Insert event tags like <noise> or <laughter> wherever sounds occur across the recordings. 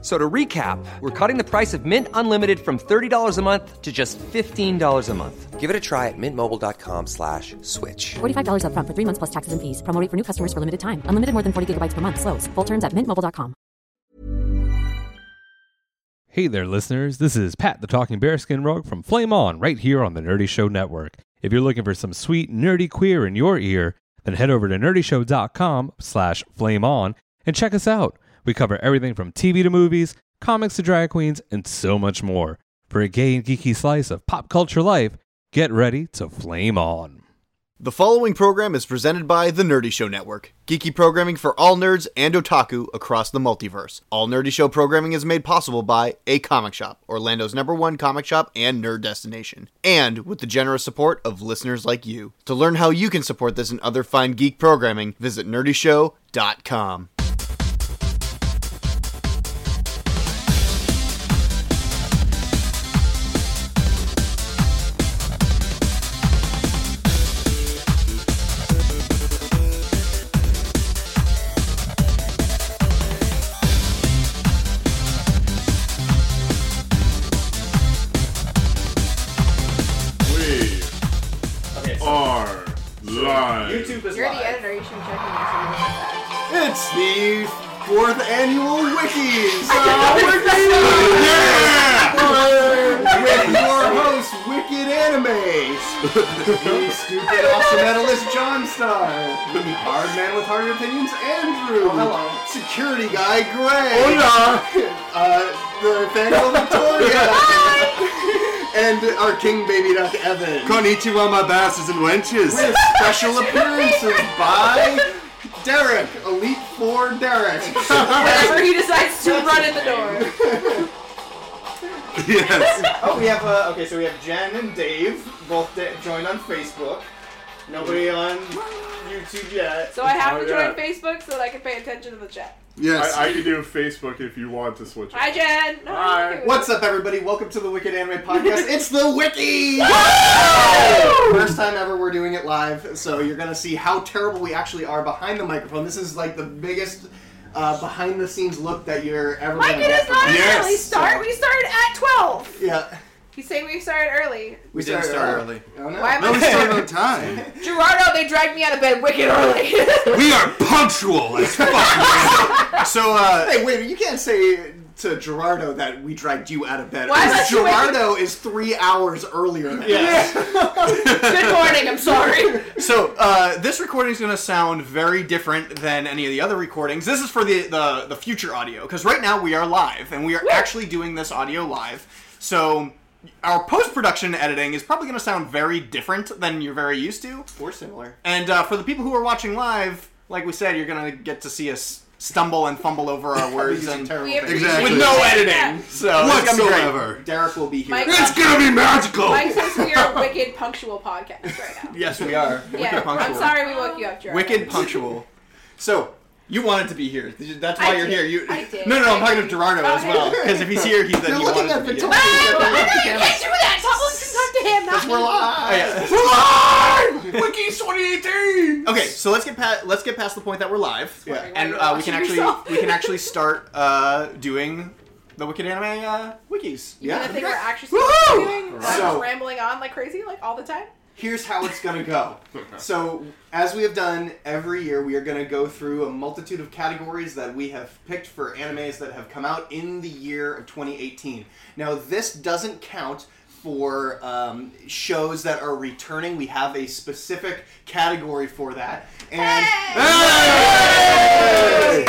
So to recap, we're cutting the price of Mint Unlimited from $30 a month to just $15 a month. Give it a try at mintmobile.com slash switch. $45 upfront for three months plus taxes and fees. Promo rate for new customers for limited time. Unlimited more than 40 gigabytes per month. Slows. Full terms at mintmobile.com. Hey there, listeners. This is Pat the Talking Bearskin Rogue from Flame On right here on the Nerdy Show Network. If you're looking for some sweet, nerdy queer in your ear, then head over to nerdyshow.com slash flame on and check us out. We cover everything from TV to movies, comics to drag queens, and so much more. For a gay and geeky slice of pop culture life, get ready to flame on. The following program is presented by The Nerdy Show Network, geeky programming for all nerds and otaku across the multiverse. All Nerdy Show programming is made possible by A Comic Shop, Orlando's number one comic shop and nerd destination, and with the generous support of listeners like you. To learn how you can support this and other fine geek programming, visit nerdyshow.com. We are live. You're the editor. You should be checking this. It's the fourth annual Wikis! Uh, with your host, Wicked Animes, the <laughs> stupid awesome metalist John Stein, hard man with hard opinions, Andrew, Oh, hello. security guy Gray, Hola. uh, the fan girl <laughs> Victoria, and our king baby duck Evan. Konnichiwa, my bastards and wenches. With special appearances by Derek, Elite Four Derek. Whenever he decides to run at the door. yes. Oh, we have uh, okay. So we have Jen and Dave both da- joined on Facebook. Nobody on YouTube yet. So I have Oh, to yeah. join Facebook so that I can pay attention to the chat. Yes. I, I can do Facebook if you want to switch. Hi, Jen. No, how are you? What's up, everybody? Welcome to the Wicked Anime Podcast. It's the Wiki! First time ever we're doing it live, so you're gonna see how terrible we actually are behind the microphone. This is like the biggest uh, behind the scenes look that you're ever My gonna get. goodness, not from- an Yes. early start. We started at 12. Yeah. He's saying we started early. We, didn't start early. Oh, no. Why <laughs> am no, we I... started on time. Gerardo, they dragged me out of bed wicked early. <laughs> We are punctual as fuck. <laughs> man. so, uh, Hey, wait, you can't say to Gerardo that we dragged you out of bed. Why because must you wake- Gerardo is three hours earlier than us. Good morning, I'm sorry. So uh, this recording is going to sound very different than any of the other recordings. This is for the the, the future audio because right now we are live and we are actually doing this audio live. So our post production editing is probably going to sound very different than you're very used to. <laughs> We're similar. And uh, for the people who are watching live, like we said, you're gonna get to see us stumble and fumble over <laughs> our words Using and terrible We things. appreciate Exactly. with no that. editing. So it's gonna be great. whatsoever. Derek will be here. Mike- It's gonna be magical. Mike says we are a wicked punctual podcast right now. Yes, we are. Yeah, Wicked I'm punctual. sorry we woke you up, Gerardo. <laughs> Wicked punctual. So you wanted to be here. That's why I you're did. here. You. I did. No, no, I'm I talking to did. Gerardo as Okay. well. Because if he's here, he's then You're he looking wanted at to be Victoria. here. No, you can't do that. Someone can talk to him, not me. We're live. Oh, yeah. <laughs> We're live! Wiki's 2018. Okay, so let's get past let's get past the point that we're live, Yeah. and uh, we can Watching actually yourself. we can actually start uh, doing the Wicked Anime uh, wikis. Yeah. Yeah. The thing we're actually supposed to be doing. while I'm just rambling on like crazy, like all the time. here's how it's gonna <laughs> go. so, as we have done every year, we are gonna go through a multitude of categories that we have picked for animes that have come out in the year of 2018. Now, this doesn't count for um, shows that are returning. We have a specific category for that, and.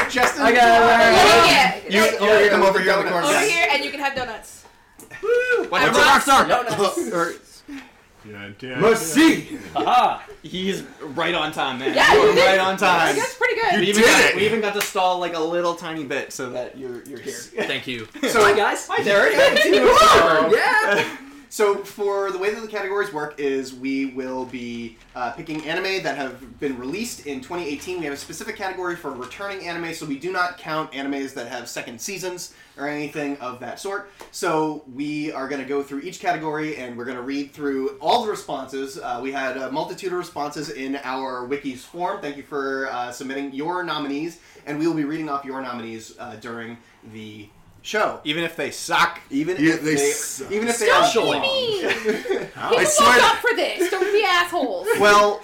Justin, I Yeah. You, you come over here in the corner. Over Yes. here, and you can have donuts. What's I'm up, Ross. Rockstar? Donuts. Or- Yeah, damn. see. He's right on time, man. Yeah, you you were did. right on time. That's pretty good. we, You even did got, it. we even got to stall like a little tiny bit <laughs> <laughs> so that you're you're here. Thank you. So, Hi guys. Hi Derek. Hi, Yeah. So for the way that the categories work is we will be uh, picking anime that have been released in 2018. We have a specific category for returning anime, so we do not count animes that have second seasons or anything of that sort. So we are going to go through each category and we're going to read through all the responses. Uh, we had a multitude of responses in our wikis form. Thank you for uh, submitting your nominees, and we will be reading off your nominees uh, during the show. Even if they suck. Even Yeah, if they they, suck. even if they Don't are be short. mean. I swear People signed up to- for this. Don't be assholes. Well,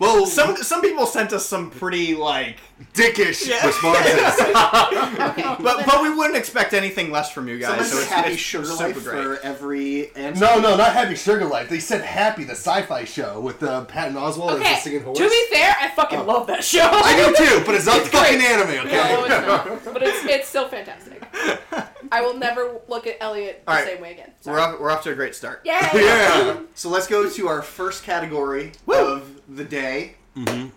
Well, some some people sent us some pretty like, dickish <laughs> responses. Okay. but but we wouldn't expect anything less from you guys. Someone So said it's, Happy it's Sugar super Life great. for every answer. No, no, not Happy Sugar Life. They said Happy, the sci-fi show with uh, Patton Oswalt okay. as the singing horse. To be fair, I fucking love that show. I do too, but it's not fucking anime, okay? <laughs> No, it's not. But it's, it's still fantastic. I will never look at Elliot the All right. same way again. We're off, we're off to a great <laughs> start. Yeah. Yeah. So let's go to our first category of the day. Mm-hmm.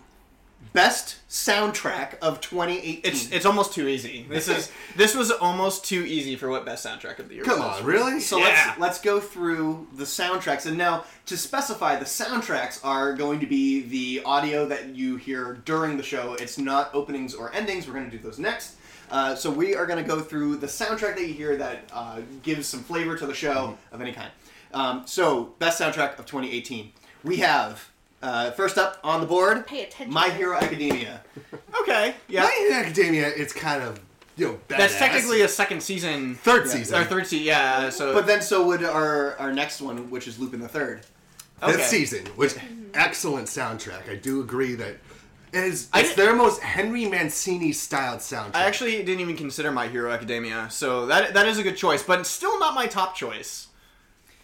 Best soundtrack of 2018. It's it's almost too easy. This is this was almost too easy for what best soundtrack of the year. Come was. on, really? So Yeah. let's let's go through the soundtracks. And now to specify, the soundtracks are going to be the audio that you hear during the show. It's not openings or endings. We're going to do those next. Uh, so we are going to go through the soundtrack that you hear that uh, gives some flavor to the show of any kind. Um, so best soundtrack of 2018. We have uh, first up on the board. Pay attention. My Hero Academia. okay. Yeah. Lion in Academia, it's kind of you know badass. That's technically a second season. third Yeah. season. Or third season, yeah. So But then so would uh, our our next one, which is Lupin the Third. That Okay. season, which <laughs> excellent soundtrack. I do agree that it is I it's did- their most Henry Mancini styled soundtrack. I actually didn't even consider My Hero Academia, so that that is a good choice, but still not my top choice.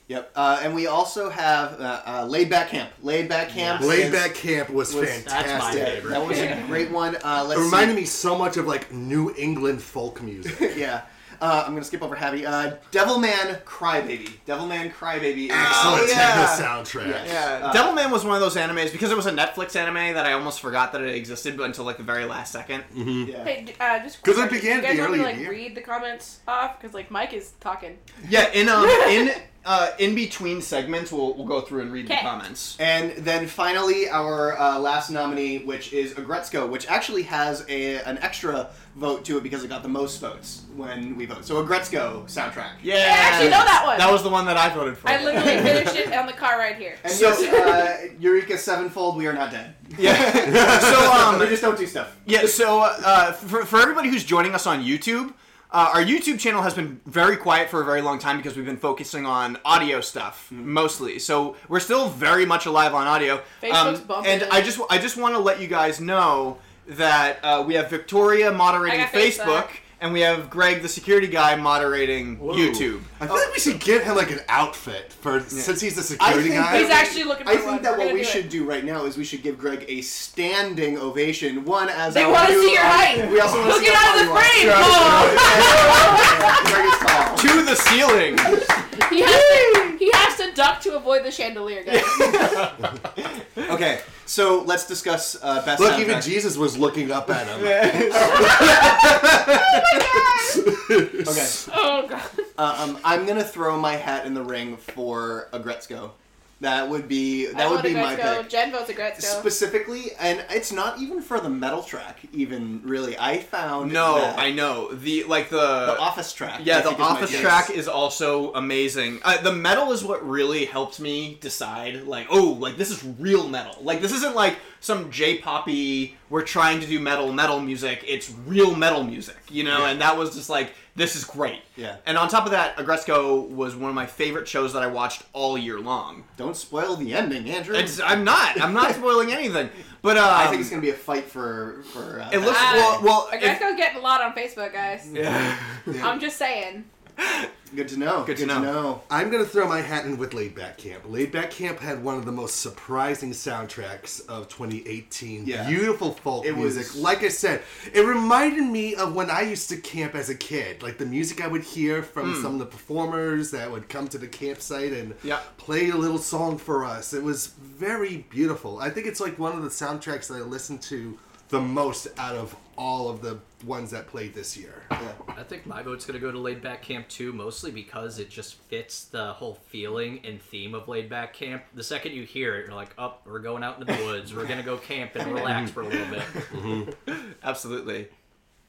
Yep, uh, and we also have uh, uh, Laid Back Camp. Laid Back Camp. Laid is- Back Camp was, was- that's fantastic. Yeah, that was <laughs> a great one. Uh, let's It reminded see. me so much of like New England folk <laughs> music. Yeah, uh, I'm gonna skip over Happy. Uh, Devilman Crybaby. Devilman Crybaby. is- uh, Excellent Oh, yeah. techno soundtrack. Yeah, Ah, Devilman was one of those animes because it was a Netflix anime that I almost forgot that it existed, but until like the very last 2nd Mm-hmm. Yeah. Hey, d- uh, just 'Cause it quick, began you at guys the want me early to like year. read the comments off because like Mike is talking. Yeah, in <laughs> um in uh in between segments, we'll we'll go through and read Okay. the comments. And then finally, our uh, last nominee, which is Agretzko, which actually has a, an extra vote to it because it got the most votes when we vote. So Agretzko soundtrack. Yeah, I actually know that one. That was the one that I voted for. I literally finished it on the car ride here. And yes, uh, Eureka Sevenfold, we are not dead. <laughs> yeah. so <laughs> um, we just don't do stuff. Yeah, so uh, for, for everybody who's joining us on YouTube, uh, our YouTube channel has been very quiet for a very long time because we've been focusing on audio stuff Mm-hmm. mostly. So we're still very much alive on audio. Um, Facebook's bumping And it. I just I just want to let you guys know that uh, we have Victoria moderating I got Facebook. Facebook, and we have Greg, the security guy, moderating YouTube. I feel like we should get him like an outfit for since he's the I security think guy. He's actually looking for I one. think that We're what gonna we do it. should do right now is we should give Greg a standing ovation. One as They our want to new- see your height. We also want to Look see it how out of the Oh. tall you are. Greg frame. Paul. is tall. <laughs> To the ceiling. He has to, he has to duck to avoid the chandelier, guys. Okay, so let's discuss uh, best. Look, soundtrack. even Jesus was looking up at him. <laughs> Oh okay. oh god. Uh, um, I'm gonna throw my hat in the ring for Agretzko. That would be that I would vote be my Agretzko. pick. Jen votes Agretzko. Specifically, and it's not even for the metal track. Even really, I found No, that I know the like the office track. Yeah, I the think is my office guess. track is also amazing. Uh, the metal is what really helped me decide, like, oh, like this is real metal. Like this isn't like some J-poppy. We're trying to do metal metal music. It's real metal music, you know. And that was just like this is great. Yeah. And on top of that, Agresco was one of my favorite shows that I watched all year long. Don't spoil the ending, Andrew. It's, I'm not. <laughs> I'm not spoiling anything. But um, I think it's gonna be a fight for for. Uh, it looks Ah. well. Well, if- Agretzko's getting a lot on Facebook, guys. Yeah. I'm just saying. good to know. Good, to to know. know. I'm gonna throw my hat in with Laid Back Camp. Laid Back Camp had one of the most surprising soundtracks of 2018. Yeah. Beautiful folk It was- music. Like I said, it reminded me of when I used to camp as a kid. Like the music I would hear from Hmm. some of the performers that would come to the campsite and Yeah. play a little song for us. It was very beautiful. I think it's like one of the soundtracks that I listened to the most out of all of the ones that played this year. I think my vote's gonna go to Laid Back Camp 2 mostly because it just fits the whole feeling and theme of Laid Back Camp. The second you hear it, you're like, "Up, we're going out in the woods. We're gonna go camp and relax for a little <laughs> bit." Absolutely.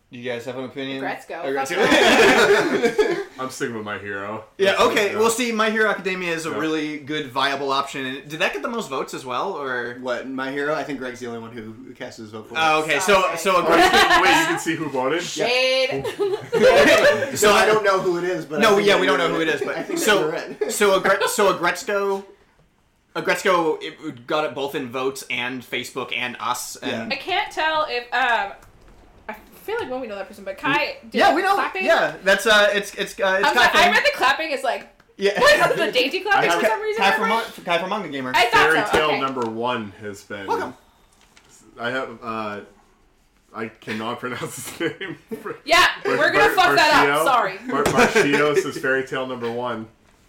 You guys have an opinion? Gretzko. Oh, Gretzko. I'm sticking with my hero. Yeah, That's okay. it, Well, see, My Hero Academia is a Yeah. really good, viable option. And Did that get the most votes as well, or what? My Hero. I think Greg's the only one who cast his vote for. Oh, okay. So, <laughs> so a Wait, you Greg. can see who bought it. Shade. so I don't know who it is, but I <laughs> no, think yeah, I we don't know know who it is. I But think so, I read it. so a Gre- so a Gretzko, a Gretzko it got it both in votes and Facebook and us. And I can't tell if um. I feel like when we know that person, but Kai. Did yeah, we know. Clapping. Yeah, that's uh, it's it's uh, it's I, was like, I Kai read from the clapping as like <laughs> yeah. <laughs> what is the dainty clapping I for have- some reason. Kai remember? from Mon- Kai from Manga Gamer. I thought Fairy so, tale okay. number one has been. Welcome. I have. uh I cannot <laughs> pronounce his name. Yeah, we're gonna fuck that Marcio- up. Sorry. Mar- Marcio says fairy tale number one.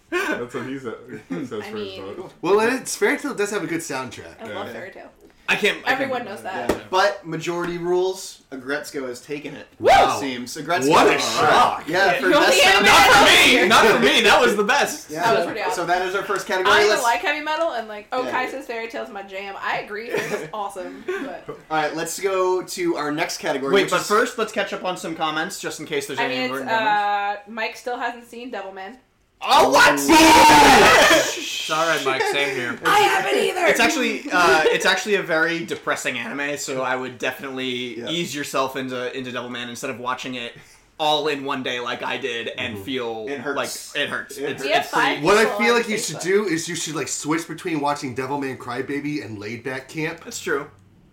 That's what he sa- says <laughs> for his vote. Well, and it's Fairy Tale does have a good soundtrack. I love fairy tale. I can't. Everyone knows that. <laughs> But majority rules, Agretzko has taken it. Wow. Oh. It seems. Agretzko. What a Alright. shock. Yeah, for You only best had a sound- minute. Not for me. Not for me. That was the best. Yeah. That was pretty awesome. So that is our first category. I even Let's- like heavy metal and like oh Yeah. Kai says fairy tales my jam. I agree, it's awesome. But All right, let's go to our next category. Wait, which but is- first let's catch up on some comments just in case there's I any mean, more it's, comments. uh, Mike still hasn't seen Devilman. Oh, what? Sorry, Mike. <laughs> Same here. I haven't either. It's actually uh, it's actually a very depressing anime, so I would definitely ease yourself into into Devilman instead of watching it all in one day like I did and feel Mm-hmm. It hurts. like it hurts. It it's, hurts. Yeah, it's pretty, fine. What I People feel on like you should Facebook. do is you should like switch between watching Devilman Crybaby and Laid Back Camp. that's true.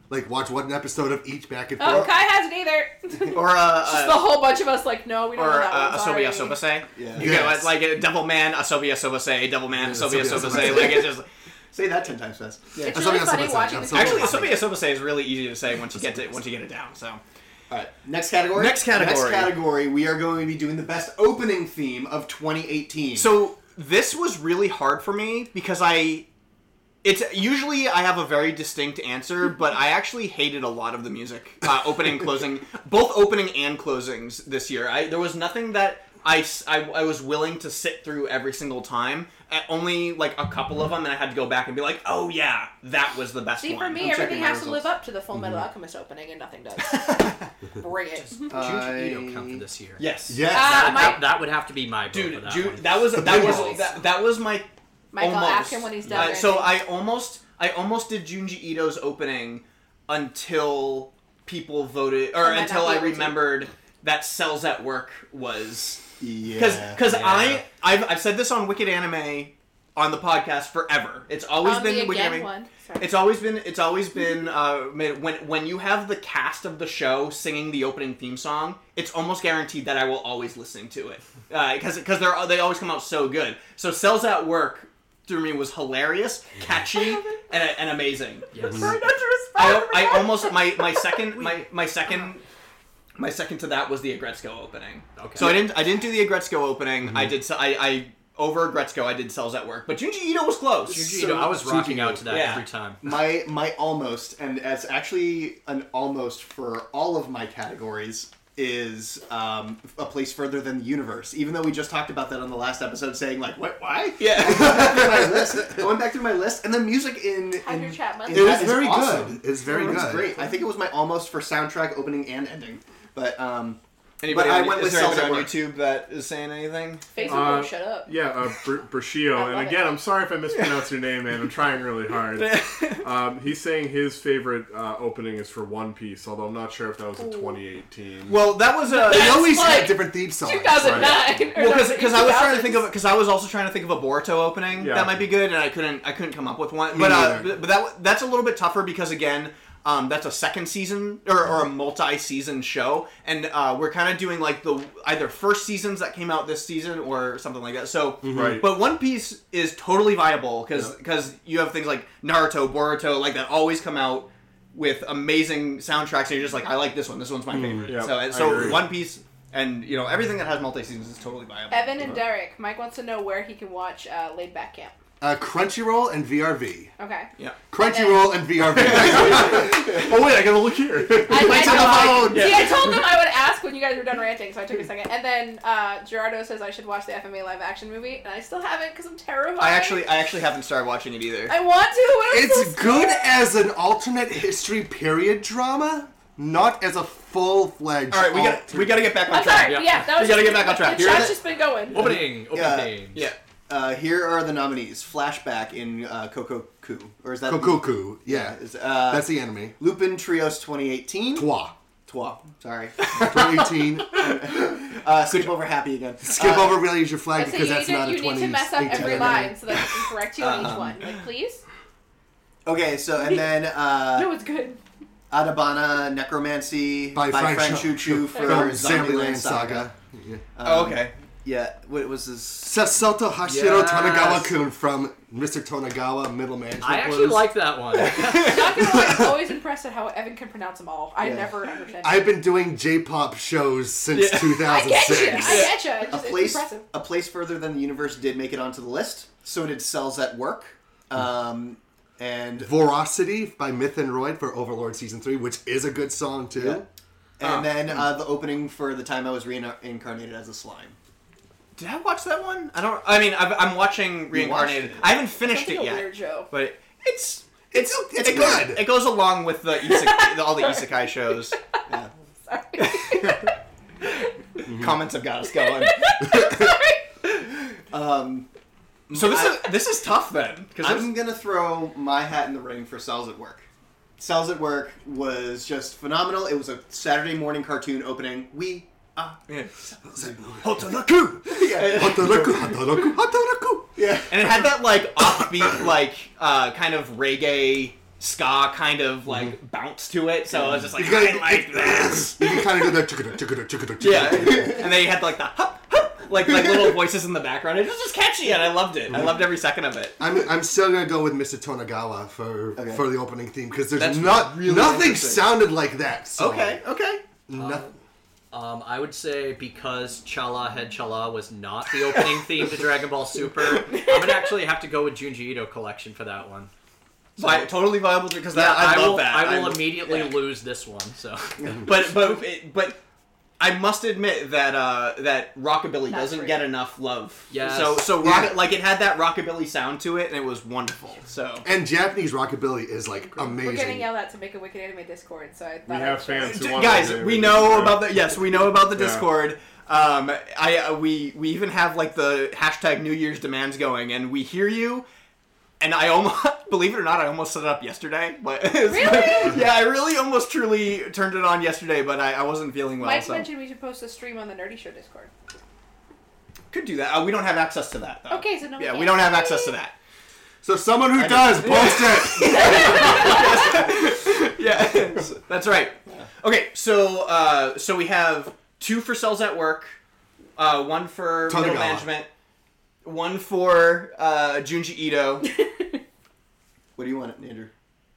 Like watch one episode of each back and Oh, forth. Kai hasn't either. <laughs> Or uh, Just the uh whole bunch of us like no, we don't know or that uh, one. Asobi Sorry. Asobase. Yeah. You Yes. get like a Devilman Asobi Asobase, Devilman Asobi Asobi Asobase. Asobase. Like it's just say that ten times fast. Yeah. It's Asobi really Asobi funny Asobi watching Asobi the Asobi. actually Asobi Asobase is really easy to say once you get it once you get it down. So All right. Next category. Next category. Next category. We are going to be doing the best opening theme of 2018. So this was really hard for me because I it's usually I have a very distinct answer, but I actually hated a lot of the music uh, opening, closing, both opening and closings this year. I there was nothing that I, s- I, I was willing to sit through every single time. Uh, only like a couple of them, and I had to go back and be like, oh yeah, that was the best See, one. for me, everything has to live up to the Full Metal Alchemist opening, and nothing does. Uh, Bring it. Junji Ito come for this year. yes, Yes. Uh, That, my that would have to be my vote for dude, that dude, one. that was that was balls. that, that was my Michael, almost. ask him when he's done. Uh, so I almost I almost did Junji Ito's opening until people voted or I might until not be I able to. remembered that Cells at Work was yeah. because because Yeah. I I've, I've said this on Wicked Anime on the podcast forever. It's always on been the Wicked again Anime. one. Sorry. It's always been it's always been uh, made- when when you have the cast of the show singing the opening theme song, it's almost guaranteed that I will always listen to it because because they're they always come out so good. So cells at work through me was hilarious, catchy, and, and amazing. Yes. I, I almost my <laughs> my second my my second. My second to that was the Agretzko opening. Okay. Mm-hmm. So I didn't I didn't do the Agretzko opening. I did I, I over Agretzko I did cells at work, but Junji Ito was close. Junji Ito, I was rocking out to that Yeah. every time. my my almost, and that's actually an almost for all of my categories is um, a place further than the universe. Even though we just talked about that on the last episode, saying like, what, why? <laughs> Yeah. my list. I went back through my list, and the music in, in Hydro Chat must in be- It It that was is very awesome. good. It's very It was good. Great. I think it was my almost for soundtrack opening and ending, but um, Anybody But I on- went is with there Cells at anybody on YouTube that is saying anything? Facebook Uh, won't shut up. Yeah, uh, Br- I Brashio, love and again, it. I'm sorry if I mispronounced your name, man. I'm trying <laughs> really hard. Um, he's saying his favorite uh, opening is for One Piece, although I'm not sure if that was in 2018. Well, that was uh, <laughs> a. They always like- have different theme songs. 2009. or Well, because I was trying 2000s. to think of because I was also trying to think of a Boruto opening Yeah. that might be good, and I couldn't I couldn't come up with one. but uh, neither. but that that's a little bit tougher because again, um, that's a second season or, or a multi season show, and uh, we're kind of doing like the either first seasons that came out this season or something like that. So, Right. but One Piece is totally viable because you have things like Naruto, Boruto, like that always come out with amazing soundtracks, and you're just like, I like this one. This one's my favorite. Mm. yeah, so I so agree. One Piece. And you know everything that has multi seasons is totally viable. Uh-huh. Evan and Derek. Mike wants to know where he can watch uh, Laid Back Camp. Uh, Crunchyroll and VRV. Okay. Yeah. Crunchyroll and VRV. <laughs> oh wait, I gotta look here. I, I It's on know, the phone. I- See, I told them I would ask when you guys were done ranting, so I <laughs> took a second. And then uh, Gerardo says I should watch the FMA live action movie, and I still haven't because I'm terrified. I actually, I actually haven't started watching it either. I want to. But I'm It's so good scared. as an alternate history period drama, not as a full fledged. All right, we got Oh, we got to get back on I'm track. sorry. Yeah, that we was. got to just- get back on track. The Here are chat's the- just been going. Opening, opening. Yeah. Uh, here are the nominees: Flashback in uh, Kokoku, or is that Kokoku, yeah. Is, uh, That's the anime. Lupin Trios 2018. Twa. Twa. <laughs> Sorry. <laughs> 2018. uh, skip over happy again. Skip Uh, over really is your flag Listen, because you that's need, not you a 20. need to mess up every 18. line so that I <laughs> can correct you on each Um, one. Like, please. Okay, so and then uh, no, it's <laughs> good. Adabana Necromancy by, Frank, Chu Chu for from Zombieland Zombieland Saga. Saga. Yeah. Oh, okay. Yeah. What was this? Sasato Hashiro Yes. Tonagawa-kun from Mr. Tonagawa Middle Management I actually Blues. like that one. Not gonna lie, I'm always impressed at how Evan can pronounce them all. I Yeah. never understand. I've been doing J-pop <laughs> shows since I get you. 2006. I get you. It's a just, place it's impressive. a place further than the universe did make it onto the list. So did Cells at Work. Um, and Voracity by Myth and Royd for Overlord Season 3, which is a good song too. and then uh, the opening for the time I was reincarnated as a slime. Did I watch that one? I don't. I mean, I've, I'm watching reincarnated. it. I haven't finished Something it a yet, weird show. but it's it's it's it goes- good. It goes along with the <laughs> isekai, all the isekai shows. Yeah. <laughs> Comments have got us going. <laughs> um, so this is this is tough then. I'm gonna throw my hat in the ring for Cells at Work. Cells at Work was just phenomenal. It was a Saturday morning cartoon opening. We are <laughs> Hotaraku. <laughs> Yeah. Hataraku, hataraku, hataraku. Yeah. And it had that like offbeat, like uh, kind of reggae ska kind of like Mm-hmm. bounce to it. So I was just like, You gotta- I like this. You can kind of go there, chicka chicka chicka yeah. and then you had like the hup, hup, like like little voices in the background. It was just catchy, and I loved it. I Mm-hmm. loved every second of it. I'm, I'm still gonna go with Mr. Tonagawa for Okay. for the opening theme because there's That's not really nothing interesting. sounded like that. So Okay. Okay. nothing. Um, I would say because Chala Head Chala was not the <laughs> opening theme to Dragon Ball Super, I'm gonna actually have to go with Junji Ito collection for that one. Vi- totally viable because Yeah, that I, love will, that. I will I'm- immediately yeah. lose this one. So but but it- but I must admit that uh, that rockabilly That's doesn't right. get enough love. Yes. So so rock, Yeah. like it had that rockabilly sound to it, and it was wonderful. So And Japanese rockabilly is like amazing. We're getting yelled at to make a Wicked Anime Discord, so I thought We I'd have check. fans who D- want guys, to- we know about the yes, we know about the Yeah. Discord. Um, I uh, we we even have like the hashtag New Year's demands going, and we hear you. And I almost <laughs> believe it or not, I almost set it up yesterday. But <laughs> Really? yeah, I really almost truly turned it on yesterday, but I, I wasn't feeling well. Mike so mentioned we should post a stream on the Nerdy Show Discord. could do that. Uh, we don't have access to that. Though. Okay, so no one yeah, we can. don't have access to that. So someone <laughs> who does post it. yeah, that's right. Okay, so uh, so we have two for cells at work, uh, one for Tonagawa. middle management, one for uh, Junji Ito. what do you want, Andrew?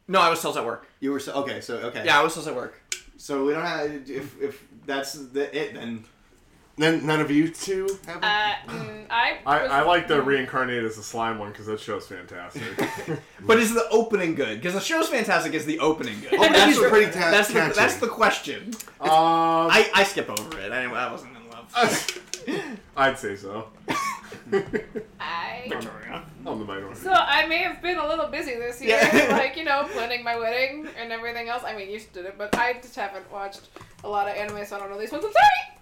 No, I was cells at work. You were so, okay. So okay. Yeah, I was cells at work. So we don't have if if that's the, it then. None, none of you two have. it? Uh, mm, I, I, was- I like the reincarnate as a slime one because that <laughs> show's fantastic. But is the opening good? Because the show's fantastic. Is the opening good? Opening's that's the- pretty ta- that's the, catchy. that's the question. um, I, I skip over it. Anyway, I wasn't in love. I'd say so. I. I'm the minority. So I may have been a little busy this year, Yeah. <laughs> like you know, planning my wedding and everything else. I mean, you did it, but I just haven't watched a lot of anime, so I don't know these ones. I'm sorry.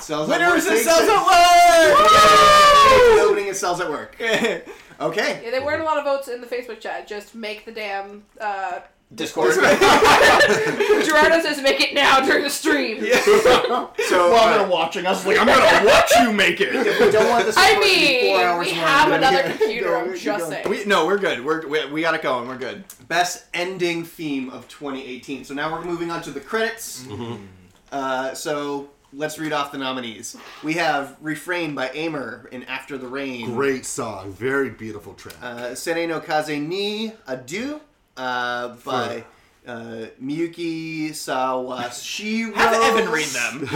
Cells Winners at and cells at work. Opening and cells at work. okay. Yeah, there weren't a lot of votes in the Facebook chat. Just make the damn. <laughs> Uh, Discord. Gerardo says make it now during the stream. <laughs> so while they're watching us, like I'm <laughs> gonna watch you make it. If we don't <laughs> want this, I to be four mean, hours we long, have then- another yeah. computer, No, I'm we're just good. saying. We, no, we're good. We're, we we got it going. We're good. Best ending theme of 2018. So now we're moving on to the credits. Mm-hmm. Uh, so let's read off the nominees. We have "Refrain" by Aimer in "After the Rain." Great song, very beautiful track. <laughs> Uh, Sene no Kaze ni Adieu uh, by uh, Miyuki Sawashiro. <laughs> Have Evan read <laughs> them.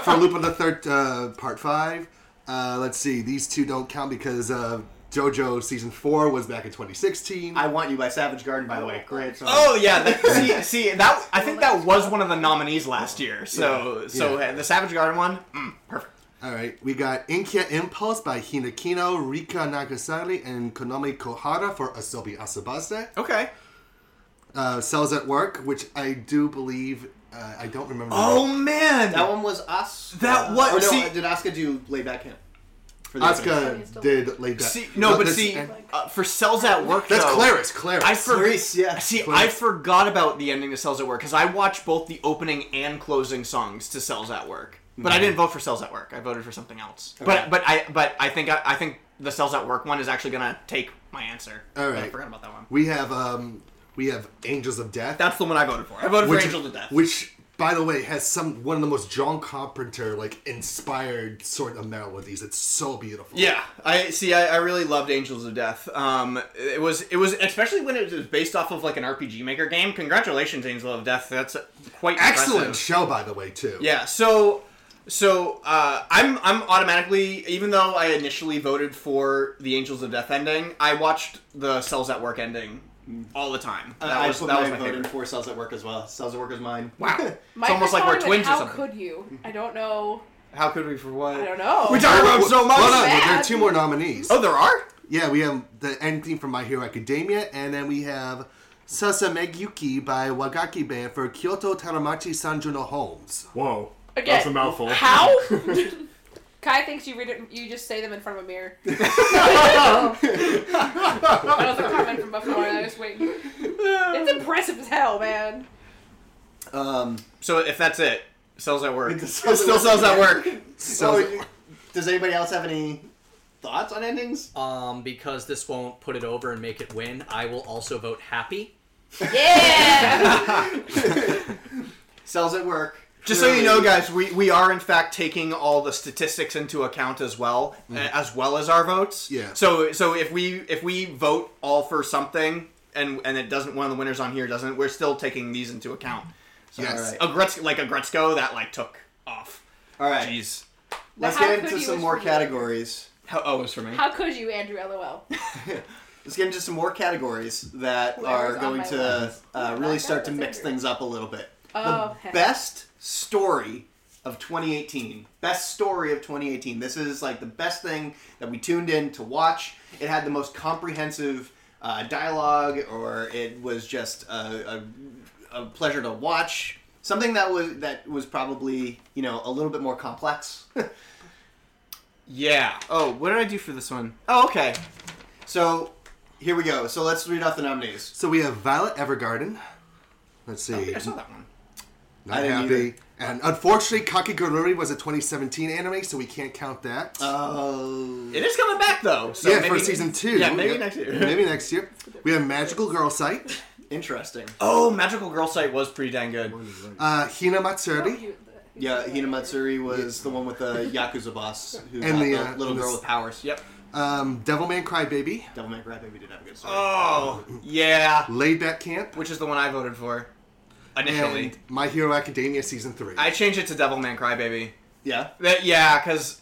for Lupin the Third, uh, Part Five. Uh, let's see, these two don't count because uh, JoJo season four was back in 2016. I Want You by Savage Garden, by the way. Great song. Oh yeah, <laughs> that, see, see that I think that was one of the nominees last year. So Yeah. so Yeah. uh, the Savage Garden one, mm, perfect. All right, we got Inkia Impulse by Hinakino, Rika Nagasari, and Konami Kohara for Asobi Asabase. Okay. Uh, Cells at Work, which I do believe, uh, I don't remember. Oh man, That one was us. Uh, That was oh, or no, see, did Asuka do Lay Back Camp? the Asuka opening? did Lay Back- See, no, No, but this- see, uh, for Cells at Work, That's though, Claris, Claris. I for- Claris, yeah, See, I Claris. forgot about the ending to Cells at Work because I watched both the opening and closing songs to Cells at Work, but I Mhm. didn't vote for Cells at Work. I voted for something else. Okay. But but I but I think I, I think the Cells at Work one is actually gonna take my answer. All right. I forgot about that one. We have um, we have Angels of Death. That's the one I voted for. I voted for Angels of Death. which, by the way, has some one of the most John Carpenter like inspired sort of melodies. It's so beautiful. Yeah, I see. I, I really loved Angels of Death. Um, it was it was especially when it was based off of like an RPG Maker game. Congratulations, Angel of Death. That's quite Excellent impressive. show, by the way, too. Yeah. So so uh, I'm I'm automatically even though I initially voted for the Angels of Death ending, I watched the Cells at Work ending all the time. Uh, That I was put that my was my vote in favorite. for Cells at Work as well. Cells at Work is mine. <laughs> Wow. My it's almost like we're response twins is, or How something. could you? I don't know. How could we for what? I don't know. We talked about so much. Hold on, Bad. there are two more nominees. Oh, there are. Yeah, we have the end theme from My Hero Academia, and then we have Sasa Megyuki by Wagaki Band for Kyoto Taramachi Sanju no Homes. Whoa, Again, that's a mouthful. How? <laughs> Kai thinks you read it. You just say them in front of a <laughs> mirror. that was a comment from before. and I was waiting. It's impressive as hell, man. Um. So if that's it, Cells at Work. It still still Cells at Work. So, does anybody else have any thoughts on endings? Um, because this won't put it over and make it win, I will also vote happy. Cells at Work. Just so you know, guys, we, we are in fact taking all the statistics into account as well, uh, as well as our votes. Yeah. So so if we if we vote all for something and and it doesn't one of the winners on here doesn't, we're still taking these into account. So, Yes. A Gretzko, like a Gretzko that like took off. All right. Jeez. Let's Now, how get could into you some wish more for me? categories. How, oh, it was for me. How could you, Andrew? LOL. Let's get into some more categories that Whoever's are on going my to list. uh, really start to mix things up a little bit. Oh, the heck. best story of 2018. Best story of 2018. This is like the best thing that we tuned in to watch. It had the most comprehensive uh, dialogue, or it was just a, a, a pleasure to watch. Something that was that was probably you know a little bit more complex. yeah. Oh, what did I do for this one? Oh, okay. So here we go. So let's read off the nominees. So we have Violet Evergarden. Let's see. I saw that one. Not I didn't happy. either. And unfortunately, Kakigururi was a 2017 anime, so we can't count that. Oh. It is coming back though. So yeah, maybe for season two. Yeah, maybe next year. <laughs> maybe next year. We have Magical Girl Sight. Interesting. Oh, Magical Girl Site was pretty dang good. Uh, Hina Matsuri. Yeah, Hina Matsuri was the one with the Yakuza boss who And got the, the, uh, little and the girl s- with powers. Yep. Um, Devilman Crybaby. Devilman Crybaby did have a good story. Oh, yeah. Laid Back Camp. Which is the one I voted for initially. And My Hero Academia Season 3. I changed it to Devilman Crybaby. Yeah. That, yeah, because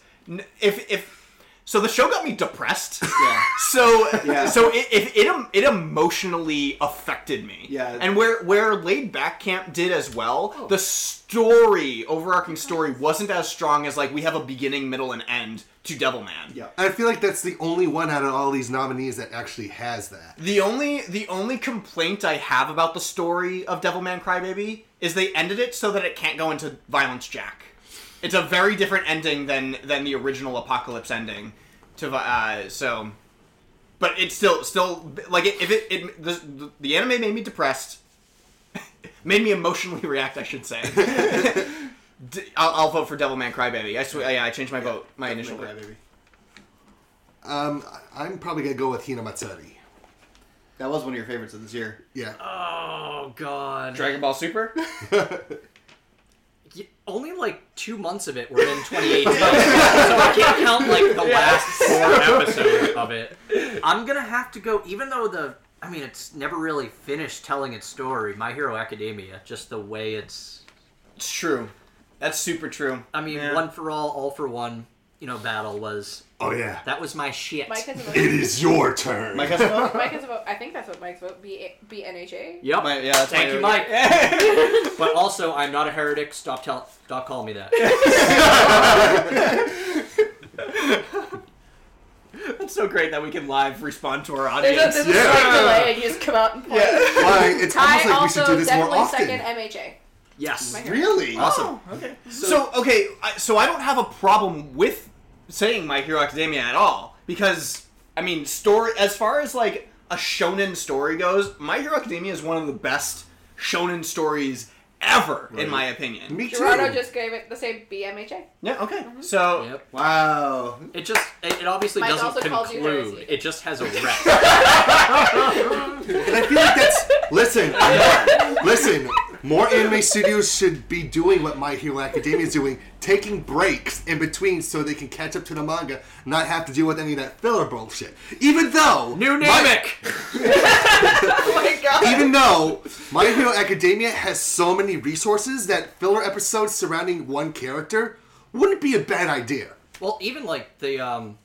if if so, the show got me <laughs> depressed. Yeah. so Yeah. so it it it, em- it emotionally affected me. Yeah. Oh. And where where Laid Back Camp did as well, the story overarching story wasn't as strong as like we have a beginning, middle, and end to Devilman. Yeah. I feel like that's the only one out of all these nominees that actually has that. The only the only complaint I have about the story of Devilman Crybaby is they ended it so that it can't go into Violence Jack. It's a very different ending than than the original Apocalypse ending. To Vi- uh, so, but it's still still like if it, it the, the anime made me depressed, <laughs> made me emotionally react. I <laughs> should say. D- I'll, I'll vote for Devilman Crybaby. I swear, yeah, I changed my vote, my initial vote. Crybaby. Um, I'm probably going to go with Hina Matsuri. That was one of your favorites of this year. Yeah. Uh, Oh god. Dragon Ball Super. Y- Only like two months of it were in 2018, so I can't count like the last <laughs> four episodes of it. I'm gonna have to go, even though the I mean, it's never really finished telling its story. My Hero Academia, just the way it's. It's true. That's super true. I mean, Yeah. one for all, all for one. you know, battle was. Oh, yeah. That was my shit. Mike has a vote. <laughs> It is your turn. Mike has a vote. Mike has a vote. I think that's what Mike's vote. B B N H A. Yep. My- yeah, that's Thank my- you, Mike. <laughs> but also, I'm not a heretic. Stop tell. Stop calling me that. That's so great that we can live respond to our There's a, audience. there's a slight delay, and you just come out and point. Why, it's almost Ty like we should also do this more definitely often. second Oh, MHA. Yes. My hair. Really? Awesome. okay. So, okay, I, so I don't have a problem with saying My Hero Academia at all because I mean, story as far as like a shonen story goes, My Hero Academia is one of the best shonen stories ever in my opinion. Me Gerardo just gave it the same BMHA. Yeah, okay. Mm-hmm. So, wow. It just. It, it obviously Mike doesn't also called you conclude. It just has a rep. And I feel <laughs> like that's. Listen, listen. More anime studios should be doing what My Hero Academia is doing, taking breaks in between so they can catch up to the manga, not have to deal with any of that filler bullshit. Even though New My, Namek. <laughs> <laughs> Oh my god. even though My Hero Academia has so many resources that filler episodes surrounding one character wouldn't be a bad idea. Well, even like the um,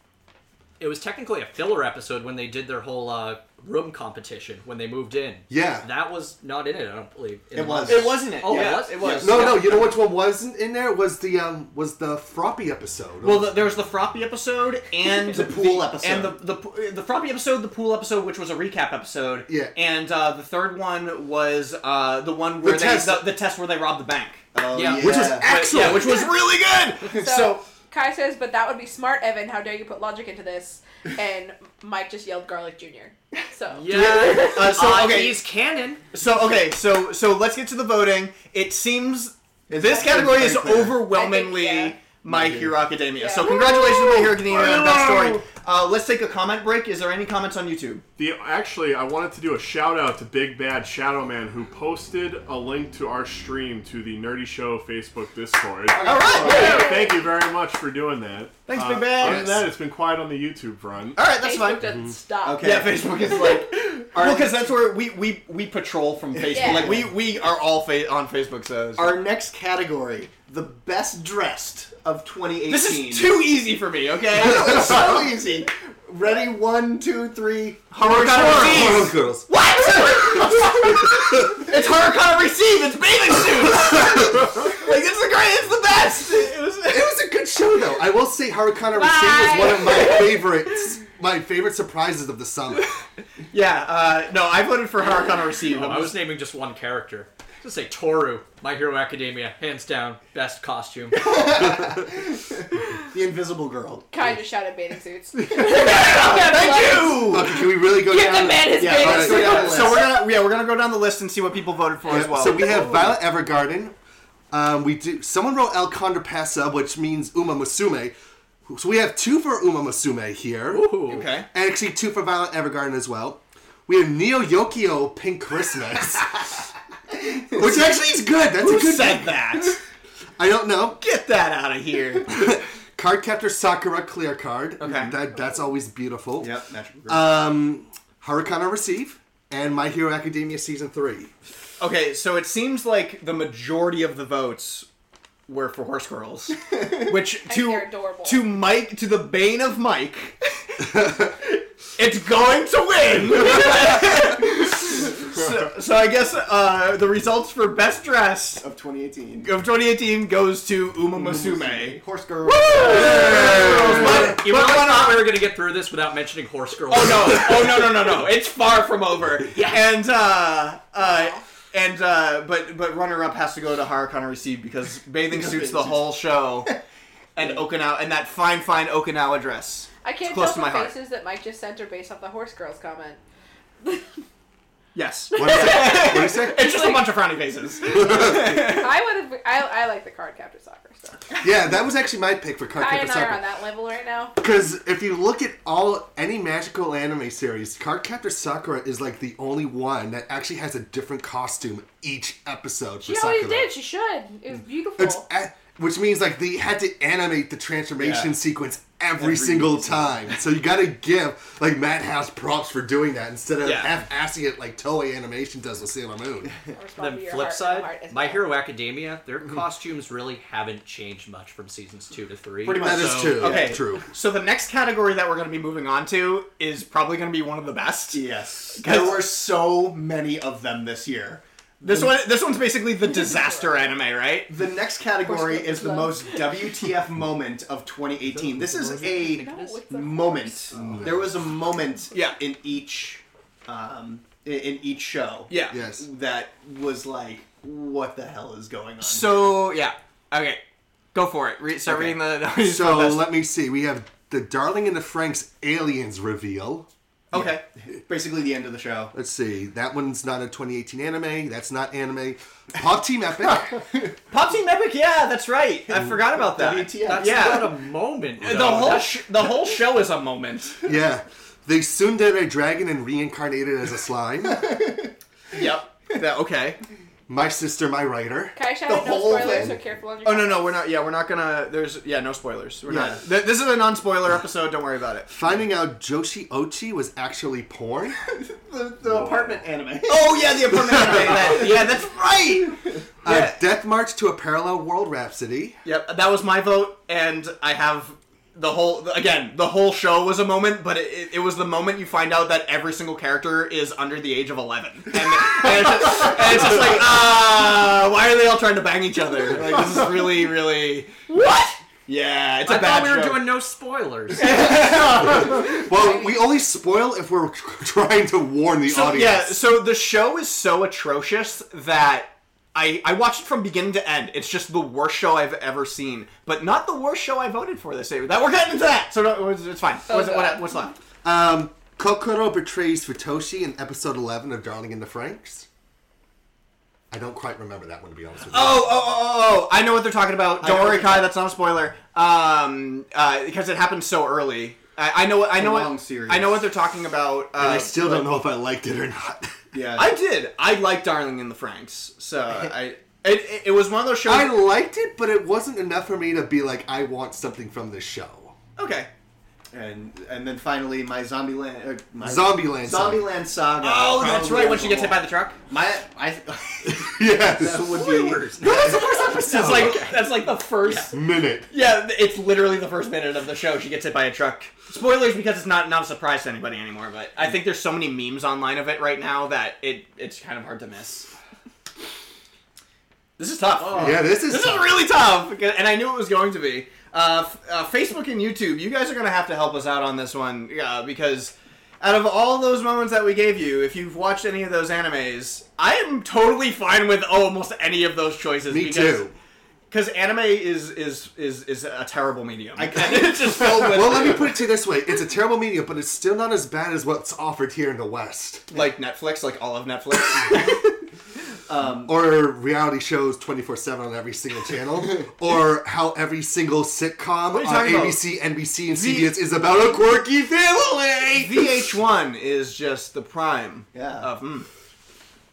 it was technically a filler episode when they did their whole uh, room competition when they moved in. Yeah. that was not in it. I don't believe in It the was. manga. It wasn't it? Oh, Yeah, it was. it was. No, no, you know which one wasn't in there was the um was the Froppy episode. Well, the, there was the Froppy episode <laughs> and The pool episode. and the the p- the Froppy episode, the pool episode, which was a recap episode. Yeah. And uh, the third one was uh, the one where The they, test. The, the test where they robbed the bank. Oh, Yeah. which was But- yeah, excellent. which was really good. So, so Kai says, but that would be smart, Evan. How dare you put logic into this? And Mike just yelled Garlic Jr. So. Yeah. <laughs> uh, so Uh, okay, he's canon. so okay, so so let's get to the voting. It seems this very- category is very clear. overwhelmingly I think, yeah. My Hero Academia. Yeah. So congratulations, My Hero Academia, on that Woo! story. Uh, let's take a comment break. Is there any comments on YouTube? The actually, I wanted to do a shout out to Big Bad Shadow Man who posted a link to our stream to the Nerdy Show Facebook Discord. All right. Yeah, Thank you very much for doing that. Oh, Uh, Thanks, Big Bad. Other than that, it's been quiet on the YouTube front. All right, that's fine. Facebook doesn't stop. Yeah, Facebook is like, well, <laughs> because that's where we, we we patrol from Facebook. Yeah. Like we we are all fa- on Facebook. So Our next category, the best dressed of 2018. this is too easy for me. Okay, It's so easy. Ready? One, two, three. Harakana Horror receive. girls. What? it's Harakana receive. It's bathing suits. like it's the great. It's the best. It was. It was a good show though. Oh, I will say Harakana Rising was one of my favorites. My favorite surprises of the summer. yeah. Uh, no, I voted for Harakana receive. Oh, I was naming just one character. Just say Toru, My Hero Academia, hands down, best costume. The Invisible Girl. Kai just shouted <laughs> bathing suits. <laughs> Thank you. Okay, can we really go Give down? the man his Yeah, bathing alright, suit. down the So list. we're gonna yeah we're gonna go down the list and <laughs> see what people voted for as well. So we have Violet Evergarden. Um, we do. Someone wrote El Contrapassa, which means Uma Musume. So we have two for Uma Musume here, okay. and actually two for Violet Evergarden as well. We have Neo Yokio <laughs> Pink Christmas, which actually is good. That's Who a good. said that? I don't know. Get that out of here. Card Captor Sakura Clear Card. Okay. That that's always beautiful. yep. Natural. Um, Hurricane Receive and My Hero Academia season three. Okay, so it seems like the majority of the votes were for horse <laughs> girls, which they're to adorable. to Mike to the bane of Mike, it's going to win. <laughs> so, so I guess uh, the results for best dress of Of 2018. 2018 goes to Uma Musume. Horse Girl. you But- really but- thought we were going to get through this without mentioning Horse Girl? Oh no! Oh no! No! No! No! It's far from over. Yeah. And uh, uh, and uh, but but runner up has to go to Harakana Receive because bathing suits the <laughs> whole show, and Okinawa and that fine fine Okinawa dress. I can't close to tell from my heart. faces that Mike just sent are based off the horse girls comment. Yes. What is it? What do you say? <laughs> It's just a bunch of frowny <laughs> faces. I would have. I, I like the card captor soccer stuff. Yeah, that was actually my pick for Card Kai and I Captor are on Sakura. that level right now. Because if you look at all any magical anime series, Card Captor Sakura is like the only one that actually has a different costume each episode. For She Sakura. Mm. always did. She should. It was beautiful. It's a- Which means like they had to animate the transformation Yeah. sequence every, Every single single time. so you got to give like Madhouse props for doing that instead of Yeah. half-assing it like Toei Animation does with Sailor Moon. then your flip heart, side, your heart is My Hero Academia, their Mm. costumes really haven't changed much from seasons two to three. Pretty much. That is Oh, So- true. Okay. Yeah, true. So the next category that we're going to be moving on to is probably going to be one of the best. Yes. There were so many of them this year. This one, this one's basically the disaster anime, right? The next category is the most WTF moment of 2018. This is a moment. There was a moment Yeah. in each um, i- in each show. Yeah. Yes. That was like, what the hell is going on? So yeah, okay, go for it. Re- start reading the. <laughs> so let me see. We have the Darling in the Franks aliens reveal. Okay. Basically the end of the show. Let's see. That one's not a 2018 anime. That's not anime. Pop Team Epic. Pop Team Epic, yeah, that's right. I forgot about that. WTF. That's Yeah. <laughs> not a moment. The though. whole sh- the whole show is a moment. yeah. They soon did a dragon and reincarnated as a slime. <laughs> yep. That, okay. My sister, my writer. Kai Shai, The no whole spoilers, thing. so careful on your Oh no no we're not yeah we're not gonna there's yeah no spoilers we're Yeah. not th- this is a non spoiler episode don't worry about it Finding out Joshi Ochi was actually porn. The, the apartment anime. oh yeah the apartment <laughs> anime that, yeah that's right Uh, Death March to a Parallel World Rhapsody. yep that was my vote and I have the whole again the whole show was a moment but it, it, it was the moment you find out that every single character is under the age of eleven and, and, it's, just, and it's just like ah why are they all trying to bang each other like this is really really what yeah it's a I bad thought we were show. doing no spoilers. Well, we only spoil if we're <laughs> trying to warn the so, audience. Yeah, so the show is so atrocious that I I watched it from beginning to end. It's just the worst show I've ever seen, but not the worst show I voted for this year. That we're getting into that, so no, it's, it's fine. What's, what, what's left? Um, Kokoro betrays Futoshi in episode 11 of Darling in the Franks. I don't quite remember that one, to be honest with you. Oh, oh, oh, oh, oh! I know what they're talking about. Don't know worry, what Kai. That's not a spoiler. Um, uh, because it happened so early. I, I know. what- I know long what. series. I know what they're talking about. Uh, and I still don't know if I liked it or not. <laughs> Yeah. I did. I like Darling in the Franks. <laughs> So I. It, it, it was one of those shows. I liked it, but it wasn't enough for me to be like, I want something from this show. <laughs> okay. and and then finally my zombie land uh, my Zombieland Saga. Zombieland saga. Oh, that's Probably right. When she gets hit number by the truck. one. my I <laughs> Yes. that would be That's like that's like the first. Minute. Yeah. it's literally the first minute of the show. She gets hit by a truck. Spoilers because it's not not a surprise to anybody anymore. But I think there's so many memes online of it right now that it it's kind of hard to miss. This is tough. Yeah, this is. This is really tough, because- and I knew it was going to be. Uh, f- uh, Facebook and YouTube, you guys are going to have to help us out on this one uh, because out of all those moments that we gave you, if you've watched any of those animes, I am totally fine with almost any of those choices. Me because, too. Because anime is is is is a terrible medium. <laughs> I kind it's just filled with <laughs> <laughs> well, let me put it to you this way: it's a terrible medium, but it's still not as bad as what's offered here in the West like Netflix, like all of <laughs> Netflix. Mm. or reality shows twenty four seven on every <laughs> single channel, or how every single sitcom uh, on you talking about? ABC, NBC, and CBS is about a quirky family. VH1 is just the prime. Yeah. Of, mm.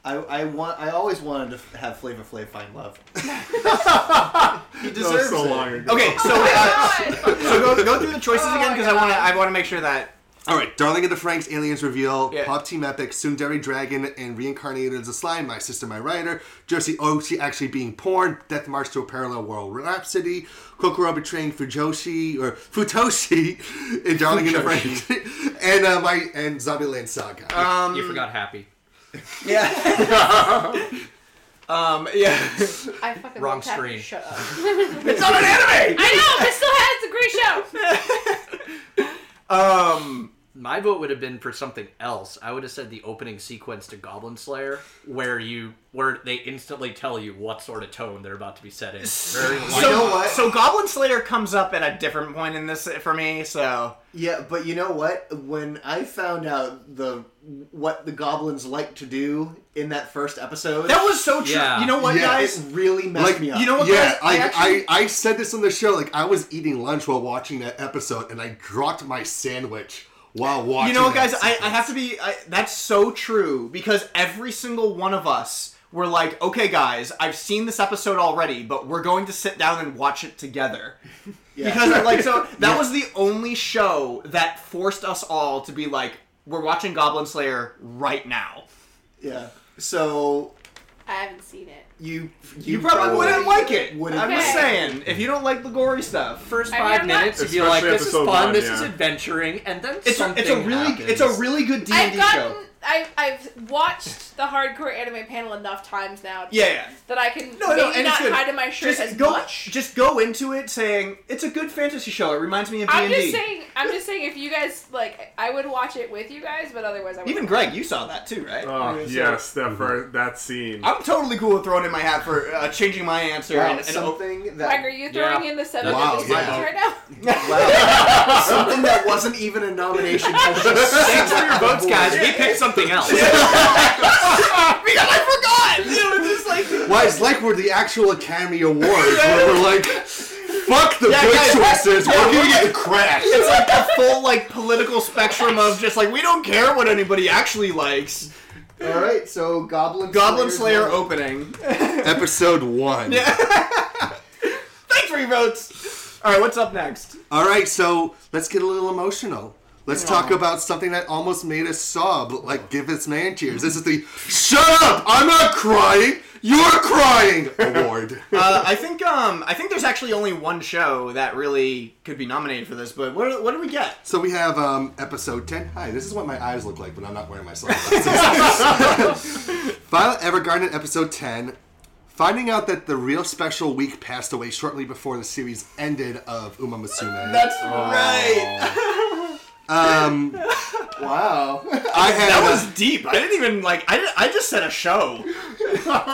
I, I want I always wanted to have Flavor Flav find love. <laughs> he That was deserves so it. long ago. Okay, so uh, so go, go through the choices again because I want to I want to make sure that All right, Darling of the Franks, Aliens Reveal, Yeah. Pop Team Epic, Sundari Dragon, and Reincarnated as a Slime, My Sister, My Rider, Josie Ochi actually being porn, Death March to a Parallel World Rhapsody, Kokoro betraying Fujoshi, or Futoshi, <laughs> in Darling in the Franks, <laughs> and, uh, my, and Zombieland Saga. Uh, you forgot Happy. um yeah. I fucking Wrong love Taffy. screen. Shut up. <laughs> It's not an anime. I know, but still had it's a great show. Um, My vote would have been for something else. I would have said the opening sequence to Goblin Slayer, where you where they instantly tell you what sort of tone they're about to be set in. Very so, light. what? so Goblin Slayer comes up at a different point in this for me. So Yeah, but you know what? When I found out the what the goblins like to do in that first episode, that was so true. Yeah. You know what, Yeah, guys? it really messed Like, me up. You know what, yeah, guys? I, I actually- I, I said this on the show, like, I was eating lunch while watching that episode, and I dropped my sandwich while watching You know what, that guys? I, I sequence. have to be. I, that's so true because every single one of us we're like, okay, guys, I've seen this episode already, but we're going to sit down and watch it <laughs> together. Because like so that was the only show that forced us all to be like, we're watching Goblin Slayer right now. Yeah. So I haven't seen it. you You, probably wouldn't like it. Wouldn't I'm like just it. saying, if you don't like the gory stuff, First five minutes, you'd be like, "This is fun. this is adventuring," and then It's a, something it's a really happens. it's a really good D and I've D gotten. show. I, I've watched the hardcore anime panel enough times now Yeah, yeah. that I can No, maybe no, and not it's good. hide in my shirt just as go, much. Just go into it saying it's a good fantasy show. It reminds me of D I'm and just D. saying. I'm just saying. If you guys like, I would watch it with you guys, but otherwise, I would Even Greg, you saw that too, right? Uh, Oh, Yeah, so- <laughs> yes, that fir- that scene. I'm totally cool with throwing in my hat for uh, changing my answer. Wow, and, and something that Greg, are you throwing Yeah. in the seven Wow, of these yeah. ones right now? Wow. something that wasn't even a nomination. was just Thanks for your on the votes, board. guys. We picked something <laughs> else. because I <laughs> forgot. You know, it's just like Why it's like we're the actual Academy Awards <laughs> where we're like, fuck the Yeah, good guys, choices, yeah, we're we're gonna get like- the crash. it's like the full like political spectrum of just like we don't care what anybody actually likes. All right, so Goblin Goblin Slayer Slayer's opening. one. episode <laughs> one. Thanks for your votes. All right, what's up next? All right, so let's get a little emotional. Let's talk about something that almost made us sob, like give us man tears. This is the "Shut up! I'm not crying. You're crying" <laughs> award. Uh, I think um I think there's actually only one show that really could be nominated for this. But what what do we get? So we have um, episode 10. Hi, this is what my eyes look like when I'm not wearing <laughs> my sunglasses. Violet Evergarden, episode 10. Finding out that the real special week passed away shortly before the series ended of Uma Musume. That's right. um, Wow. I had That uh, was deep. I didn't even like. I didn't, I just said <laughs> a show. <laughs> um,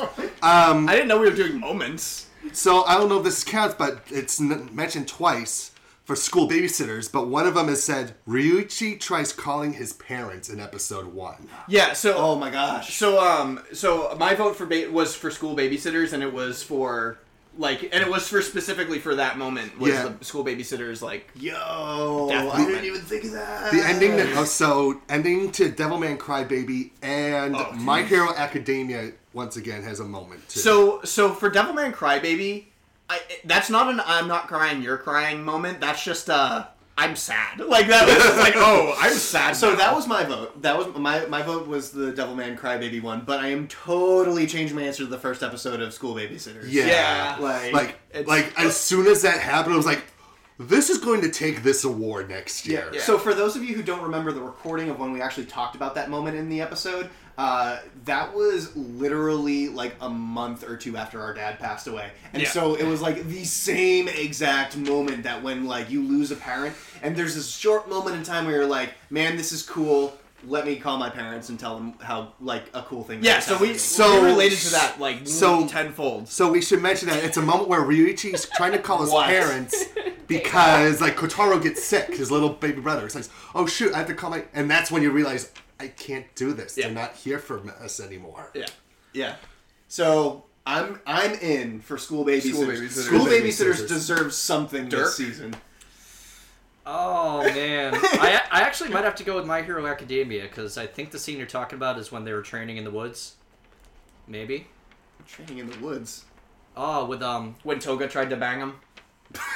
I didn't know we were doing moments. so I don't know if this counts, but it's n- mentioned twice for school babysitters. But one of them has said Ryuichi tries calling his parents in episode one. Yeah. So. Oh my gosh. So um. So my vote for ba- was for school babysitters, and it was for like, and it was for specifically for that moment was Yeah. the school babysitters like. Yo, Death Oh, I didn't moment. even think of that. The ending that oh, so ending to Devilman Crybaby and Oh, My Hero Academia once again has a moment too. So so for Devilman Crybaby, I that's not an I'm not crying, you're crying moment. That's just uh I'm sad. <laughs> Like that was just like <laughs> oh I'm sad. So now. that was my vote. That was my my vote was the Devilman Crybaby one, but I am totally changing my answer to the first episode of School Babysitters. yeah, yeah, like like, like, it's- as soon as that happened, I was like, this is going to take this award next year. Yeah. So for those of you who don't remember the recording of when we actually talked about that moment in the episode, uh, that was literally like a month or two after our dad passed away, and Yeah. so it was like the same exact moment that when like you lose a parent, and there's this short moment in time where you're like, man, this is cool. Let me call my parents and tell them how like a cool thing. Yeah, that's so happening." we So- so we related to that like so- tenfold. So we should mention that it's a moment where Ryuichi's trying to call his <laughs> What? parents because like Kotaro gets sick, his little baby brother. It's like, oh shoot, I have to call my and that's when you realize I can't do this. Yeah. They're not here for us anymore. Yeah. Yeah. So I'm I'm in for school babysitters. School babysitters, School babysitters. deserve something Dirk? this season. Oh <laughs> man, I, I actually might have to go with My Hero Academia because I think the scene you're talking about is when they were training in the woods. Maybe. Training in the woods. Oh, with um when Toga tried to bang him.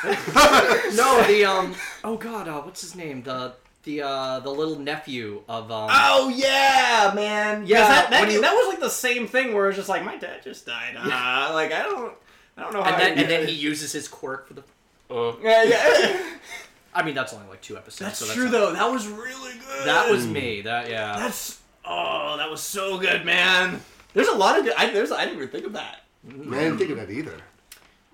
<laughs> no, the <laughs> um oh god, uh, what's his name? The the uh the little nephew of um Oh <laughs> yeah, man. Yeah, Yeah, that, when that, you- that was like the same thing where it's just like my dad just died. Uh, like I don't I don't know how. and then I, and then he uses his quirk for the <laughs> Oh. Yeah, yeah. I mean that's only like two episodes. That's so that's true not- though. That was really good. That was me. That yeah. That's oh, that was so good, man. There's a lot of good. I, there's I didn't even think of that. I didn't think of that either.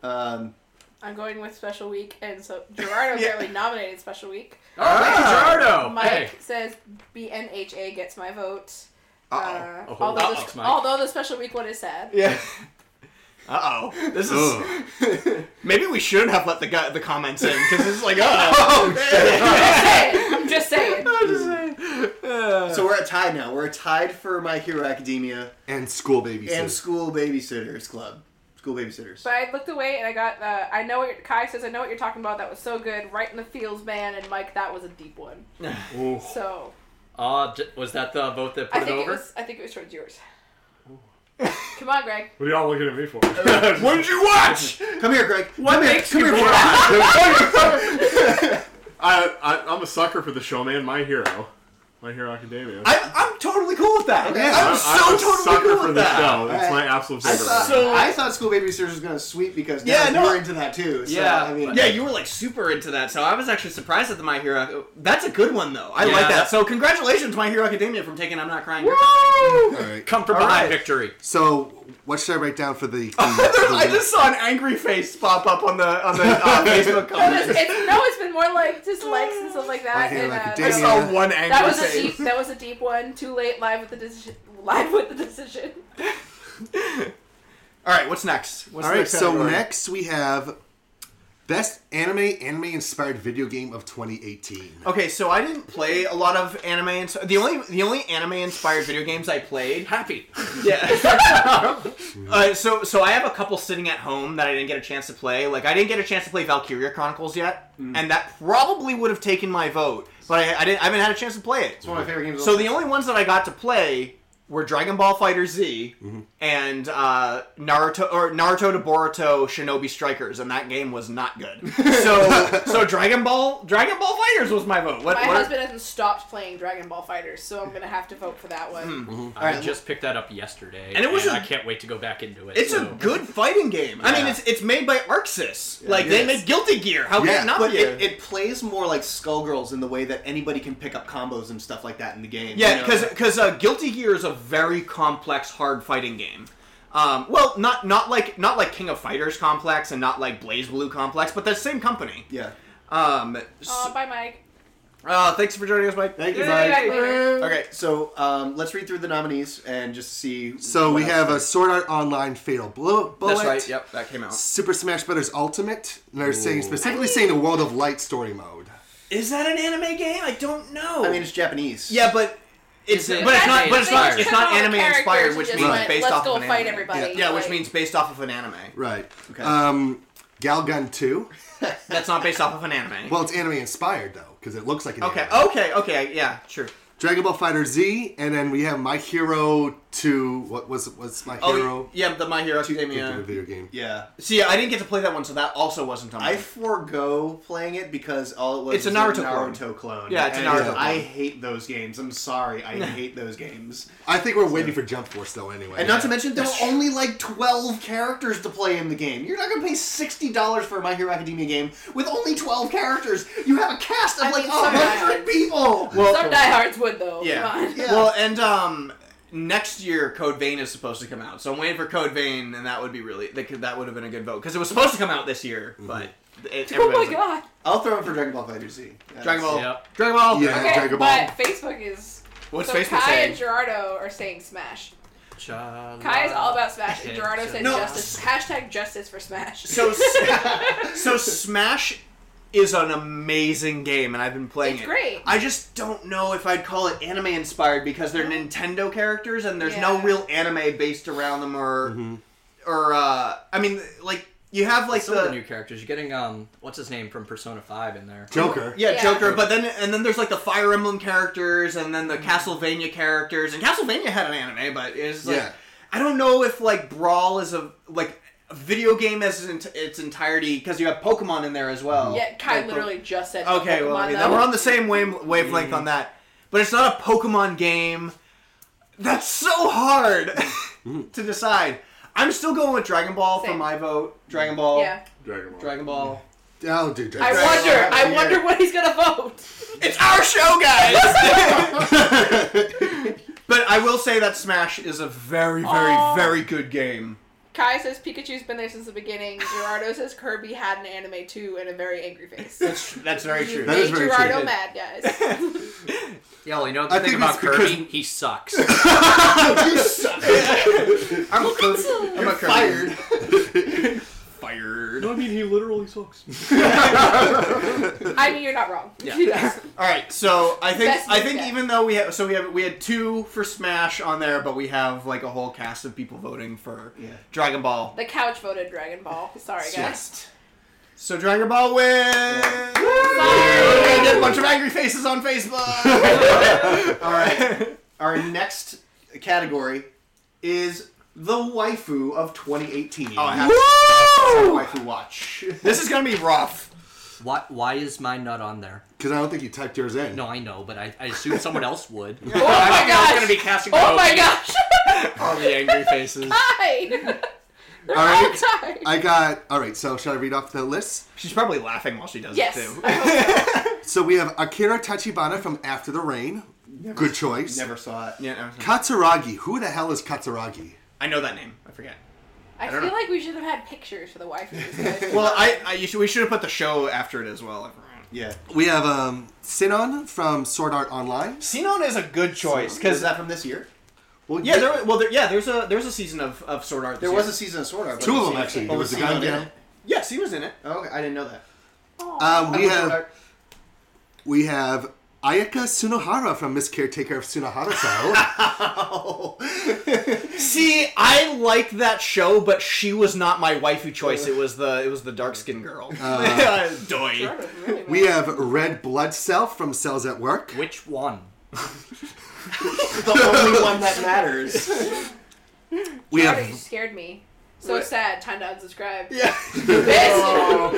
Um, I'm going with Special Week, and so <laughs> Gerardo apparently nominated Special Week. Oh, Ah. thank you, Oh, Gerardo. Mike Hey. says BNHA gets my vote. Uh, Oh, although, thanks, the, Mike. although the Special Week one is sad. Yeah. Uh oh. This is. <laughs> Maybe we shouldn't have let the guy, the comments in because it's <laughs> like oh. Just saying. I'm just saying. so we're at tie now. We're tied for My Hero Academia And school babysitter. and School Babysitters Club. School Babysitters. But I looked away and I got. Uh, I know what Kai says. I know what you're talking about. That was so good, right in the fields, man. And Mike, that was a deep one. so Uh, d- was that the vote that put I it think it over? was. I think it was towards yours. Come on, Greg. What are y'all looking at me <laughs> for? what did you <laughs> watch? Come here, Greg. What come here. makes come you here, bored? Greg. I, I, I'm a sucker for the showman, my hero. My Hero Academia. I'm, I'm totally cool with that. Okay. I'm, I'm- so I'm a totally sucker cool for with the that. show. It's my absolute I favorite. thought, So- I thought School Babysitters was gonna sweep because Yeah, Dad, no, you were into that too. So, yeah, I mean, yeah, you were like super into that, so I was actually surprised at the My Hero. That's a good one though. I Yeah. like that. So congratulations, My Hero Academia, from taking "I'm Not Crying." You're All Crying. right. Come from All behind, right. victory. So, what should I write down <laughs> for the? I just saw an angry face pop up on the on the uh, Facebook No, it's, comment. it's, no, it's been more like dislikes and stuff like that. I hate and, uh, academia. I <laughs> saw one That angry was a face. deep. That was a deep one. Too late. Live with the decision. Live with the decision. All right, what's next? What's All the right, so category? next we have best anime anime inspired video game of 2018. Okay, so I didn't play a lot of anime. Ins- the only the only anime inspired video games I played. <laughs> Happy. Yeah. <laughs> uh, so so I have a couple sitting at home that I didn't get a chance to play. Like I didn't get a chance to play Valkyria Chronicles yet, and that probably would have taken my vote. But I, I didn't. I haven't had a chance to play it. It's one of my favorite games of So all the time. only ones that I got to play were Dragon Ball Fighter Z Mm-hmm. and uh, Naruto or Naruto to Boruto Shinobi Strikers, and that game was not good. <laughs> So so Dragon Ball Dragon Ball Fighters was my vote. What, My what- husband hasn't stopped playing Dragon Ball Fighters, so I'm gonna have to vote for that one. Mhm. I just picked that up yesterday, and it was. I I can't wait to go back into it. It's so. a good fighting game. I mean, Yeah. it's it's made by Arxis. like they Yes. made Guilty Gear. How can Yeah, it not but be? it- a- it- It plays more like Skullgirls in the way that anybody can pick up combos and stuff like that in the game. yeah, you know? because uh, Guilty Gear is a very complex, hard fighting game. Um, well, not not like not like King of Fighters complex and not like Blaze Blue complex, but that's the same company. Yeah. Um. Uh, bye, Mike. Uh, thanks for joining us, Mike. Thank you, Yeah, Mike. yeah, later. Okay, so um, let's read through the nominees and just see. So what we else have there a is. Sword Art Online Fatal Blo- Bullet. That's right, yep, that came out. Super Smash Brothers Ultimate. And they're saying Ooh. specifically saying the World of Light story mode. Is that an anime game? I don't know. I mean, it's Japanese. Yeah, but it's Is it but it's not anime but it's not inspired? it's not They just anime took all the inspired, characters which and means just went, based "Let's off go of an fight anime. everybody," Yeah, which like- means based off of an anime. Right. Um, Galgun 2. That's not based off of an anime. Well, it's anime inspired though, because it looks like an Okay, anime. okay, okay, yeah, sure. Dragon Ball Fighter Z, and then we have My Hero 2. What was what's My Hero? Oh, yeah, the My Hero Get to the Academia. video game. Yeah. See, I didn't get to play that one, so that also wasn't on. I forego playing it because all it was It's a was Naruto clone. Naruto clone. Yeah, it's a and Naruto I clone. hate those games. I'm <laughs> sorry, I hate those games. I think we're waiting for Jump Force though. Anyway, And not to mention, there were only like 12 characters to play in the game. You're not going to pay $60 for a My Hero Academia game with only 12 characters. You have a cast of I like mean, some 100 people. Some diehards would <laughs> though. Come Yeah. on. Oh Well, and um, next year Code Vein is supposed to come out, so I'm waiting for Code Vein, and that would be really that could, that would have been a good vote because it was supposed to come out this year, but it, Oh my God. I'll throw in for Dragon Ball Fighter Z. Dragon Ball, Yeah. Dragon Ball, Yeah, Okay, but Facebook is. What's so Facebook Kai saying? and Gerardo are saying Smash. Chala. Kai is all about Smash, and Gerardo said No. justice. Hashtag justice for Smash. So, so Smash is an amazing game, and I've been playing It's it. great. I just don't know if I'd call it anime inspired because they're Nintendo characters, and there's no Yeah. real anime based around them, or Mm-hmm. or uh, I mean, like you have like some the. of the new characters. You're getting um, what's his name from Persona Five in there? Yeah, Joker. But then, and then there's like the Fire Emblem characters, and then the Castlevania characters. And Castlevania had an anime, but it's like Yeah. I don't know if like Brawl is a like a video game as in its entirety because you have Pokemon in there as well. yeah, Kai Like, literally just said. Okay, well, I Pokemon, mean, though. we're on the same wave- wavelength on that. But it's not a Pokemon game. That's so hard <laughs> to decide. I'm still going with Dragon Ball for my vote. Dragon Ball. Yeah. Dragon Ball. Dragon Ball. I'll do I Dragon. wonder. I wonder what he's gonna vote. It's our show, guys. but I will say that Smash is a very, very, Aw. very good game. Kai says Pikachu's been there since the beginning. Gerardo says Kirby had an anime too and a very angry face. That's that's very You true. made Gerardo mad, guys. Yeah, well, you know what the I thing think about it's Kirby? because- He sucks. <laughs> <laughs> I'm a Kirby. I'm a Kirby. fired. <laughs> fired. No, I mean he literally sucks. I mean, you're not wrong. <laughs> Yeah. All right. So I think Best I move think yet. even though we have so we have we had two for Smash on there, but we have like a whole cast of people voting for Dragon Ball. the couch voted Dragon Ball. Sorry, guys. <laughs> Yes. So Dragon Ball wins. And get a bunch of angry faces on <laughs> Facebook. All right. Our next category is the waifu of 2018. Oh, I have waifu watch. This is gonna be rough. Why, why is mine not on there? Because I don't think you typed yours in. No, I know, but I, I assumed someone else <laughs> would. oh my I was going to be casting Oh my vote gosh! <laughs> on the angry <laughs> faces. Hi! They're all, right. tied. I got. All right, so should I read off the list? She's probably laughing while she does Yes. <laughs> So we have Akira Tachibana from After the Rain. Good choice. Never saw it. Yeah, never saw it. Katsuragi. Who the hell is Katsuragi? I know that name. I forget. I I, don't feel know. like we should have had pictures for the waifus. Well, I, I you should, we should have put the show after it as well. Yeah. We have um, Sinon from Sword Art Online. Sinon is a good choice because Is that from this year? Well, Yeah, there, well, there, yeah. There's a there's a season of, of Sword Art. This There year. was a season of Sword Art. but Two of them Sinon- actually. but There was Oh, the guy Sinon in down. it? Yes, he was in it. Oh, okay, I didn't know that. Um, we I love Sword have Art. we have Ayaka Sunohara from Miss Caretaker of Sunohara Sao. <laughs> See, I like that show, but she was not my waifu choice. It was the it was the dark skinned girl. <laughs> Doi. we uh, have Red Blood Cell from Cells at Work. Which one? The only one that matters. We Sorry, have you scared me. So sad. Time to unsubscribe. Yeah.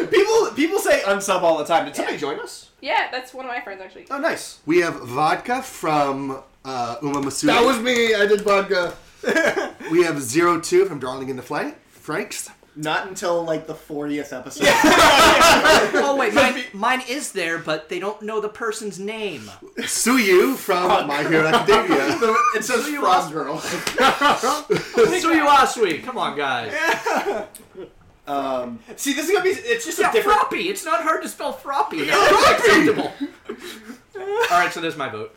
People people say unsub all the time. Did somebody join us? yeah, that's one of my friends actually. Oh, nice. we have Vodka from uh, Uma Masuda. me. I did vodka. <laughs> We have Zero Two from Darling in the Flight. Franks. Not until like the 40th <laughs> episode. Oh wait, mine, mine is there, but they don't know the person's name. Suyu from My Hero Academia. It says Frog Girl. Suyuasui, come on, guys. Um, See, this is gonna be. It's just Yeah, a different. Froppy. It's not hard to spell Froppy. That's acceptable. All right, so there's my vote.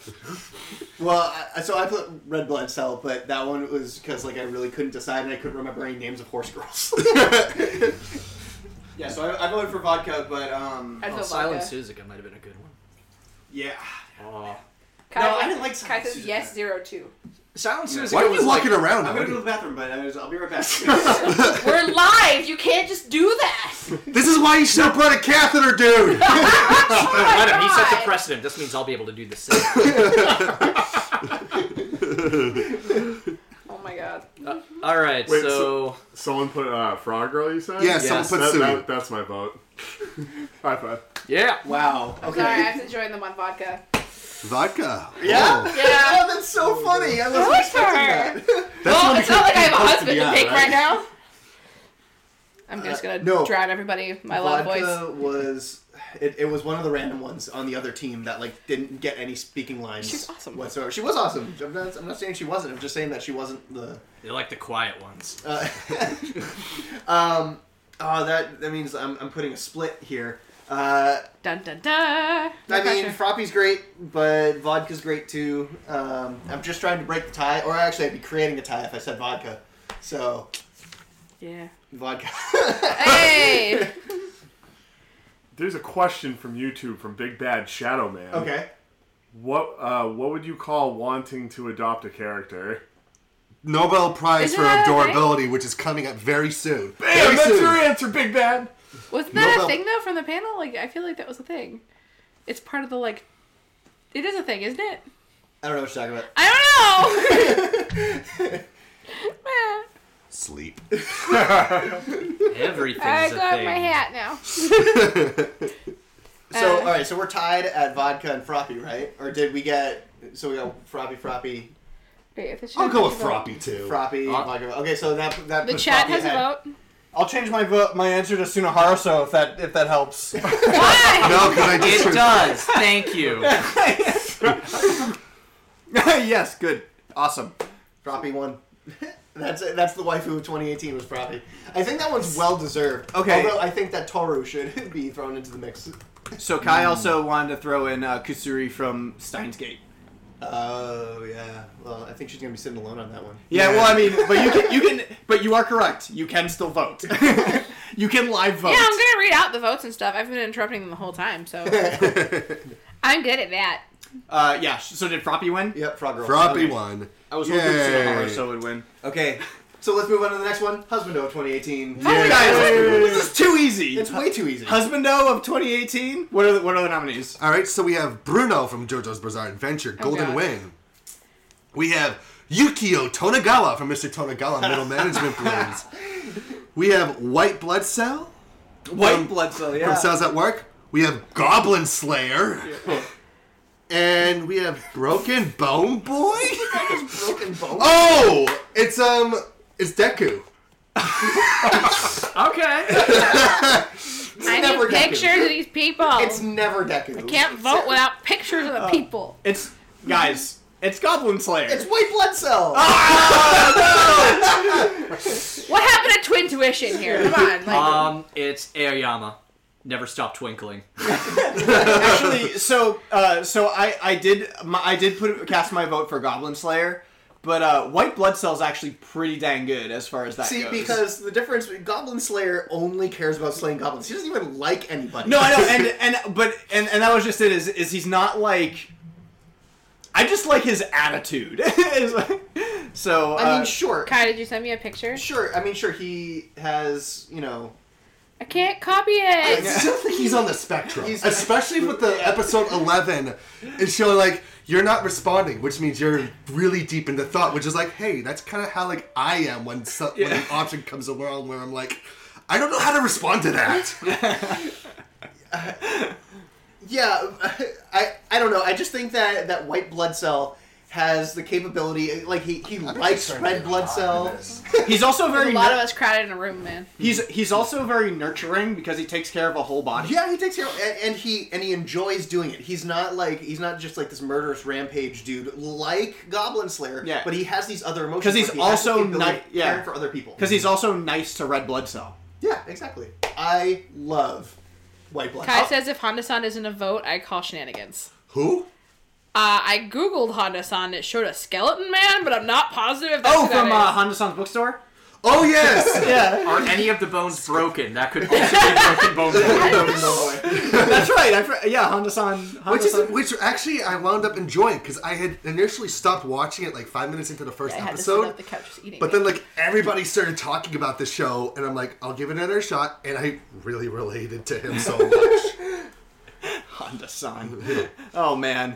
Well, I, so I put Red Blood Cell, but that one was because like I really couldn't decide and I couldn't remember any names of horse girls. <laughs> Yeah, so I, I voted for vodka, but um, I Oh, feel Silent vodka. Suzuka might have been a good one. yeah. Oh. Kai No, put- I didn't like Kai Silent says Suzuka. yes zero two. Silent Suzuka Why are was you walking like, around? I'm gonna go to already? the bathroom, but I was, I'll be <laughs> right back. We're live. You can't just do that. This is why you should have brought a catheter, dude. Oh my Let him. He set the God. precedent. This means I'll be able to do the same. Oh my god. All right, Wait, so, Someone put uh, Frog Girl, you said? yeah, someone Yes. put That, Suyu. that, that's my vote. <laughs> High five. yeah, wow. Okay. Sorry, I have to join them on vodka. Vodka. Yeah. Oh. Yeah. Oh, that's so funny. I wasn't expecting that. Vodka. Well, Oh, it's not like I have a husband to on, take right? right now. I'm just gonna Uh, no. drown everybody. My loud voice. Vodka was it, it was one of the random ones on the other team that like didn't get any speaking lines. She's awesome. Whatsoever. She was awesome. I'm not, I'm not saying she wasn't. I'm just saying that she wasn't the. they're like the quiet ones. Uh, um. Oh, that that means I'm I'm putting a split here. Uh. Dun dun dun. No I mean, pressure. Froppy's great, but vodka's great too. Um, I'm just trying to break the tie, or actually, I'd be creating a tie if I said vodka. So, <laughs> yeah. vodka. Hey. There's a question from YouTube from Big Bad Shadow Man. okay. What uh, what would you call wanting to adopt a character? Nobel Prize Isn't for that a thing? Adorability, which is coming up very soon. Damn, Very that's your soon. answer, Big Bad. Was that Nobel- a thing though from the panel? Like, I feel like that was a thing. It's part of the like. It is a thing, isn't it? I don't know what you're talking about. I don't <laughs> know. <laughs> Eh, <laughs> Sleep. Everything's I a got thing. my hat now. So, Uh, all right, so we're tied at vodka and Froppy, right? Or did we get? So we got Froppy, Froppy, Wait, if this I'll should go be with the- Froppy too. Froppy, Uh, vodka. Okay, so that that The puts chat Froppy has a ahead. vote. I'll change my vote, my answer to Sunohara, so if that if that helps. Why? No, because I just It does. Thank <laughs> you. <laughs> yes, good, awesome. Froppy won. <laughs> that's it. That's the waifu of 2018 was Froppy. I think that one's well deserved. Okay. Although I think that Toru should <laughs> be thrown into the mix. So Kai also wanted to throw in uh, Kusuri from Steins Gate. Oh yeah. Well, I think she's gonna be sitting alone on that one. Yeah, well, I mean, but you can, you can, <laughs> but you are correct. You can still vote. you can live vote. Yeah, I'm gonna read out the votes and stuff. I've been interrupting them the whole time, so I'm good at that. Uh, yeah. So did Froppy win? Yep, Frog Girl. Froppy Okay. one. I was hoping Yay. Sunohara so would win. Okay. So let's move on to the next one. Husbando of 2018. Oh, guys, this is too easy. It's way too easy. Husbando of 2018. What are the, what are the nominees? Oh, All right, so we have Bruno from JoJo's Bizarre Adventure, Golden God. Wing. We have Yukio Tonagawa from Mr. Tonagawa Middle Management <laughs> Blues. We have White Blood Cell. White from- blood cell, yeah. From Cells at Work. We have Goblin Slayer. And we have Broken Bone <laughs> Boy? broken bone. Oh! It's um it's Deku. Okay. I need pictures of these people. It's never Deku. I can't vote without pictures of the people. It's guys. It's Goblin Slayer. It's white blood cell. What happened to twin tuition here? Come on. Like, Um, it's Aoyama. Never stop twinkling. <laughs> Actually, so uh, so I I did my, I did put cast my vote for Goblin Slayer, but uh, White Blood Cell's actually pretty dang good as far as that See, goes. because the difference, Goblin Slayer only cares about slaying goblins. He doesn't even like anybody. no, I know, and and but and, and that was just it. Is is he's not like. I just like his attitude. <laughs> Is like- so I mean, uh, sure. Kai, did you send me a picture? Sure. I mean, sure. He has, you know, I can't copy it. I still think he's on the spectrum, He's- especially with the episode eleven. It's showing like you're not responding, which means you're really deep into thought, which is like, hey, that's kind of how like I am when so- when an option comes along where I'm like, I don't know how to respond to that. <laughs> yeah. <laughs> I I don't know. I just think that that white blood cell has the capability. Like he he likes starting to red get blood cell. <laughs> he's also There's very a lot nur- of us crowded in a room, man. he's he's also very nurturing because he takes care of a whole body. Yeah, he takes care, and, and he and he enjoys doing it. He's not like he's not just like this murderous rampage dude like Goblin Slayer. Yeah. but he has these other emotions Because he's where he has the also capability nice. of Yeah, caring for other people. Because he's also nice to Red Blood Cell. yeah, exactly. I love White Blood. Kai says if Honda-san isn't a vote, I call shenanigans. Oh, Who? Uh, I googled Honda-san. It showed a skeleton man, but I'm not positive. If that's Oh, who that from is. uh, Honda San's bookstore. Oh yes. <laughs> yeah. Are any of the bones broken? That could also <laughs> be broken bone. That's right. I, fr- yeah, Honda San. Which is which actually I wound up enjoying because I had initially stopped watching it like five minutes into the first I had to sit episode. on the couch just eating. But it. then, like, everybody started talking about the show, and I'm like, I'll give it another shot, and I really related to him so much. <laughs> Honda San. oh man.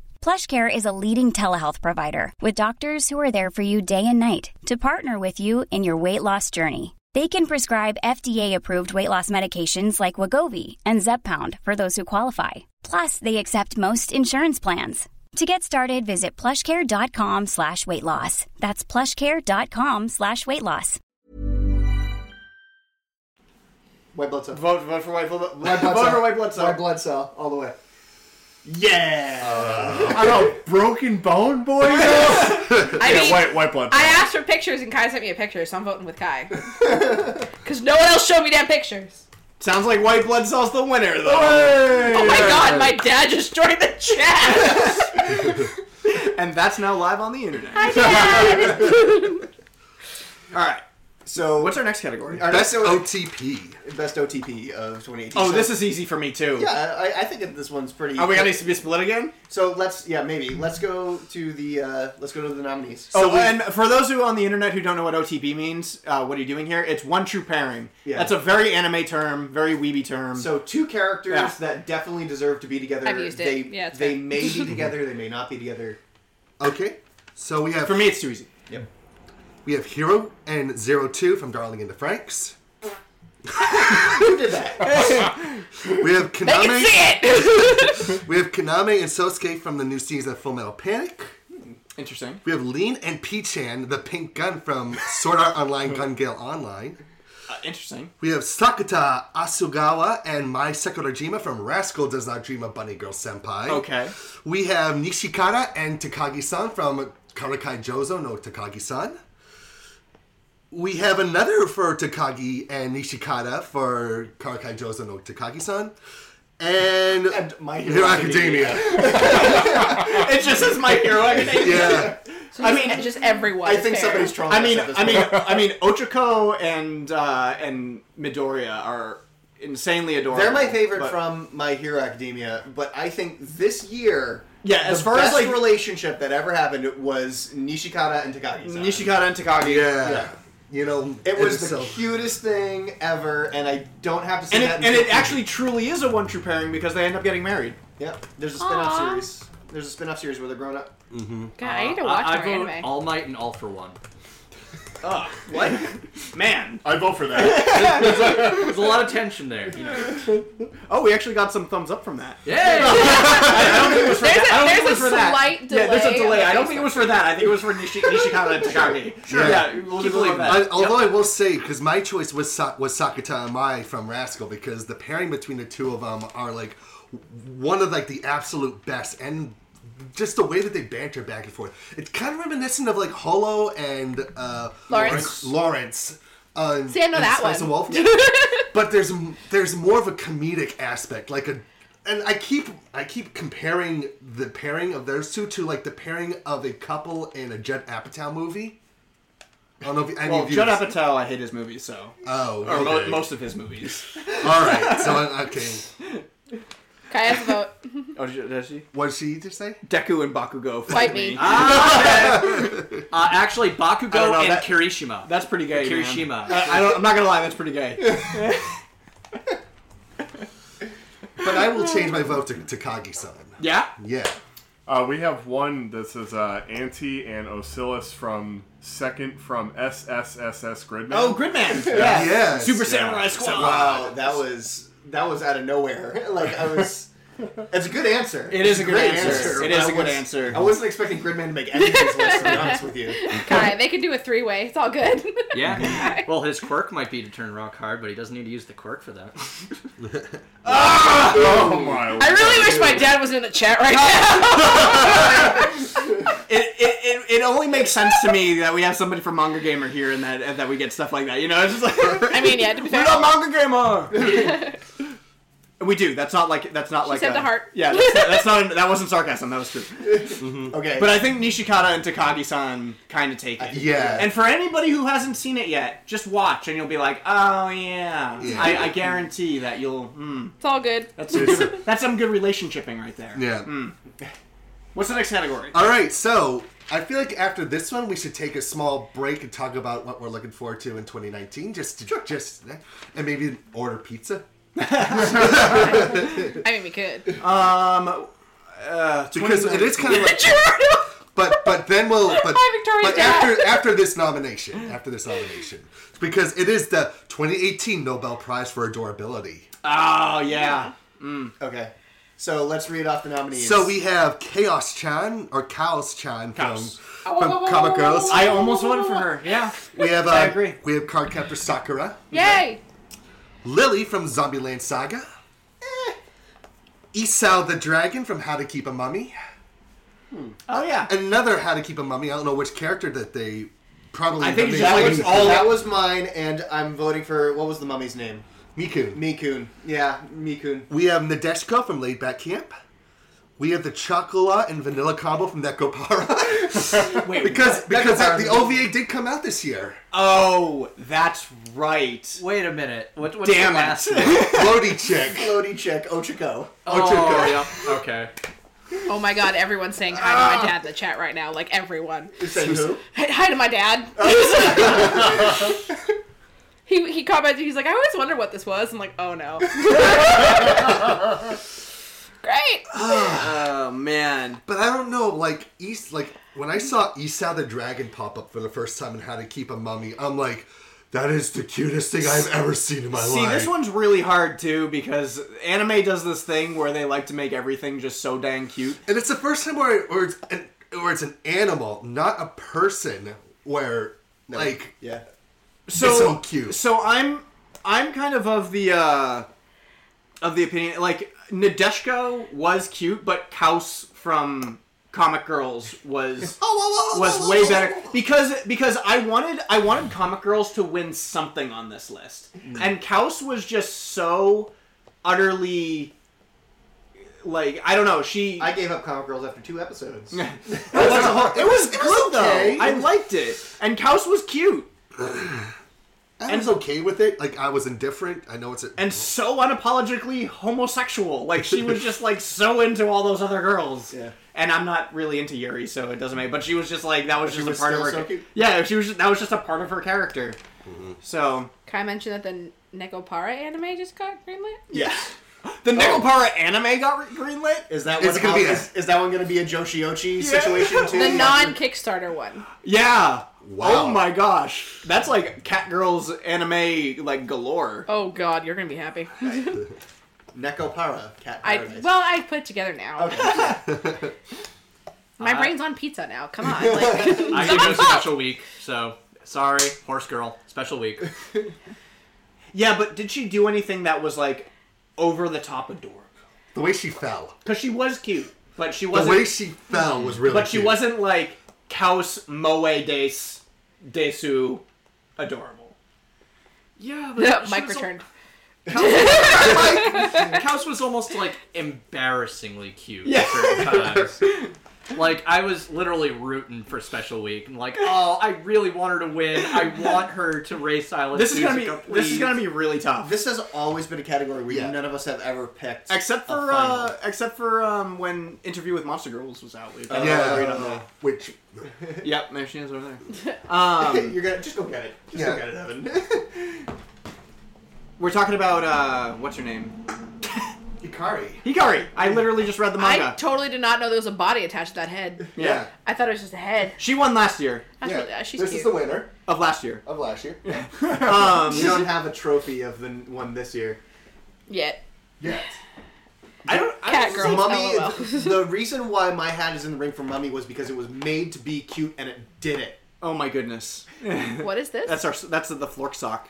PlushCare is a leading telehealth provider with doctors who are there for you day and night to partner with you in your weight loss journey. They can prescribe FDA-approved weight loss medications like Wagovi and Zepbound for those who qualify. Plus, they accept most insurance plans. To get started, visit plushcare.com slash weight loss. That's plushcare.com slash weight loss. White blood cell. Vote, vote for white blood. White blood vote cell. for white blood cell. White blood cell all the way. Yeah. I know, broken bone boy. I yeah, mean, white white blood. I asked for pictures and Kai sent me a picture, so I'm voting with Kai. Because no one else showed me damn pictures. Sounds like white blood cell's the winner though. Oh my god, my dad just joined the chat! And that's now live on the internet. All right. So what's our next category? Best OTP. Best OTP of 2018. Oh, So- this is easy for me too. Yeah, I, I think that this one's pretty. Are we gonna be split again? So let's yeah maybe let's go to the uh, let's go to the nominees. So, So we- and for those who on the internet who don't know what OTB means, uh, what are you doing here? It's one true pairing. Yeah. That's a very anime term, very weeby term. So two characters Yeah. that definitely deserve to be together. I've used it. They, Yeah, it's they fine. may be together. They may not be together. Okay, so we have. For me, it's too easy. Yep. We have Hero and Zero Two from Darling in the Franks. Who did that? We have They can Konami. see we have Konami and Sosuke from the new season of Full Metal Panic. Interesting. We have Lean and Peachan, the pink gun from Sword Art Online Gun Gale Online. Uh, interesting. We have Sakata Asugawa and Mai Sekurajima from Rascal Does Not Dream of Bunny Girl Senpai. Okay. We have Nishikara and Takagi-san from Karakai Jozo no Takagi-san. We have another for Takagi and Nishikara for Karakai Jozo no Takagi-san. And, My Hero <laughs> Academia. Academia. it just says My Hero Academia. yeah. So I mean, just everyone. I is think fair. somebody's trolling I mean, us at this I mean, point. I mean, Ochako and uh, and Midoriya are insanely adorable. They're my favorite but- from My Hero Academia, but I think this year, Yeah, the as far as, best like- relationship that ever happened was Nishikata and Takagi. Nishikata and Takagi. yeah. You know, It in was the itself. cutest thing ever, and I don't have to say and that. it, and until- it actually truly is a one true pairing because they end up getting married. Yeah, there's a spin-off spin-off series. There's a spin-off series where they're grown up. Mm-hmm. God, I need to watch Uh, I, more vote anime. All Might and All for One. Oh, what? Man. I vote for that. there's, a, there's a lot of tension there. You know. <laughs> Oh, we actually got some thumbs up from that. Yay! I don't think it was for There's that. a- I don't think there's it was a for that. slight Yeah, there's a delay delay. on I the don't think it was for that. I think it was for Nishi- Nishikata <laughs> and Takagi. Sure. Yeah, we'll Keep just leave going. that. I- although I will say, because my choice was Sa- was Sakata Amai from Rascal, because the pairing between the two of them are like one of like the absolute best, and just the way that they banter back and forth, it's kind of reminiscent of like Hollow and uh, Lawrence. Lawrence. Uh, <laughs> See, I know and that Spice one. <laughs> and Wolf. but there's there's more of a comedic aspect, like a. And I keep I keep comparing the pairing of those two to like the pairing of a couple in a Judd Apatow movie. I don't know if any well, of you. Judd Apatow, I hate his movies, so. Oh, Or mo- okay. most of his movies. <laughs> All right, so I- okay. Kaya's vote. Oh, did you- did she? What did she just say? Deku and Bakugo fight, Fight me. <laughs> Uh, actually, Bakugo I don't know, and that- Kirishima. That's pretty gay. man. Kirishima. I, I don't, I'm not gonna lie, that's pretty gay. But I will change my vote to Takagi-san. Yeah. Yeah. <laughs> Uh, we have one that says uh, Ante and Osiris from second from SSSS Gridman. Oh, <laughs> Gridman! Yeah. Yes. Super Yeah. Samurai Squad. uh, Wow, that was that was out of nowhere. <laughs> Like I was. It's a good answer. It is It's a good great answer. It but is I a good was- answer. I wasn't expecting Gridman to make any of these lists. To be honest <laughs> with you. Kaya, they can do a three way. It's all good. Yeah. <laughs> well, his quirk might be to turn rock hard, but he doesn't need to use the quirk for that. <laughs> Oh <laughs> my! I really wish my dad was in the chat right now. It, it, it, it only makes sense to me that we have somebody from Manga Gamer here and that and that we get stuff like that. You know, it's <laughs> just like I mean, yeah, to be fair. We're not Manga Gamer. <laughs> And we do. That's not like that's not She like said a, the heart. Yeah, that's, that's not that wasn't sarcasm. That was true. Okay. But I think Nishikata and Takagi-san kind of take it. yeah. And for anybody who hasn't seen it yet, just watch and you'll be like, oh yeah. Yeah. I, I guarantee that you'll. Hmm. It's all good. That's some good, that's some good relationshiping right there. Yeah. Uh, Mm. What's the next category? All right, so I feel like after this one, we should take a small break and talk about what we're looking forward to in 2019. Just, to, just, and maybe order pizza. I mean, we could. Um, uh, because it is kind of like. But but then <laughs> we'll but, Hi, Victoria's but dad. after after this nomination after this nomination because it is the 2018 Nobel Prize for adorability. Oh yeah. Okay. So let's read off the nominees. So we have Chaos Chan or Chaos Chan from, Oh, from whoa, whoa, Comic whoa, Girls. Oh. whoa, whoa, I almost voted for her. Yeah, we have. Uh, I agree. We have Cardcaptor Sakura, Yay! Lily from Zombieland Saga, Eh. Esau the Dragon from How to Keep a Mummy. Oh yeah, another How to Keep a Mummy. I don't know which character that they probably. but they- that was, all that was mine, and I'm voting for what was the mummy's name? Miku. Mikun. Yeah, Mikun. We have Nadeshka from Laid Back Camp. We have the Chocola and Vanilla combo from Necopara. Wait, because what? because Necopara. the OVA did come out this year. Oh, that's right. Wait a minute. What, what's Damn the it. <laughs> last Floaty chick. Floaty chick. Ochiko. Oh, yeah. Okay. Oh my god, everyone's saying hi to my dad in the chat right now. Like, everyone. saying who? Hi hi to my dad. he, he commented, he's like, I always wonder what this was. I'm like, oh no. Great. oh man! But I don't know, like East, like when I saw Esau the Dragon pop up for the first time in How to Keep a Mummy, I'm like, that is the cutest thing I've ever seen in my See, life. this one's really hard too because anime does this thing where they like to make everything just so dang cute. And it's the first time where, where it's an, where it's an animal, not a person. Where like yeah, So it's so cute. So I'm I'm kind of of the uh of the opinion like Nadeshko was cute, but Kaus from Comic Girls was was way better because because I wanted I wanted Comic Girls to win something on this list, and Kaus was just so utterly like I don't know. She I gave up Comic Girls after two episodes. it was a whole- it was good okay. though. I liked it, and Kaus was cute. I was okay with it. Like I was indifferent. I know it's a, and so unapologetically homosexual. Like she was just like so into all those other girls. Yeah. And I'm not really into Yuri, so it doesn't matter. But she was just like that was She just was a part of still her. so cute. Yeah, she was. Just, that was just a part of her character. Mm-hmm. So Can I mention that the Nekopara anime just got greenlit? yeah, <laughs> the Nickelpara anime got re- greenlit. Oh. Is that Is one it gonna about- be a- is, is that one going to be a Joshiochi Yeah. <laughs> situation too? The non Kickstarter one. Yeah. Oh my gosh, that's like Catgirls anime like galore. Oh god, you're gonna be happy. Nekopara cat. I well, I put it together now. My Uh, brain's on pizza now. Come on, like, <laughs> I give it a special week, so sorry, horse girl, special week. <laughs> Yeah, but did she do anything that was like over the top adorable? the way she fell. Because she was cute, but she The wasn't. way she fell was really But she cute. wasn't like Kaos Moe Des Desu adorable. Yeah, Yeah, she Mike was al- returned. House was almost like embarrassingly cute at certain <laughs> times. Like I was literally rooting for Special Week and like, oh, I really want her to win. I want her to race Silent This is gonna Suzuka, be- this is please. gonna be really tough. This has always been a category we none of us have ever picked, Except a for final. uh, except for um, when Interview with Monster Girls was out. We Oh, yeah, agreed on that. which Yep, there she is over there. Um, You're gonna just go get it. Just go Yeah. get it, Evan. <laughs> we're talking about uh, what's her name? Hikari. Hikari. I literally just read the manga. I totally did not know there was a body attached to that head. Yeah. I thought it was just a head. She won last year. That's really- uh, she's this cute. is the winner Of last year. of last year. Um, you don't have a trophy of the one this year. Yet. Yet. I don't. Cat girls, Mummy. LOL. <laughs> the reason why my hat is in the ring for Mummy was because it was made to be cute, and it did it. Oh my goodness. What is this? That's our. That's the Flork sock.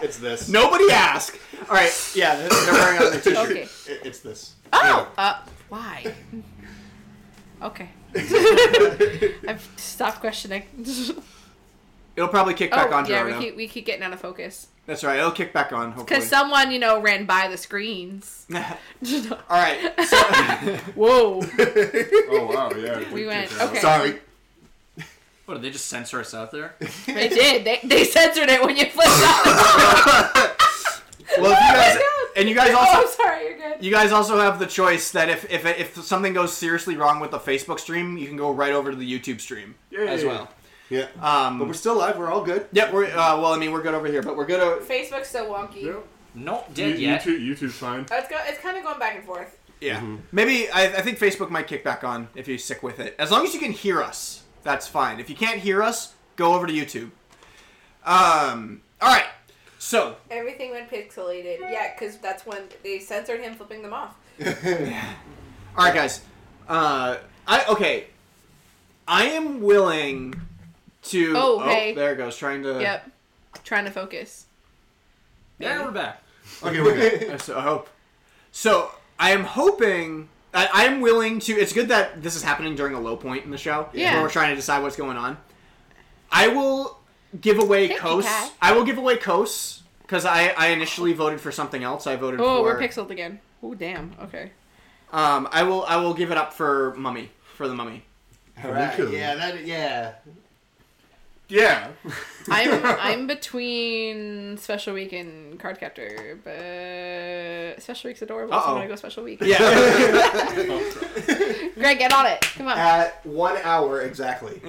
It's <laughs> this. Nobody ask. All right. Yeah, they're wearing <laughs> it on their t-shirt. Okay. It- it's this. Oh! Uh, why? Okay. I've stopped questioning. It'll probably kick back oh, on yeah, Gerardo. we keep, we keep getting out of focus. That's right. It'll kick back on. Hopefully. <laughs> Because someone, you know, ran by the screens. All <laughs> right. Whoa. Oh wow, yeah. it We did went, kick out. okay. Sorry. What did they just censor us out <laughs> there? They did. They, they censored it when you flipped off. Well, if you <laughs> guys and you guys also Oh, sorry, you're good. you guys also have the choice that if if if something goes seriously wrong with the Facebook stream, you can go right over to the YouTube stream Yay. as well. Yeah. Um, But we're still live. We're all good. yeah, we're uh, well. I mean, we're good over here, but we're good. O- Facebook's so wonky. Not You- YouTube, YouTube's fine. Oh, It's, go, it's kind of going back and forth. Yeah. Mm-hmm. Maybe I, I think Facebook might kick back on if you stick with it. As long as you can hear us, that's fine. If you can't hear us, go over to YouTube. Um. All right. So Everything went pixelated. Yeah, because that's when they censored him flipping them off. All right, guys. Uh, I okay. I am willing to. Oh, hey. there it goes. Trying to. Yep. Trying to focus. Yeah, we're back. <laughs> Okay, we're good. so, I hope. So I am hoping. I, I am willing to. It's good that this is happening during a low point in the show. Yeah. Where we're trying to decide what's going on. I will give away Thank you, Kos. Kai. I will give away Kos because I I initially voted for something else. I voted Oh, for. we're pixeled again. Oh, damn. Okay. Um, I will I will give it up for Mummy for the Mummy. Right. <laughs> Yeah. That. Yeah. Yeah. <laughs> I'm I'm between special week and card captor, but special week's adorable. So Uh-oh. I'm gonna go special week. Yeah. Greg, get on it. Come on. Uh, At one hour exactly.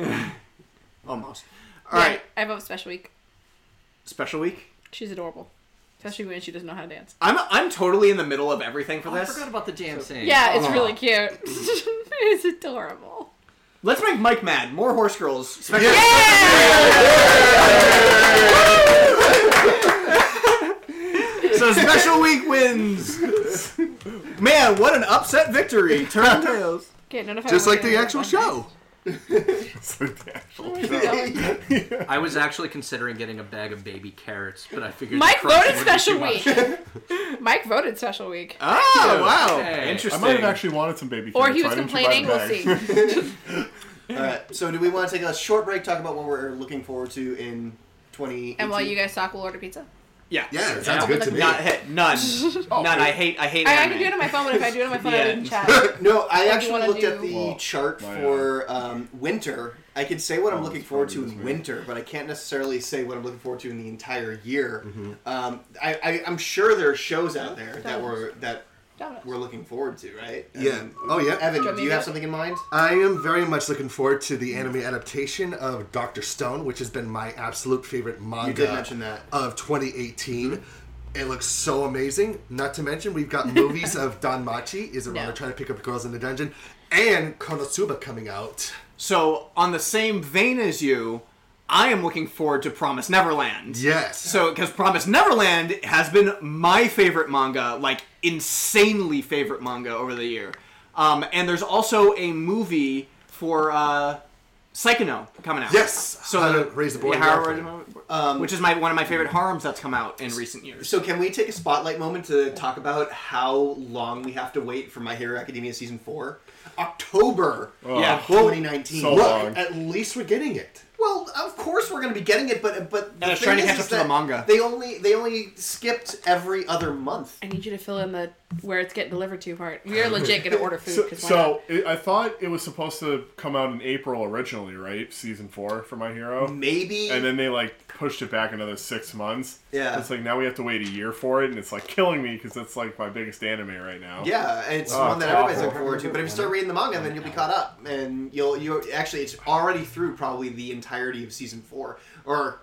Almost. All right. I vote special week. Special week. She's adorable, especially when she doesn't know how to dance. I'm I'm totally in the middle of everything for Oh, I this. forgot about the damn thing. Yeah, it's Aw. really cute. <laughs> it's adorable. <laughs> Let's make Mike mad. More horse girls. Special- so special week wins. Man, what an upset victory. Turn tails. Get notified. Just when like we the are actual done. show. <laughs> I was actually considering getting a bag of baby carrots, but I figured Mike the crunch voted wouldn't be special too much. week. <laughs> Mike voted special week. Oh, wow. I might have actually wanted some baby Or carrots, he so was I didn't buy complaining. the We'll bag. see. All right. So, do we want to take a short break, talk about what we're looking forward to in 20? And while you guys talk, we'll order pizza. Yeah. Yeah, it sounds good to me. Not, he- none. none. I hate. I hate. I, I anime. can do it on my phone, but if I do it on my phone, I wouldn't <laughs> chat. no, I Or do you actually wanna looked at do- the chart for um, winter. I could say what I'm looking forward to in winter, but I can't necessarily say what I'm looking forward to in the entire year. Um, I, I, I'm sure there are shows out there that we're that Dominoes. we're looking forward to, right? Yeah. Um, Oh, yeah. Evan, do you have something in mind? I am very much looking forward to the anime adaptation of Doctor Stone, which has been my absolute favorite manga. did mention that. of 2018. It looks so amazing. Not to mention, we've got movies of Don Machi is around trying to pick up girls in the dungeon, and Konosuba coming out. So on the same vein as you, I am looking forward to Promise Neverland. Yes. So because Promise Neverland has been my favorite manga, like insanely favorite manga over the year. Um, and there's also a movie for uh, Psychono coming out. Yes. So How to Raise the Boy Yeah, and How to Girl. Raise the Boy- which is my one of my favorite harms that's come out in recent years. So, can we take a spotlight moment to talk about how long we have to wait for My Hero Academia season four? October, Oh, yeah, so 2019. long. Look, at least we're getting it. Well, of course we're going to be getting it, but but the it's thing trying to is, catch is up to the that manga. They only they only skipped every other month. I need you to fill in the where it's getting delivered to part. We are legit gonna order food. So, 'cause why not? so it, I thought it was supposed to come out in April originally, right? Season four for My Hero. Maybe. And then they like pushed it back another six months. Yeah. It's like now we have to wait a year for it, and it's like killing me because that's like my biggest anime right now. Yeah, it's Oh, one that awful. everybody's looking forward to. But if you start reading the manga, then you'll be caught up, and you'll you will actually it's already through probably the entirety of season four. Or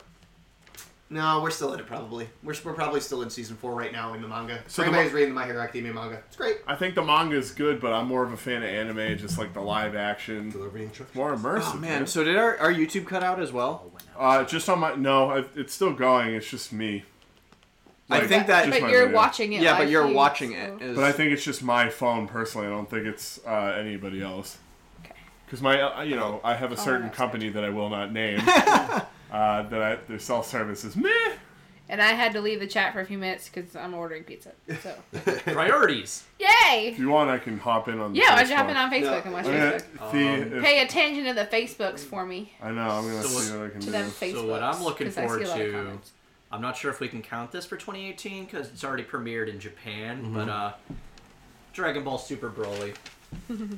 no, we're still in it probably. We're, we're probably still in season four right now in the manga. So So the everybody's ma- reading the My Hero Academia manga. It's great. I think the manga is good, but I'm more of a fan of anime, just like the live action. Delivery instructions. More immersive. Oh, man. So did our, our YouTube cut out as well? Uh, just on my no, I, it's still going. It's just me. I think that- just But my you're video. watching it. Yeah, but live you're feed, watching so- it. But I think it's just my phone personally. I don't think it's uh, anybody else. Because my, uh, you know, I Oh, have a certain company that I will not name. <laughs> uh, that I, their self service is meh. And I had to leave the chat for a few minutes because I'm ordering pizza. So Priorities. <laughs> yay! If you want, I can hop in on. Yeah, the why don't you hop in on Facebook and watch Facebook. the, if- Pay attention to the Facebooks for me. I know. I'm gonna Um, So see what I can to do. them So what I'm looking 'cause I see forward a lot of to, I'm not sure if we can count this for 2018 because it's already premiered in Japan, Mm-hmm. Mhm. but uh, Dragon Ball Super <laughs> Broly.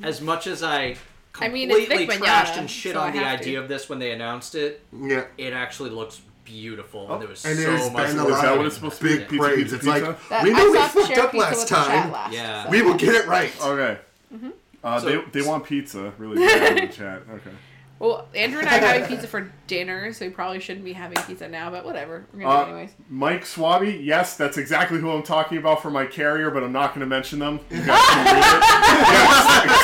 As much as I I mean, completely it's Vic trashed Mignogna, and shit so I on the have to. idea of this when they announced it, Mm. Yeah. it actually looks beautiful. Oh, and there was and so there's much. been a lot of big praise. It's like That- we I know we saw the fucked share up pizza last with the chat time. last, Yeah. so- We will get it right. Okay. Mhm. Uh, So- they they want pizza really <laughs> bad in the chat. Okay. Well, Andrew and I are <laughs> having pizza for dinner, so we probably shouldn't be having pizza now. But whatever, we're gonna do it Uh, anyways. Mike Swabby, yes, that's exactly who I'm talking about for my carrier, but I'm not going to mention them. <laughs>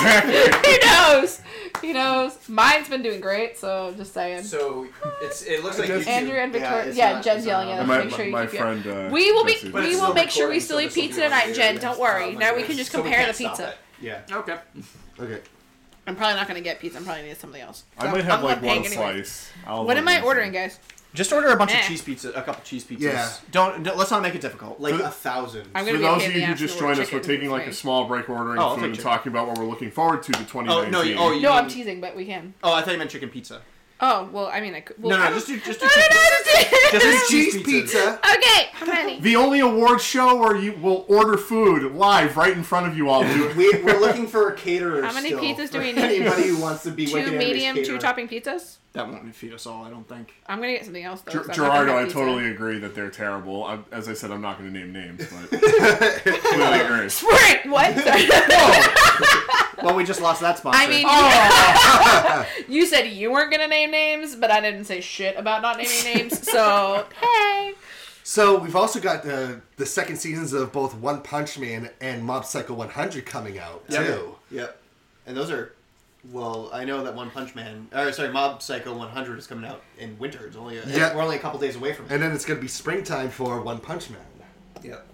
he knows. He knows. Mine's been doing great, so I'm just saying. So it's it looks I like guess- YouTube- Andrew and Victoria. Yeah, it's not- Jen's it's not yelling on. at us. My- make sure you my keep yelling. friend, uh, we will be. Jesse's- But We it's will still make sure we recording, still so eat this will be pizza on tonight, later. Jen. Don't worry. Now we can just So we compare can't the stop pizza. it. Yeah. Okay. Okay. I'm probably not gonna get pizza. I'm probably gonna get something else. I I'm- might have I'm like not paying one anyway. slice. I'll What am look I ordering, guys? Just order a bunch Eh. of cheese pizza, a couple cheese pizzas. Yeah. Don't, don't let's not make it difficult. Like For- a thousand. I'm gonna For be a those pain of in the you who ass just and order joined us, we're chicken. taking like a small break, ordering Oh, I'll food, take and chicken. talking about what we're looking forward to the 2019. no, you- oh, you No, I'm teasing, but we can. Oh, I thought you meant chicken pizza. Oh well, I mean, I could. Well, No, no, I don't- just do- just do <laughs> no, no, cheese no, just do- Just <laughs> do cheese Cheese pizza. Okay, how many? The only award show where you will order food live right in front of you <laughs> all. we, <laughs> we're looking for a caterer. How many still pizzas do for we need? Anybody who wants to be Two Wicked Enemies medium, two caterer. topping pizzas. That won't feed us all, I don't think. I'm gonna get something else though. Ger- 'cause I'm not gonna Gerardo, have I pizza. totally agree that they're terrible. I, as I said, I'm not going to name names, <laughs> but clearly agree. Sprint. What? Sorry. Well, we just lost that sponsor. I mean, <laughs> you said you weren't gonna name names, but I didn't say shit about not naming names. So hey, So we've also got the the second seasons of both One Punch Man and Mob Psycho 100 coming out Yep. too. Yep. And those are, well, I know that One Punch Man, or sorry, Mob Psycho 100 is coming out in winter. It's only a, Yeah. we're only a couple days away from it. And then it's going to be springtime for One Punch Man. Yep.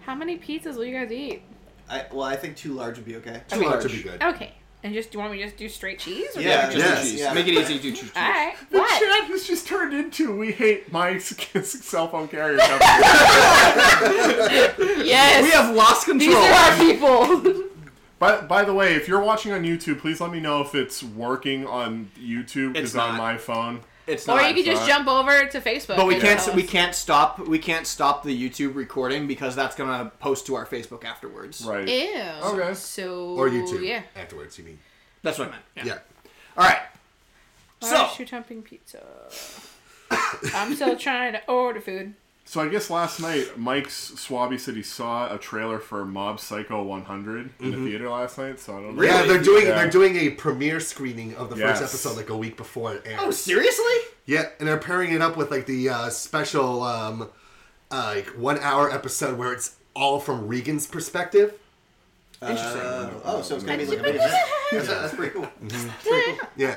how many pizzas will you guys eat? I, well, I think too large would be okay. Too large would be good. Okay, and just do you want me to just do straight cheese? Or Yeah, do you- just- Yes, yeah. Make it easy. Do <laughs> cheese. All right. The What? chat has just turned into we hate my <laughs> cell phone carrier <laughs> Yes. We have lost control. These are our people. By, by the way, if you're watching on YouTube, please let me know if it's working on YouTube because on my phone. It's or not. you could it's not. just jump over to Facebook. But we and can't tell we us. can't stop we can't stop the YouTube recording because that's gonna post to our Facebook afterwards. Right. Ew. Okay. So Or YouTube. Yeah. afterwards. You mean? That's what I meant. Yeah. Yeah. All right. So shoot humping pizza. I'm still trying to order food. So I guess last night Mike's Swabby City saw a trailer for Mob Psycho 100 in the Mhm. theater last night. So I don't know. Yeah, they're doing Yeah. they're doing a premiere screening of the Yes. first episode like a week before it airs. Oh, seriously? Yeah, and they're pairing it up with like the uh, special um, uh, like one hour episode where it's all from Regan's perspective. Interesting. Uh, oh, so it's gonna be like a yeah. big event. That's, that's pretty cool. That's pretty cool. Yeah.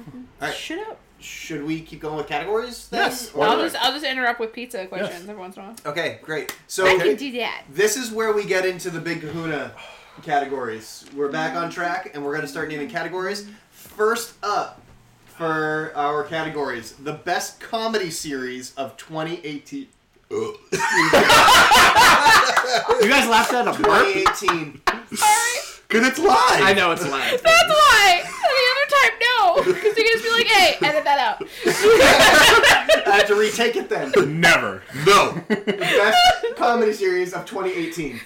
All right. Shut up. Should we keep going with categories? Then? Yes. I'll just I'll just interrupt with pizza questions every once in a while. Okay, great. So I can do that. This is where we get into the big kahuna categories. We're back on track and we're going to start naming categories. First up for our categories the best comedy series of 2018. you guys laughed at a burp? 2018. Because it's live. I know it's live. That's why. And the other time, no, because you're gonna be like, "Hey, edit that out." I have to retake it then. <laughs> Never. No. Best comedy series of 2018.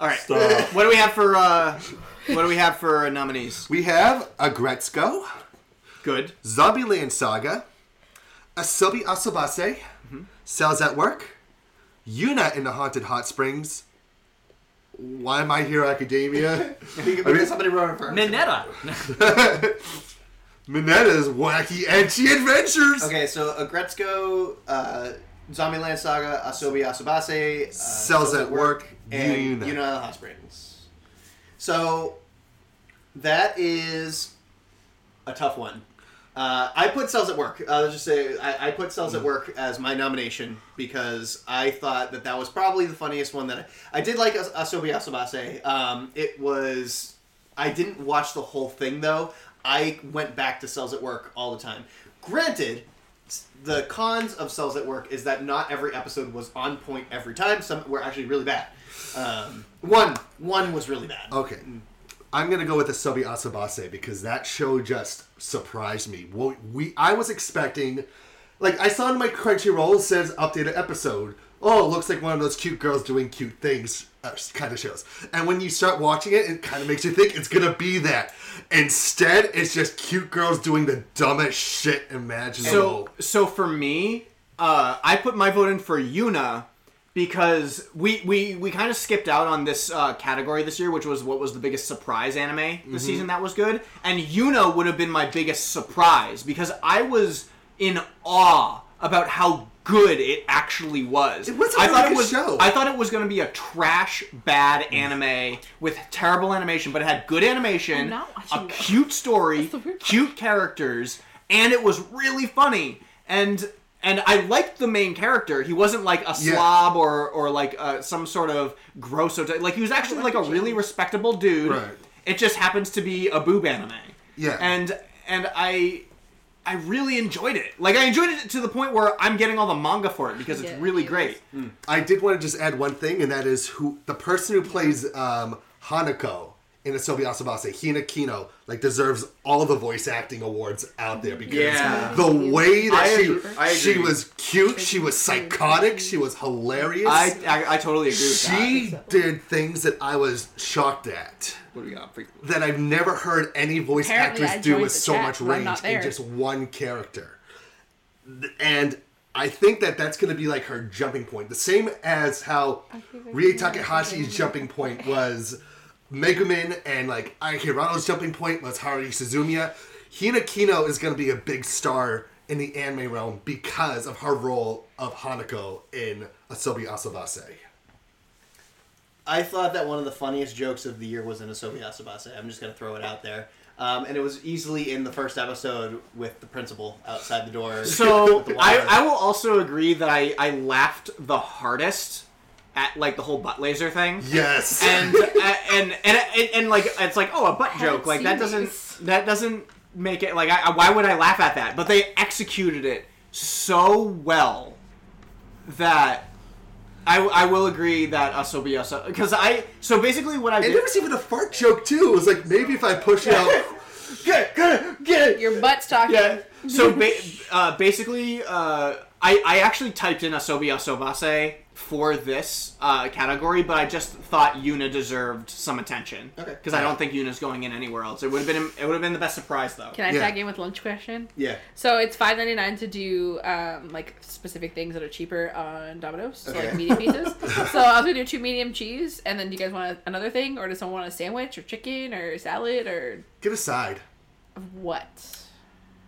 All right. Stop. What do we have for uh, what do we have for uh, nominees? We have a Gretzko. Good. Zombieland Saga. Asobi Asobase. Cells at Work. Yuna in the Haunted Hot Springs. Why am I <laughs> here, Academia? Because somebody wrote it first. Minetta. Minetta's wacky edgy adventures. Okay, so Agretzko, uh, Zombieland Saga, Asobi Asobase, uh, Cells at Work, and Yuna. Yuna the Hot Springs. So that is a tough one. Uh, I put Cells at Work. I'll just say I, I put Cells at Work as my nomination because I thought that that was probably the funniest one that I, I did like As- Asobi Asobase. Um, it was. I didn't watch the whole thing though. I went back to Cells at Work all the time. Granted, s- the cons of Cells at Work is that not every episode was on point every time. Some were actually really bad. Um, one one was really bad. Okay. I'm gonna go with Asobi Asobase because that show just surprised me. What we I was expecting, like I saw in my Crunchyroll it says updated episode. Oh, it looks like one of those cute girls doing cute things uh, kind of shows. And when you start watching it, it kind of makes you think it's gonna be that. Instead, it's just cute girls doing the dumbest shit imaginable. So Oh, so for me, uh, I put my vote in for Yuna because we we, we kind of skipped out on this uh, category this year, which was what was the biggest surprise anime this Mm-hmm. Mhm. season that was good, and Yuna would have been my biggest surprise because I was in awe about how good it actually was. It was a I thought really it was good show. Mm. I thought it was going to be a trash bad anime with terrible animation, but it had good animation, I'm not a cute story, cute characters, and it was really funny. And and I liked the main character. He wasn't like a Yeah. slob or or like uh, some sort of gross. Or like he was actually like a really respectable dude. Right. It just happens to be a boob anime. Yeah. And and I. I really enjoyed it. Like I enjoyed it to the point where I'm getting all the manga for it because it's really great. I did want to just add one thing, and that is who the person who plays um, Hanako in Asobi Asobase, Hina Kino, like deserves all the voice acting awards out there because Yeah. the way that I she agree- I she agree. was cute, she was psychotic, she was hilarious. I- I- I totally agree with that. she did things that I was shocked at. What do we got? Freak- That I've never heard any voice Apparently I actress do joined with the so chat, much but I'm range not in there. just one character. Th- And I think that that's going to be like her jumping point. The same as how Rie Takehashi's jumping point was Megumin and like Aikirado's jumping point was Haruhi Suzumiya. Hina Kino is going to be a big star in the anime realm because of her role of Hanako in Asobi Asobase. I thought that one of the funniest jokes of the year was in Asobi Asobase. I'm just going to throw it out there. Um, and it was easily in the first episode with the principal outside the door. So <laughs> with the I, water. I will also agree that I, I laughed the hardest at like the whole butt laser thing. Yes. And uh, and, and and and like it's like oh a butt haven't joke like that seen doesn't that doesn't make it like I, I- why would I laugh at that? But they executed it so well that. I, I will agree that Asobi because I so basically what I And did there was even a fart joke too. It was like maybe if I push it out Get it, get it, get it. Your butt's talking. Yeah. <laughs> So ba- uh, basically, uh, I, I actually typed in Asobi Asobase for this uh, category, but I just thought Yuna deserved some attention. Okay. Because I don't think Yuna's going in anywhere else. It would have been it would have been the best surprise though. Can I tag in with lunch question? Yeah. So it's five ninety nine to do um, like specific things that are cheaper on Domino's, so like Okay. medium pizzas. <laughs> so I was gonna do two medium cheese, and then do you guys want another thing, or does someone want a sandwich, or chicken, or salad, or Get a side. what?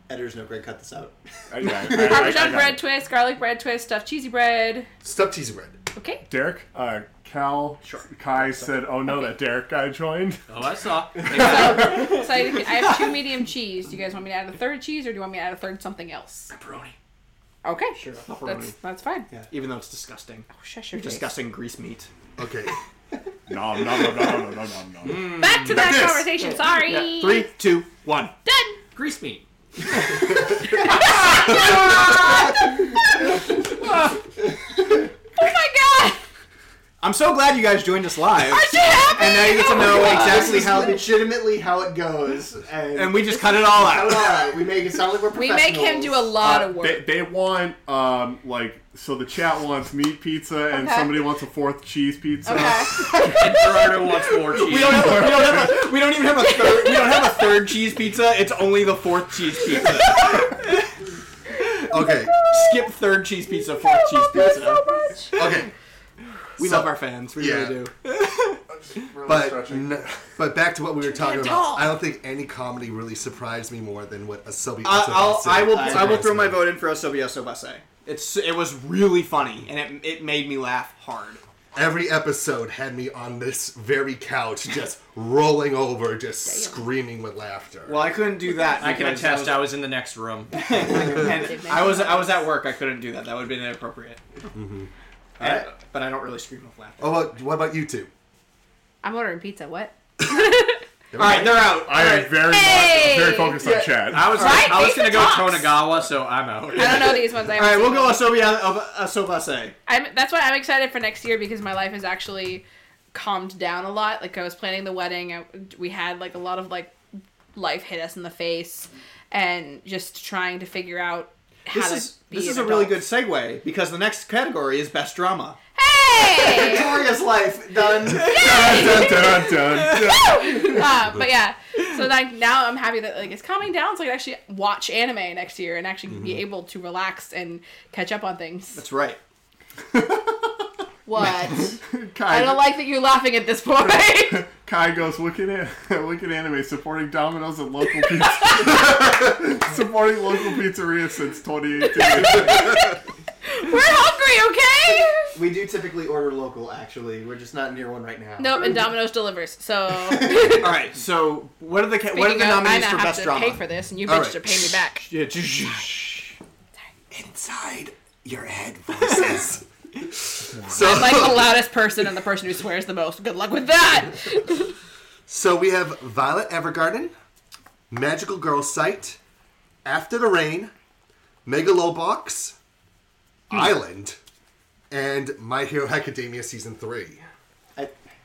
<laughs> Editors know Greg cut this out. <laughs> Parmesan bread twist, garlic bread twist, stuffed cheesy bread. Stuffed cheesy bread. Okay. Derek, uh, Cal, Kai said, "Oh no, that Derek guy joined." Oh, I saw. So I, I have two medium cheese. Do you guys want me to add a third cheese, or do you want me to add a third something else? Pepperoni. Okay. Sure. That's that's fine. Yeah. Even though it's disgusting. Oh, shush your You're face. disgusting grease meat. <laughs> Okay. <laughs> no, no, no, no, no, no, no, no. Back to that conversation, sorry. Three, two, one. Done. Grease meat. oh my god! <laughs> I'm so glad you guys joined us live. Aren't you happy? And now you get to Oh know my God. exactly This is how legitimately how it goes. <laughs> And, And we just cut it all Cut it all out. out. We make it sound like we're We make him do a lot of Uh, work. They, they want um, like so the chat wants meat pizza and Okay. somebody wants a fourth cheese pizza. and Gerardo wants more cheese. We don't, have a, we, don't have a, we don't even have a third. We don't have a third cheese pizza. It's only the fourth cheese pizza. okay. Skip third cheese pizza, fourth cheese pizza. Uh, <laughs> <laughs> Okay. We So- love our fans. We Yeah. really do. But n- but back to what we were talking tall. about. I don't think any comedy really surprised me more than what a Sylvie. I- I'll, I will. surprised I will me. throw my vote in for Osobio Sobase. It's it was really funny and it it made me laugh hard. Every episode had me on this very couch, just rolling over, just screaming with laughter. Well, I couldn't do that. I can because attest. was- I was in the next room. and I was I was at work. I couldn't do that. That would have been inappropriate. Mm-hmm. And- But I don't really scream with laughter. Oh, what, what about you two? I'm ordering pizza. What? All right, they're out. I am very Hey! much, very focused on Yeah. chat. I was Right? I was gonna go These are Tonagawa, so I'm out. I don't know these ones. I All right, haven't we'll seen go them. Asobia Asobase. I'm, that's why I'm excited for next year because my life has actually calmed down a lot. Like I was planning the wedding, I, we had like a lot of like life hit us in the face, and just trying to figure out how This to is be. this an is a really adult. good segue because the next category is best drama. <laughs> Victoria's life done. Dun, dun, dun, dun. uh, but yeah, so like now I'm happy that like it's calming down, so I can actually watch anime next year and actually be able to relax and catch up on <laughs> things. That's right. <laughs> What? I don't like that you're laughing at this point. Kai goes, look at it, <laughs> look at anime supporting Domino's <laughs> and local pizza, <laughs> supporting local pizzeria <laughs> since 2018. We're hungry, okay? We do typically order local. Actually, we're just not near one right now. Nope, and Domino's delivers. <laughs> So All right, so what are the ca- what are speaking the of, I nominees now for have best to drama? pay for this, and you All bitches right. are paying me <laughs> back. Yeah, just- Inside your head <laughs> voices. so, I'm like the loudest person and the person who swears the most. Good luck <laughs> with that. so we have Violet Evergarden, Magical Girl Sight, After the Rain, Megalobox, Hmm. Island, and My Hero Academia Season 3. <laughs>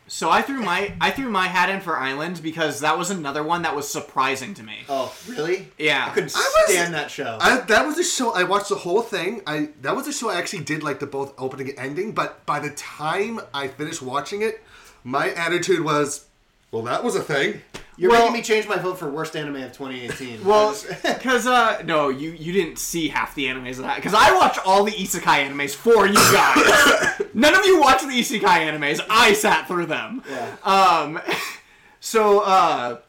So I threw my I threw my hat in for Island because that was another one that was surprising to me. Oh, really? Yeah, Uh, I couldn't stand that show. I, that was a show I watched the whole thing. I that was a show I actually did like the both opening and ending. But by the time I finished watching it, my attitude was, well, that was a thing. You're making me change my vote for worst anime of <laughs> 2018. Well, because uh, no, you you didn't see half the animes that I because I watch all the isekai animes for <coughs> you guys. None of you watch the isekai animes. I sat through them. Um, <laughs> so uh,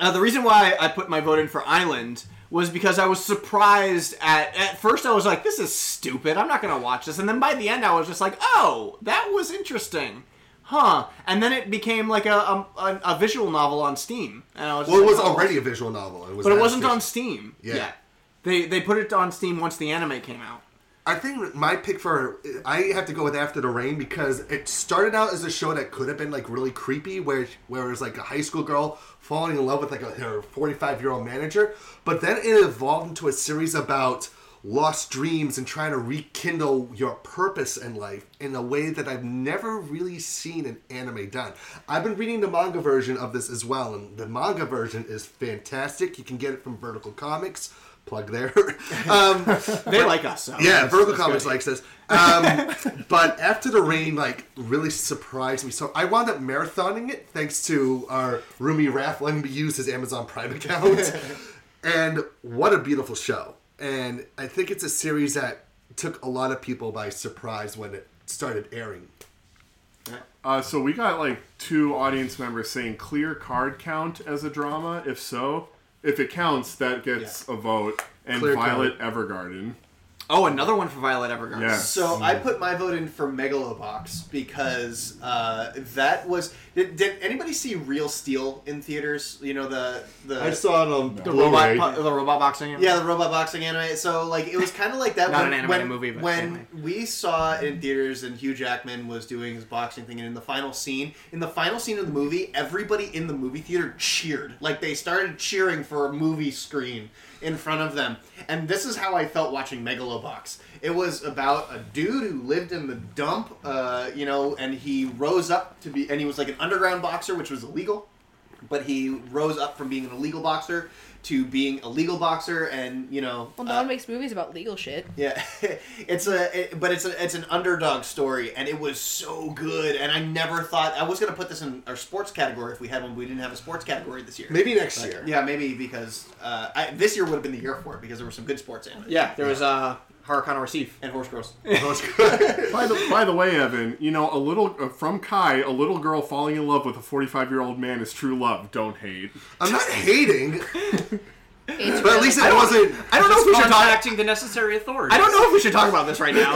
uh, the reason why I put my vote in for Island was because I was surprised at at first I was like this is stupid I'm not gonna watch this and then by the end I was just like oh that was interesting huh and then it became like a a, a, a visual novel on Steam and I was Well, it just was like, oh. already a visual novel. It was but it not wasn't official. on Steam. Yeah. yet. They they put it on Steam once the anime came out. I think my pick for I have to go with After the Rain because it started out as a show that could have been like really creepy, where where it was like a high school girl falling in love with like a, her forty five year old manager, but then it evolved into a series about lost dreams and trying to rekindle your purpose in life in a way that I've never really seen an anime done. I've been reading the manga version of this as well, and the manga version is fantastic. You can get it from Vertical Comics. Plug there. <laughs> um, They like us, so Oh, yeah, that's- Vertical that's Comics good. likes this. Um, <laughs> but after the rain, like really surprised me. So I wound up marathoning it thanks to our Rumi Raff letting me use his Amazon Prime <laughs> account. and what a beautiful show! And I think it's a series that took a lot of people by surprise when it started airing. Uh, so we got like two audience members saying clear card count as a drama. If so, if it counts, that gets a vote. And Clear Violet Evergarden. Oh, another one for Violet Evergarden. Yeah. So I put my vote in for Megalobox because uh, that was. Did, did anybody see Real Steel in theaters? You know the the. I saw it on the Blu-ray. robot, the robot boxing. Yeah, the robot boxing anime. So like it was kind of like that. Not when, an animated when, movie, but when anime. we saw it in theaters and Hugh Jackman was doing his boxing thing, and in the final scene, in the final scene of the movie, everybody in the movie theater cheered. Like they started cheering for a movie screen in front of them. And this is how I felt watching Megalobox. It was about a dude who lived in the dump, uh, you know, and he rose up to be, and he was like an underground boxer, which was illegal but he rose up from being an illegal boxer to being a legal boxer and you know Well, no one makes movies about legal shit. yeah <laughs> it's a it- but it's a it's an underdog story and it was so good and i never thought i was going to put this in our sports category if we had one but we didn't have a sports category this year Maybe next year. yeah maybe because uh, I, this year would have been the year for it because there were some good sports in it Yeah, there was uh, Harakana Receive and Horse Girls. Horse by, the, by the way, Evan, you know, a little uh, from Kai, a little girl falling in love with a 45 year old man is true love. Don't hate. I'm not <laughs> hating. But at least it I don't- wasn't- I don't know Just if we should talk. contacting the necessary authorities. I don't know if we should talk about this right now.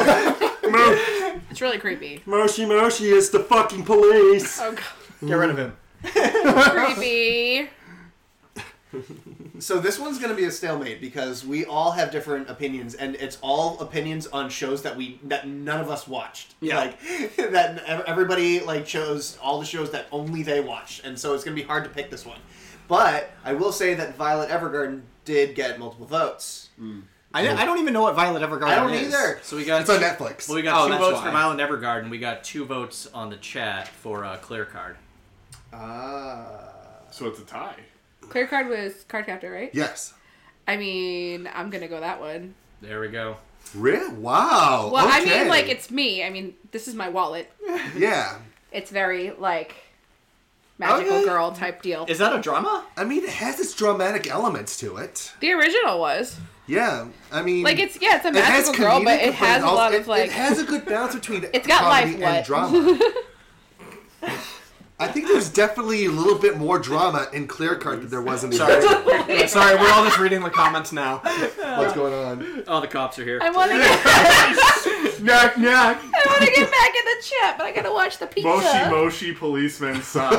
It's <laughs> really creepy. Mercy, mercy is the fucking police. Oh <laughs> Get rid of him. god, creepy. So this one's going to be a stalemate because we all have different opinions, and it's all opinions on shows that we that none of us watched. Yeah. like <laughs> that ev- everybody like chose all the shows that only they watched, and so it's going to be hard to pick this one. But I will say that Violet Evergarden did get multiple votes. I, I don't even know what Violet Evergarden I don't is. either. Hmm. So we got It's on two- Netflix. Well, we got Oh, two that's votes why. from Island Evergarden. We got two votes on the chat for uh, Clear Card. Ah. So it's a tie. <laughs> Clear card was card captor, right? Yes. I mean, I'm gonna go that one. There we go. Really? Wow. well, I okay. mean, like it's me. I mean, this is my wallet. yeah. It's very like magical Okay. girl type deal. <laughs> drama? I mean, it has its dramatic elements to it. The original was. Yeah, I mean, Like, it's- yeah, it's a it has magical girl, comedic, but it has it a also- lot it- of, like- It has a good balance between <laughs> It's got comedy life and what? drama. <laughs> I think there's definitely a little bit more drama in Clear Card than there was in the Sorry. original. Sorry, we're all just reading the comments now. <laughs> What's going on? Oh, the cops are here. I want to get Knock, knock. I want to get back in the chat, but I gotta watch the pizza. Moshi, Moshi, <laughs> policeman, son.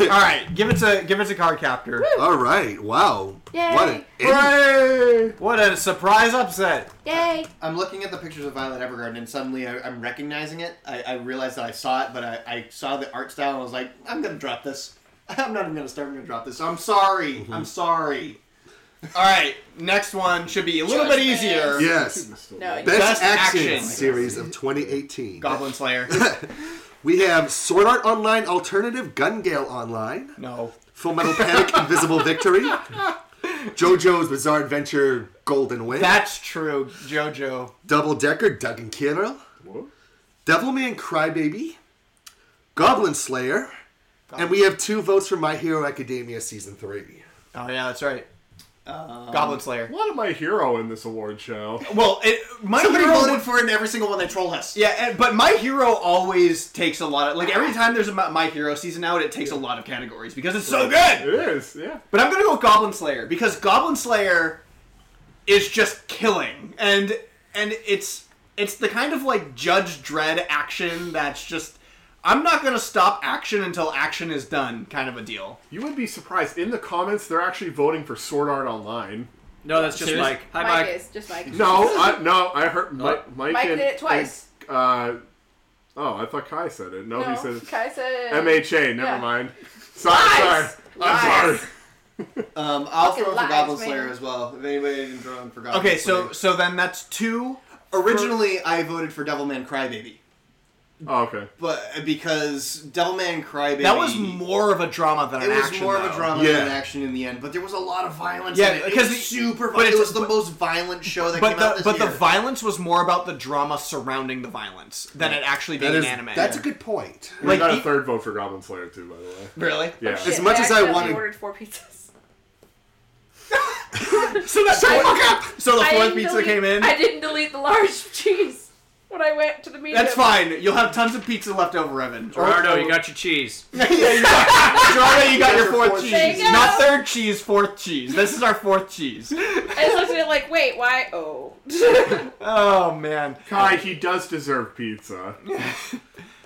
All right, give it to give it to card captor. All right, wow. Yay. What an- Hooray! What a surprise upset! Yay! I'm looking at the pictures of Violet Evergarden, and suddenly I, I'm recognizing it. I, I realized that I saw it, but I, I saw the art style, and I was like, I'm gonna drop this. <laughs> I'm not even gonna start. I'm gonna drop this. I'm sorry. I'm sorry. <laughs> All right, next one should be a little bit easier. Yes. No, Best, action, series of 2018. Goblin Slayer. we have Sword Art Online Alternative, Gun Gale Online. No. Full Metal <laughs> Panic, Invisible Victory. JoJo's Bizarre Adventure, Golden Wind. That's true, JoJo. Double Decker, Doug and Kirill. Devilman Crybaby. Goblin Slayer. And we have two votes for My Hero Academia Season 3. Oh yeah, that's right. Um, Goblin Slayer. What am I hero in this award show? Well, it, my Somebody hero voted for it in every single one they troll us. Yeah, and, but my hero always takes a lot of like every time there's a my My hero season out, it takes a lot of categories because it's so Right. good. It is, yeah. But I'm gonna go with Goblin Slayer because Goblin Slayer is just killing, and and it's it's the kind of like Judge Dredd action that's just I'm not gonna stop action until action is done, kind of a deal. You would be surprised. In the comments, they're actually voting for Sword Art Online. No, that's just Mike. Hi, Mike is just Mike. <laughs> No, I, no, I heard Mike. Mike, Mike and- did it twice. and, uh, oh, I thought Kai said it. No, Oh, he said it. Kai said MHA. Never Yeah. mind. Sorry, sorry. I'm sorry. Um, I'll Fucking throw in for lies, Goblin man. Slayer as well. If anybody didn't throw in for Goblin Okay, Slayer. so so then that's two. Originally, I voted for Devilman Crybaby, Oh, okay. but because Devilman Crybaby That was more of a drama than it an was action, more of though. a drama Yeah. than an action in the end. But there was a lot of violence. Yeah, in it. It because was the- super. but But it it's- was the most violent show that but came the, out this but year. the violence was more about the drama surrounding the violence than it actually being That is- an anime. that's a good point. We Like, got a e- third vote for Goblin Slayer too, by the way. Really? Yeah. Oh, shit. as much I as I accidentally wanted, ordered four pizzas. so that I- So the I fourth didn't pizza delete- came in. I didn't delete the large <laughs> cheese when I went to the meeting. That's fine. You'll have tons of pizza left over, Evan. Gerardo, you got your cheese. <laughs> yeah, you got, Gerardo, you got your fourth There cheese. you go. Not third cheese, fourth cheese. This is our fourth <laughs> cheese. I just looked at it like, wait, why? Oh. oh man, Kai, he does <laughs> deserve pizza.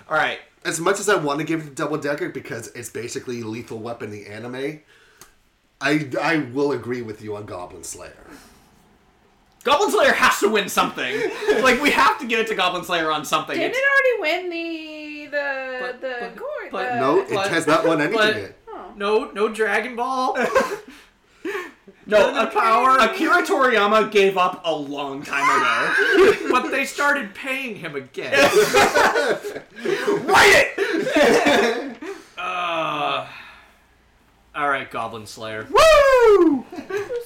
All right. As much as I want to give it to Double Decker because it's basically Lethal Weapon the anime, I I will agree with you on Goblin Slayer. Goblin Slayer has to win something. <laughs> like we have to give it to Goblin Slayer on something. Didn't It's- it already win the the the gourd? the- but- but No, no Dragon <laughs> Ball. No, a power. Akira Toriyama gave up a long time <laughs> ago. but they started paying him <laughs> again. Write <laughs> it. uh, all right, Goblin Slayer. Woo!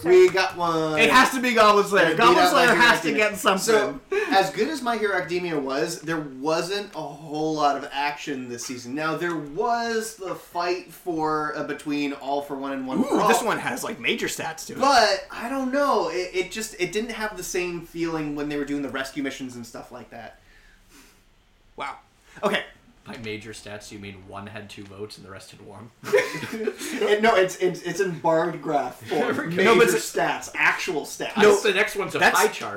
We got one. It has to be Goblin Slayer. Beat Goblin out My Slayer Hero has to Academia. get something. So, <laughs> as good as My Hero Academia was, there wasn't a whole lot of action this season. Now, there was the fight for uh, between All for One and One for Ooh, All. this one has like major stats to it. oh. But I don't know. It, it just it didn't have the same feeling when they were doing the rescue missions and stuff like that. Wow. Okay. By major stats, you mean one had two votes and the rest had one. It- no, it's, it's it's in barred graph form. Okay. Major No, but it's- stats, actual stats. that's-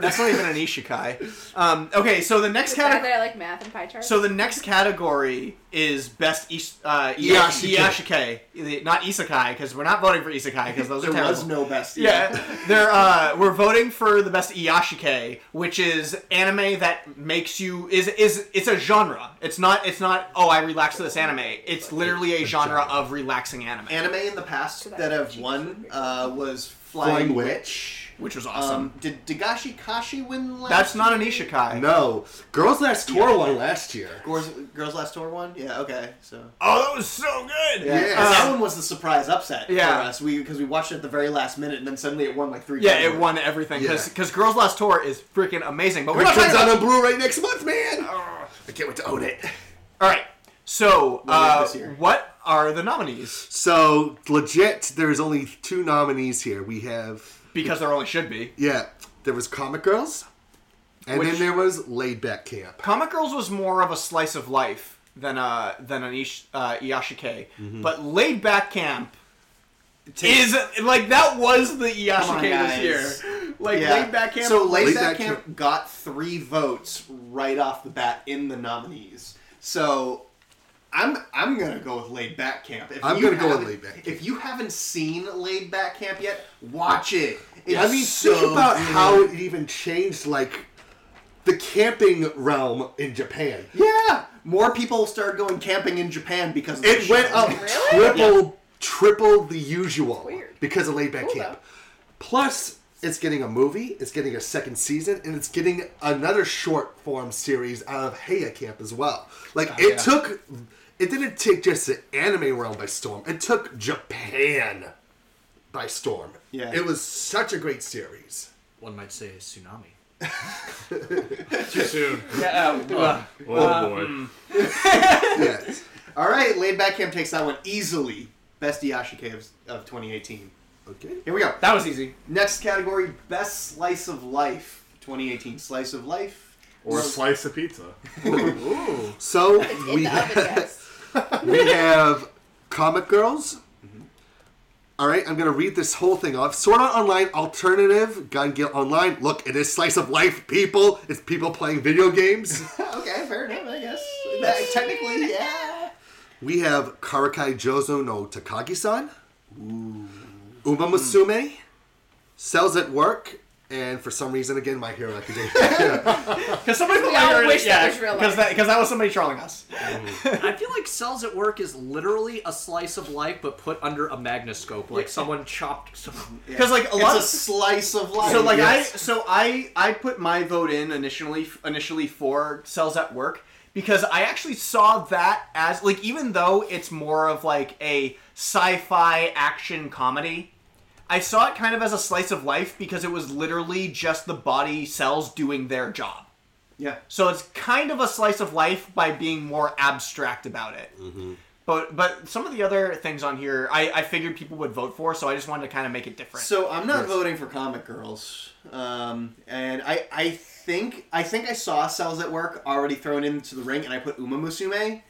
That's not even an Ishikai. Um, okay, so the next the fact category. that I like math and pie charts. So the next category is best ish, uh, Yashike. Yashike. The- not isekai because we're not voting for isekai because those are <laughs> There terrible. was no best Yeah, isekai. there. Uh, we're voting for the best Iyashike, which is anime that makes you is is it's a genre. It's not it's not oh I relax to this anime. It's literally a genre of relaxing anime. Anime in the past that have won uh, was Flying Flying, Witch. which was awesome. Um, did Dagashi Kashi win last? That's not an year? Ishikai. No, Oh, Girls Last Tour won last year. Girls, Girls Last Tour one? Yeah, okay. So. Uh, Oh, that was so good! Yeah, Yes. and that Um, one was the surprise upset yeah. for us. We because we watched it at the very last minute, and then suddenly it won like three. Yeah, times. it won everything because Girls Last Tour is freaking amazing. But we're It not comes talking out about- on Blu-ray next month, man. I can't wait to own it. All right. So, Later uh, this year. what are the nominees? So legit, there's only two nominees here. We have Because there only should be. yeah, there was Comic Girls, and Which- then there was Laid Back Camp. Comic Girls was more of a slice of life than a than an Ish, uh, Iyashike, Mm-hmm. Mhm. but Laid Back Camp takes- is like that was the Come on, Iyashike guys. this year. Like Yeah. Laid Back Camp. So laid, back, camp, got three votes right off the bat in the nominees. So I'm I'm gonna go with laid back camp. If I'm you gonna go with haven't- Laid Back Camp. If you haven't seen laid back camp yet, watch it. It's I mean, so think about good. how it even changed, like, the camping realm in Japan. yeah more people started going camping in Japan because of It this went show. up triple, triple the usual because of laid back camp. Plus, it's getting a movie, it's getting a second season, and it's getting another short form series out of Heia Camp as well. Like, it Oh, yeah. took, it didn't take just the anime realm by storm, it took Japan by storm. Yeah. It was such a great series. One might say a tsunami. Too soon. <laughs> Yeah, uh, uh, Oh, uh, boy. mm. yes. All right, laid back camp takes that one easily. Best Yashike of, of 2018. Okay. Here we go. That was easy. Next category: best slice of life. 2018 slice of life. Or a slice of pizza. <laughs> So we <laughs> we have Comic Girls. Mm-hmm. All right, I'm gonna read this whole thing off. Sword Art Online Alternative Gun Guild Online. Look, it is slice of life, people. It's people playing <laughs> video games. okay, fair enough. I guess. That- technically, yeah. we have Karakai Jozo no Takagi-san, Uma Musume, Cells at Work, And for some reason, again, My Hero <laughs> Academia. Because somebody put We all my wish that was real Because life. that, 'cause that was somebody trolling us. I feel like Cells at Work is literally a slice of life, but put under a magnoscope, like someone chopped. <laughs> Because like a lot of So like I so I I put my vote in initially initially for cells at work because I actually saw that as like even though it's more of like a sci-fi action comedy, I saw it kind of as a slice of life because it was literally just the body cells doing their job. Yeah. So it's kind of a slice of life by being more abstract about it. Mm-hmm. But but some of the other things on here, I, I figured people would vote for, so I just wanted to kind of make it different. So I'm not voting for Comic Girls, um, and I I think I think I saw Cells at Work already thrown into the ring, and I put Uma Musume.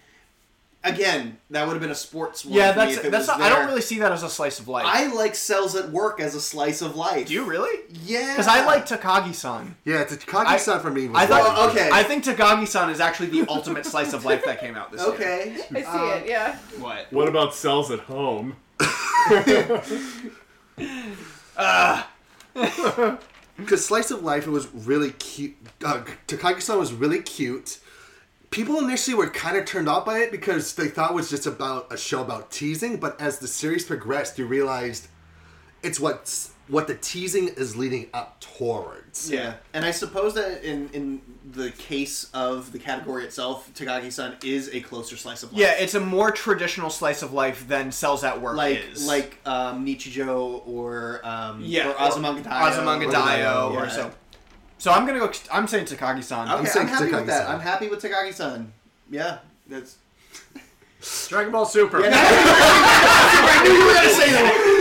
Again, that would have been a sports one. Yeah, for me that's if it that's. was Not, I don't there. really see that as a slice of life. I like Cells at Work as a slice of life. Do you really? Yeah, because I like Takagi-san. Yeah, Takagi-san for me. I thought Well, Oh, okay. okay. I think Takagi-san is actually the ultimate slice of life that came out this Okay. year. I see it, yeah. What? What about cells at home? Because Slice of Life, it was really cute. Uh, Takagi-san was really cute. People initially were kind of turned off by it because they thought it was just about a show about teasing. But as the series progressed, you realized it's what's what the teasing is leading up towards. Yeah, and I suppose that in in the case of the category itself, Takagi-san is a closer slice of life. Yeah, it's a more traditional slice of life than Cells at Work like is. like um, Nichijou or um, yeah, or Azumanga Daioh. Azumanga Daioh, or Yeah. so. So I'm gonna go. I'm saying Takagi-san. Okay, I'm, happy with that. I'm happy with Takagi-san. Yeah, that's. Dragon Ball Super. I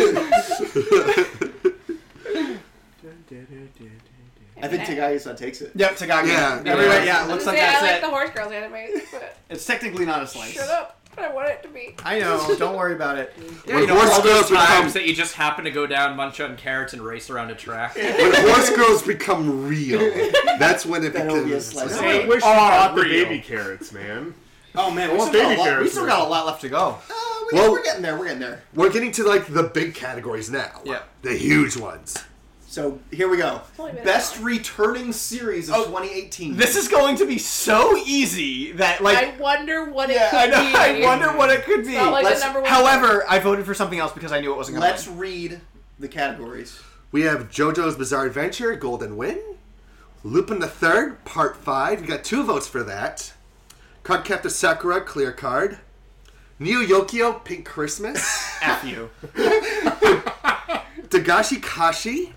knew you were gonna say I think Takagi-san takes it. Yep, Takagi. Yeah. Everybody- Yeah. yeah, it looks See, like I that's like it. the Horse Girls animes, but It's technically not a slice. <laughs> shut up. I want it to be. I <laughs> know. Don't worry about it. Yeah, you know, all those times that you just happen to go down, munch on carrots, and race around a track. When horse girls become real, that's when it That'll be a becomes. slice. Hey, They wish are you got the oh, real. baby carrots, man. Oh man, I we want still, got baby a lot, we carrots still in got there. a lot left to go. we, Well- we're getting there. We're getting there. We're getting to like the big categories now. Yeah. The huge ones. So here we go. only been Best returning series of 2018. Oh, This is going to be so easy that like I wonder what Yeah, it <laughs> could I know. be. I wonder what it could It's be. not like the Let's- number one however, I voted for something else because I knew it wasn't going to. <laughs> Let's read the categories. We have JoJo's Bizarre Adventure, Golden Wind, Lupin the Third, Part Five. We got two votes for that. Card Captor Sakura, Clear Card. Neo Yokio, Pink Christmas. <laughs> F you. Dagashi Kashi,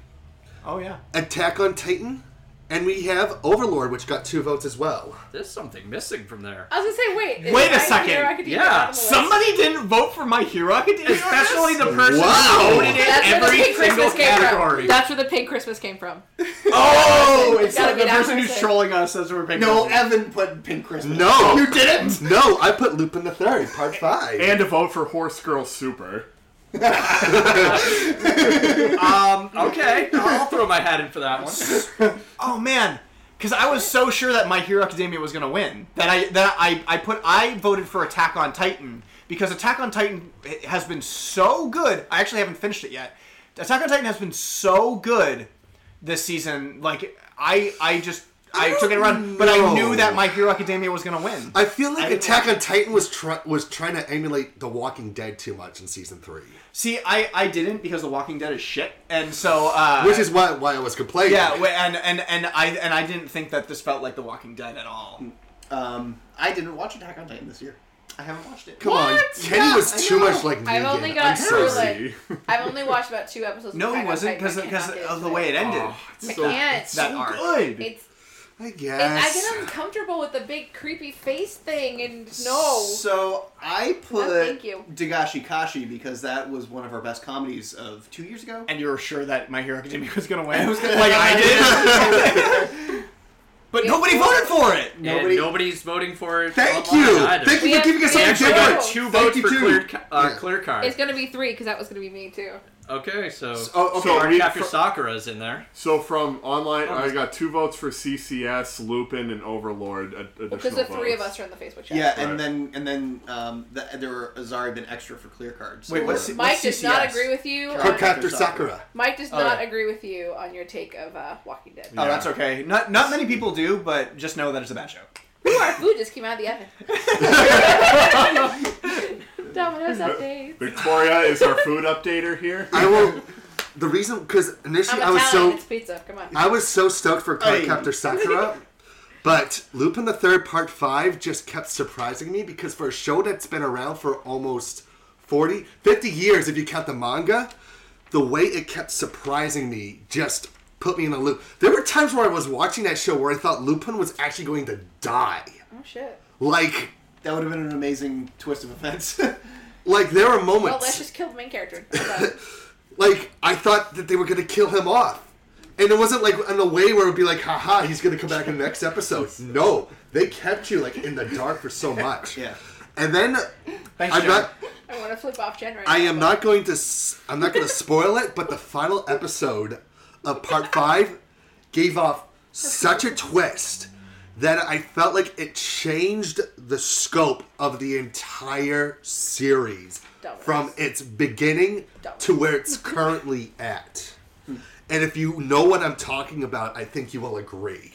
Oh yeah. Attack on Titan, and we have Overlord, which got two votes as well. There's something missing from there. I was gonna say, wait. is Wait a My second. Hero Academia Yeah. on the list? Somebody didn't vote for My Hero Academia, especially the person Wow. who voted in That's where the every pig single Christmas came category. from. That's where the pig Christmas came from. oh, It's it's gotta like be the that person who's person. trolling us as we're picking. No, up. Evan put Pink Christmas. No, you didn't. No, I put Lupin the Third, Part Five. And a vote for Horse Girl Super. Um, okay, I'll throw my hat in for that one. <laughs> Oh man, because I was so sure that My Hero Academia was going to win that I that I I put I voted for Attack on Titan because Attack on Titan has been so good. I actually haven't finished it yet. Attack on Titan has been so good this season. Like I I just I, took it a run, but I know. knew that My Hero Academia was going to win. I feel like Attack on Titan was try- was trying to emulate The Walking Dead too much in season three, See, I I didn't because The Walking Dead is shit, and so uh, which is why why I was complaining. yeah, wa- and and and I and I didn't think that this felt like The Walking Dead at all. Um, I didn't watch Attack on Titan this year. I haven't watched it. Come on, What? Kenny Yeah, was I too know. much like I've Negan. only I'm got through, sorry. I've only watched about two episodes. No, he he wasn't because because of the way it ended. Oh, I can't. that arc. It's, I it, I get uncomfortable with the big creepy face thing, and no. So I put No, thank you. Dagashi Kashi because that was one of our best comedies of two years ago. and you were sure that My Hero <laughs> Academia was going to win. I was gonna- like I did. but nobody voted for it. And nobody's voting for it. Thank online you. either. Thank you We for have- giving us we something have Actually, I different. got two Thank votes you for too. clear, ca- uh, clear card. It's gonna be three because that was gonna be me too. Okay, so, oh, okay. so we- Captain fr- Sakura's in there. So from online, Oh, I that's- got two votes for CCS, Lupin, and Overlord. ad- Additional Because the three of votes. us are in the Facebook chat. Yeah, and then and then um, the, there were Azari been extra for clear cards. Wait, what's- Mike does not agree with you. Cook on- after Sakura. Mike does Oh, not yeah. agree with you on your take of uh, Walking Dead. Oh, that's okay. Not not many people do, but just know that it's a bad show. Ooh, our food just came out of the oven. <laughs> Domino's update. Victoria is our food updater here. <laughs> I will. The reason, because initially I'm I was Italian. so It's pizza. Come on. I was so stoked for Hey. Cardcaptor Sakura, but Lupin the Third Part Five just kept surprising me because for a show that's been around for almost 40, 50 years if you count the manga, the way it kept surprising me just put me in a loop. There were times where I was watching that show where I thought Lupin was actually going to die. Oh shit. Like that would have been an amazing twist of events. like there were moments. Well, let's just kill the main character. like I thought that they were gonna kill him off. And it wasn't like in a way where it would be like, haha, he's gonna come back in the next episode. No. They kept you like in the dark for so much. Yeah. And then I'm not I want to flip off Jen right I now. am not going to s- I'm not gonna spoil it, but the final episode of part five gave off such a twist that I felt like it changed the scope of the entire series from its beginning to where it's currently at. And if you know what I'm talking about, I think you will agree.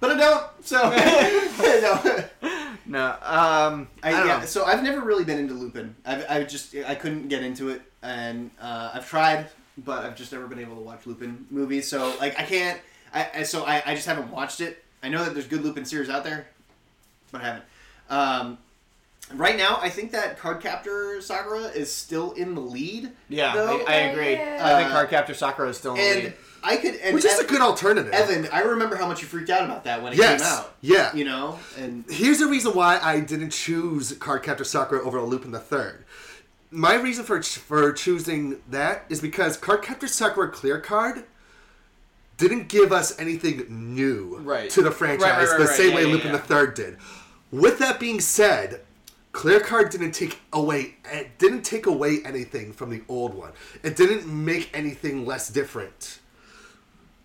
but I don't. So <laughs> no. <laughs> No. Um, I, I don't yeah, know. So I've never really been into Lupin. I've, I just I couldn't get into it, and uh, I've tried, but I've just never been able to watch Lupin movies. So like I can't. I, I so I, I just haven't watched it. I know that there's good Lupin series out there, but I haven't. Um, right now, I think that Cardcaptor Sakura is still in the lead. Yeah, though. Uh, I, I agree. I think Cardcaptor Sakura is still in the and lead. I could, and Which is Ev- a good alternative. Evan, I remember how much you freaked out about that when it Yes. came out. Yeah. you know, and Here's the reason why I didn't choose Cardcaptor Sakura over Lupin the Third. My reason for for choosing that is because Cardcaptor Sakura Clear Card didn't give us anything new Right. to the Right, right, franchise right, the right. same Yeah, way yeah, Lupin yeah. the Third did. With that being said, Clear Card didn't take away it didn't take away anything from the old one. It didn't make anything less different.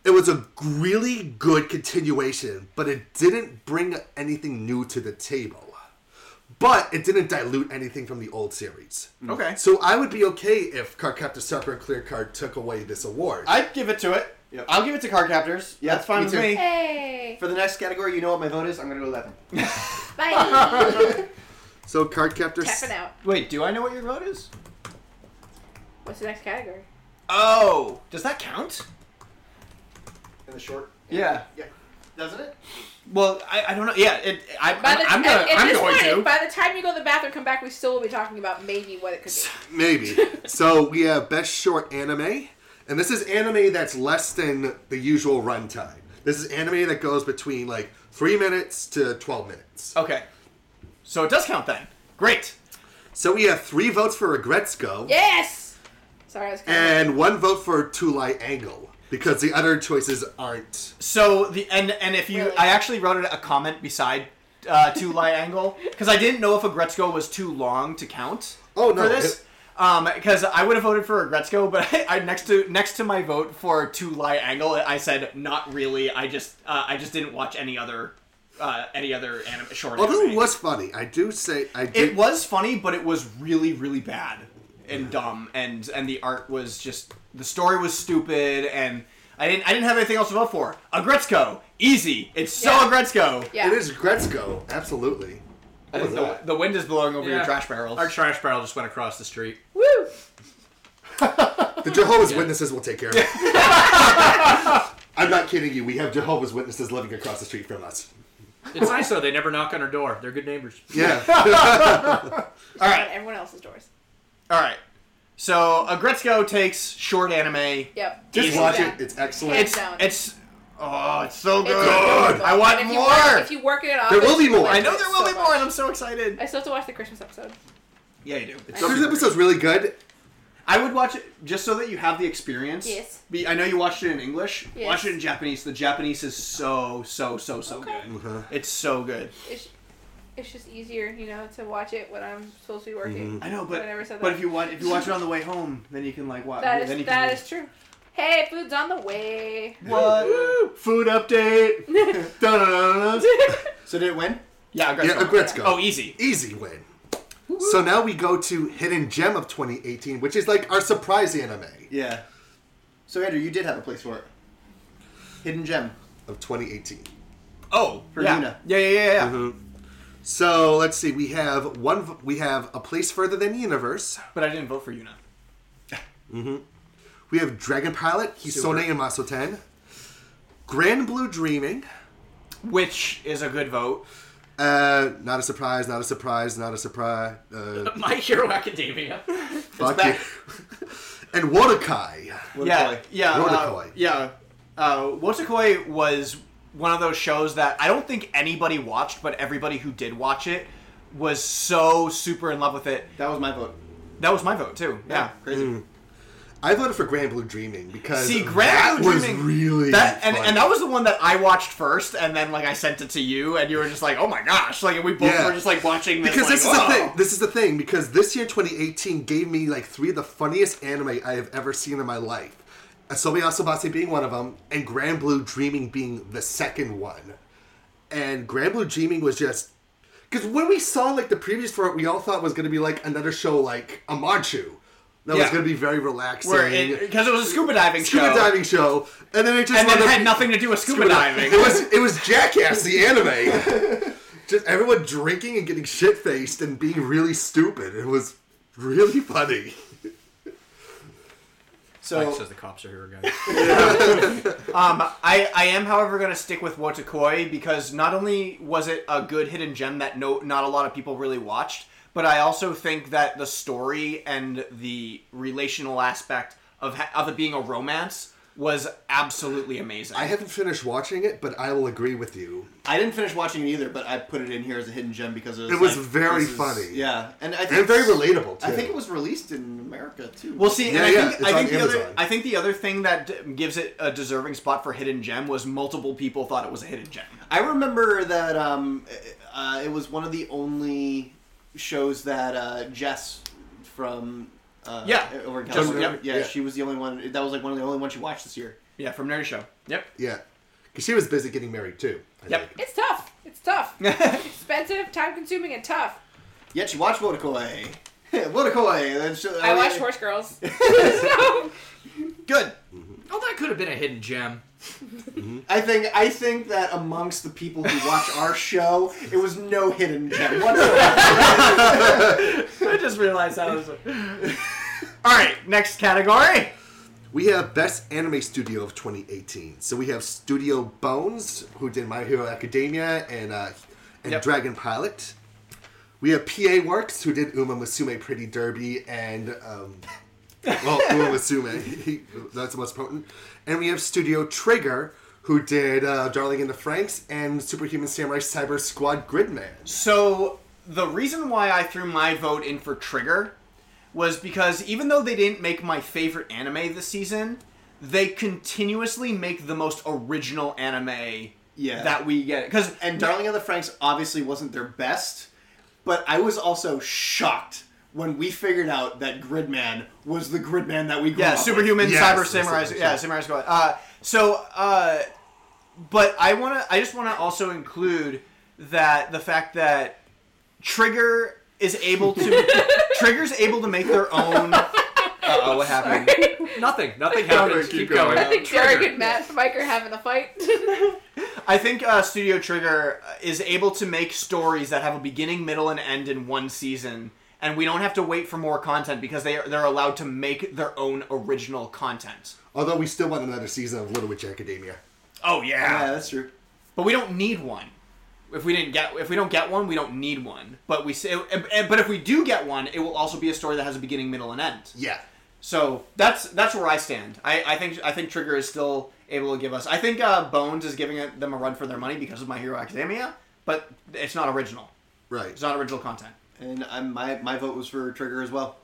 It was a really good continuation, but it didn't bring anything new to the table. But it didn't dilute anything from the old series. hmm. Okay. So I would be okay if Cardcaptor Sakura and Clear Card took away this award. I'd give it to it. I'll give it to Cardcaptors. Yeah, that's fine Me with too. me. Hey. For the next category, you know what my vote is. I'm gonna go eleven. Bye. So Cardcaptor. Tapping out. Wait, do I know what your vote is? What's the next category? Oh, does that count? In the short. Yeah. Yeah. Doesn't it? Well, I, I don't know. Yeah, it, I, By the, I'm, I'm gonna, at, at I'm this going point, to. by the time you go to the bathroom, come back, we still will be talking about maybe what it could be. Maybe. so we have best short anime, and this is anime that's less than the usual runtime. This is anime that goes between like three minutes to twelve minutes. Okay. So it does count then. Great. So we have three votes for Regretsko Yes. Sorry, I was. Kind and one vote for Tulai Angle because the other choices aren't. So the and and if you, I actually wrote a comment beside uh, two lie angle because I didn't know if a Gretzko was too long to count. Oh no, for this. it- because I would have voted for a Gretzko, but <laughs> I, I next to next to my vote for two lie angle, I said not really. I just uh, I just didn't watch any other uh, any other anime short. Although anime. it was funny, I do say I did. It was funny, but it was really, really bad and dumb, and and the art was just the story was stupid, and I didn't I didn't have anything else to vote for. A Gretzko, easy. It's so Yeah. a Gretzko. It is Gretzko, absolutely. I think the, the wind is blowing over your Yeah. trash barrels. Our trash barrel just went across the street. Woo! The Jehovah's Witnesses will take care of it. I'm not kidding you. We have Jehovah's Witnesses living across the street from us. <laughs> It's nice though; they never knock on our door. They're good neighbors. Yeah. of. All right. On everyone else's doors. All right. So a Gretzko takes short anime. Yep. Just Easily. watch it. It's excellent. It's down. it's oh, it's so It's good. wonderful. I want And if more. You work, if you work in an office, will be you more. like I know it there will so be more, much. and I'm so excited. I still have to watch the Christmas episode. yeah, you do. It's This episode's really good. I would watch it just so that you have the experience. Yes. Be, I know you watched it in English. Yes. Watch it in Japanese. The Japanese is so so so so good. It's so good. Is- It's just easier, you know, to watch it when I'm supposed to be working. Mm-hmm. I know, but I never said but that. if you watch if you watch it on the way home, then you can like watch. That then you can is that just- is true. Hey, food's on the <laughs> way. What food update? Dun-dun-dun-dun. So did it win? Yeah, Yeah, Gretzko. Oh, easy. Easy win. So now we go to Hidden Gem of 2018, which is like our surprise anime. Yeah. So Andrew, you did have a place for it. Hidden Gem of 2018. Oh, for yeah. Yuna. Yeah, yeah, yeah, yeah. So let's see. We have one. v- We have a place further than universe. But I didn't vote for Yuna. Mm-hmm. We have Dragon Pilot, Hisone Super. and Masoten. Grand Blue Dreaming, which is a good vote. Uh, not a surprise. Not a surprise. Not a surprise. <laughs> Uh, My Hero Academia. fuck you. and Wodokai. Yeah, yeah, uh, Wodokoi. yeah. Uh, Wotakoi was one of those shows that I don't think anybody watched, but everybody who did watch it was so super in love with it. That was my vote. That was my vote too. Yeah, crazy. I voted for Grand Blue Dreaming because See, Grand that Blue was Dreaming- really That and, fun. and that was the one that I watched first, and then like I sent it to you, and you were just like, "Oh my gosh!" Like and we both Yeah. were just like watching this. because like, this is "Whoa." the thing. This is the thing because this year 2018 gave me like three of the funniest anime I have ever seen in my life. Asobi Asobase being one of them, and Grand Blue Dreaming being the second one. And Grand Blue Dreaming was just because when we saw like the previews for it, we all thought it was going to be like another show like Amanchu. That was Yeah. going to be very relaxing Where it- 'cause it was a scuba diving scuba show. diving show, and then it just And then wound up- had nothing to do <laughs> with scuba diving. It was it was Jackass the anime. just everyone drinking and getting shit faced and being really stupid. It was really funny. So- Mike says the cops are here, guys. <laughs> um, I, I am, however, going to stick with Wotakoi because not only was it a good hidden gem that no, not a lot of people really watched, but I also think that the story and the relational aspect of, ha- of it being a romance was absolutely amazing. I haven't finished watching it, but I will agree with you. I didn't finish watching it either, but I put it in here as a hidden gem because it was, It was like, very this is- funny. Yeah, and I And think very relatable, I too. think it was released in America too. Well, see, and I think, I think the other Amazon. I think the other thing that d- gives it a deserving spot for hidden gem was multiple people thought it was a hidden gem. I remember that um, uh, it was one of the only shows that uh, Jess from uh, Yeah. over in Jess, California, yep. yeah, Yeah. she was the only one. That was like one of the only ones she watched this year. Yeah, from Nerdy Show. Yep. Yeah, because she was busy getting married too. Yep. It's tough. It's tough. <laughs> Expensive, time consuming, and tough. Yeah, she watched <laughs> Wodokoi. Wodokoi. and Then she, I Oh, watched Horse <laughs> Girls. Good. Oh, that could have been a hidden gem. I think I think that amongst the people who watch our show, it was no hidden gem whatsoever. I <laughs> just realized that was. <laughs> All right, next category. We have Best Anime Studio of 2018. So we have Studio Bones, who did My Hero Academia and uh, and Dragon Pilot. We have PA Works, who did Uma Musume Pretty Derby and um, well Uma Musume. That's the most potent. And we have Studio Trigger, who did uh, Darling in the Franks and Superhuman Samurai Cyber Squad Gridman. So the reason why I threw my vote in for Trigger was because even though they didn't make my favorite anime this season, they continuously make the most original anime Yeah. that we get. Because and Darling of the Franks obviously wasn't their best, but I was also shocked when we figured out that Gridman was the Gridman that we grew yeah, up with. superhuman cyber samurai. Yeah, samurai squad. Uh, so, uh, but I want to. I just want to also include that the fact that Trigger is able to. <laughs> Trigger's able to make their own. Uh oh, what happened? Nothing. Nothing happened. happened. Keep going. Derek and Matt and Mike are having a fight. I think uh, Studio Trigger uh, is able to make stories that have a beginning, middle, and end in one season, and we don't have to wait for more content because they are, they're allowed to make their own original content. Although we still want another season of Little Witch Academia. Oh yeah, yeah, that's true. But we don't need one. If we didn't get, if we don't get one, we don't need one. But we say, and- and- but if we do get one, it will also be a story that has a beginning, middle, and end. Yeah. So that's that's where I stand. I, I think I think Trigger is still able to give us. I think uh, Bones is giving it, them a run for their money because of My Hero Academia, but it's not original. Right. It's not original content. And i my my vote was for Trigger as well.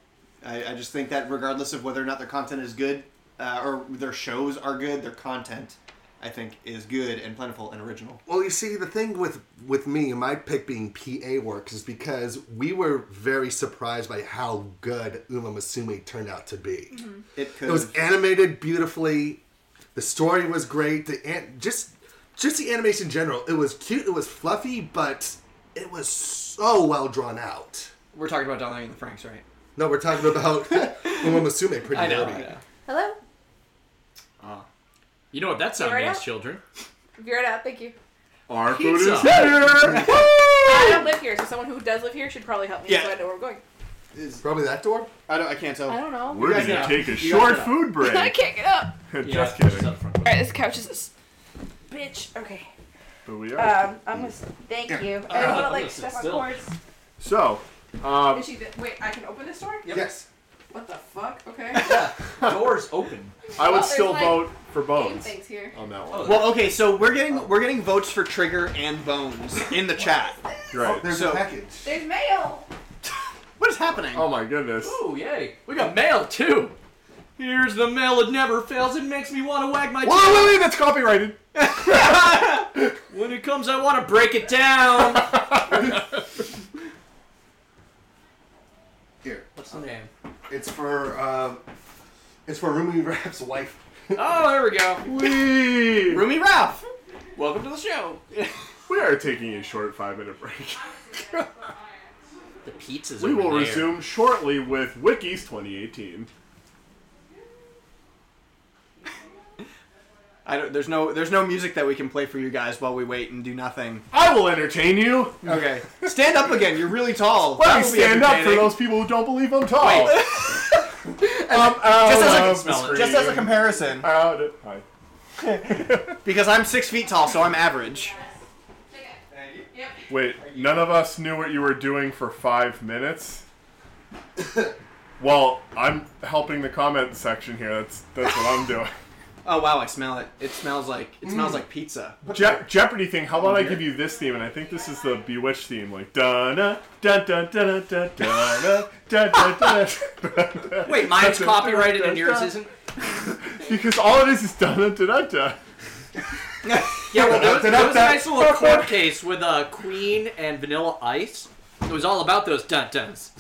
I, I just think that regardless of whether or not their content is good uh, or their shows are good, their content I think is good and plentiful and original. Well, you see, the thing with with me and my pick being PA works is because we were very surprised by how good Uma Musume turned out to be. Mm-hmm. It could It was animated beautifully. The story was great. The an- just just the animation in general. It was cute. It was fluffy, but it was so well drawn out. We're talking about Darling in the Franks, right? No, we're talking <laughs> about Uma Musume, pretty I know, Derby. I know. <laughs> Hello? You know what that sound You're right means, up. children? Veer it out, thank you. Our Pizza. I don't live here, so someone who does live here should probably help me Yeah. Oh, so I know where I'm going. Probably that door. I don't. I can't tell. I don't know. We're You guys gonna get take a up. You short guys get up. food break. <laughs> I can't get up. <laughs> Just kidding. Alright, this couch is this bitch. Okay. But we are. Um, I'm gonna. s- Thank Yeah. you. I don't want Uh, to I'm gonna like step sit on still. cords. So, uh, Is she the- wait, I can open this door? Yes. What the fuck? Okay. Doors open. I Well, would there's still like vote for Game Bones things here. on that one. Well, okay, so we're getting we're getting votes for Trigger and Bones in the chat. Right. There's so, a package. There's mail. What is happening? Oh my goodness. Ooh, yay. We got mail too. Here's the mail that never fails. It makes me want to wag my Whoa, tail. wait, wait, that's copyrighted. When it comes, I want to break it down. Here. What's the name? It's for um, it's for Rumi Rap's wife. Oh, there we go. We Roomy Ralph. Welcome to the show. we are taking a short five minute <laughs> break. The pizzas. We over will there. resume shortly with Wikis 2018. I don't, there's no there's no music that we can play for you guys while we wait and do nothing. I will entertain you. Okay, stand up again. You're really tall. Let me That will be stand up for entertaining. those people who don't believe I'm tall. <laughs> <laughs> um, Just I as, love a, the just as a screen. comparison, Out it- Hi. because I'm six feet tall, so I'm average. Wait, none of us knew what you were doing for five minutes. well, I'm helping the comment section here. That's that's what I'm doing. Oh wow, I smell it. It smells like it Mm. smells like pizza. Je- Jeopardy thing. How about I give you this theme, and I think this is the Bewitched theme, like dun dun dun dun dun dun dun dun dun dun. Wait, mine's copyrighted and yours isn't. Because all it is is dun dun dun dun. Yeah, well, there was, there was a nice little court case with uh, Queen and Vanilla Ice. It was all about those dun duns.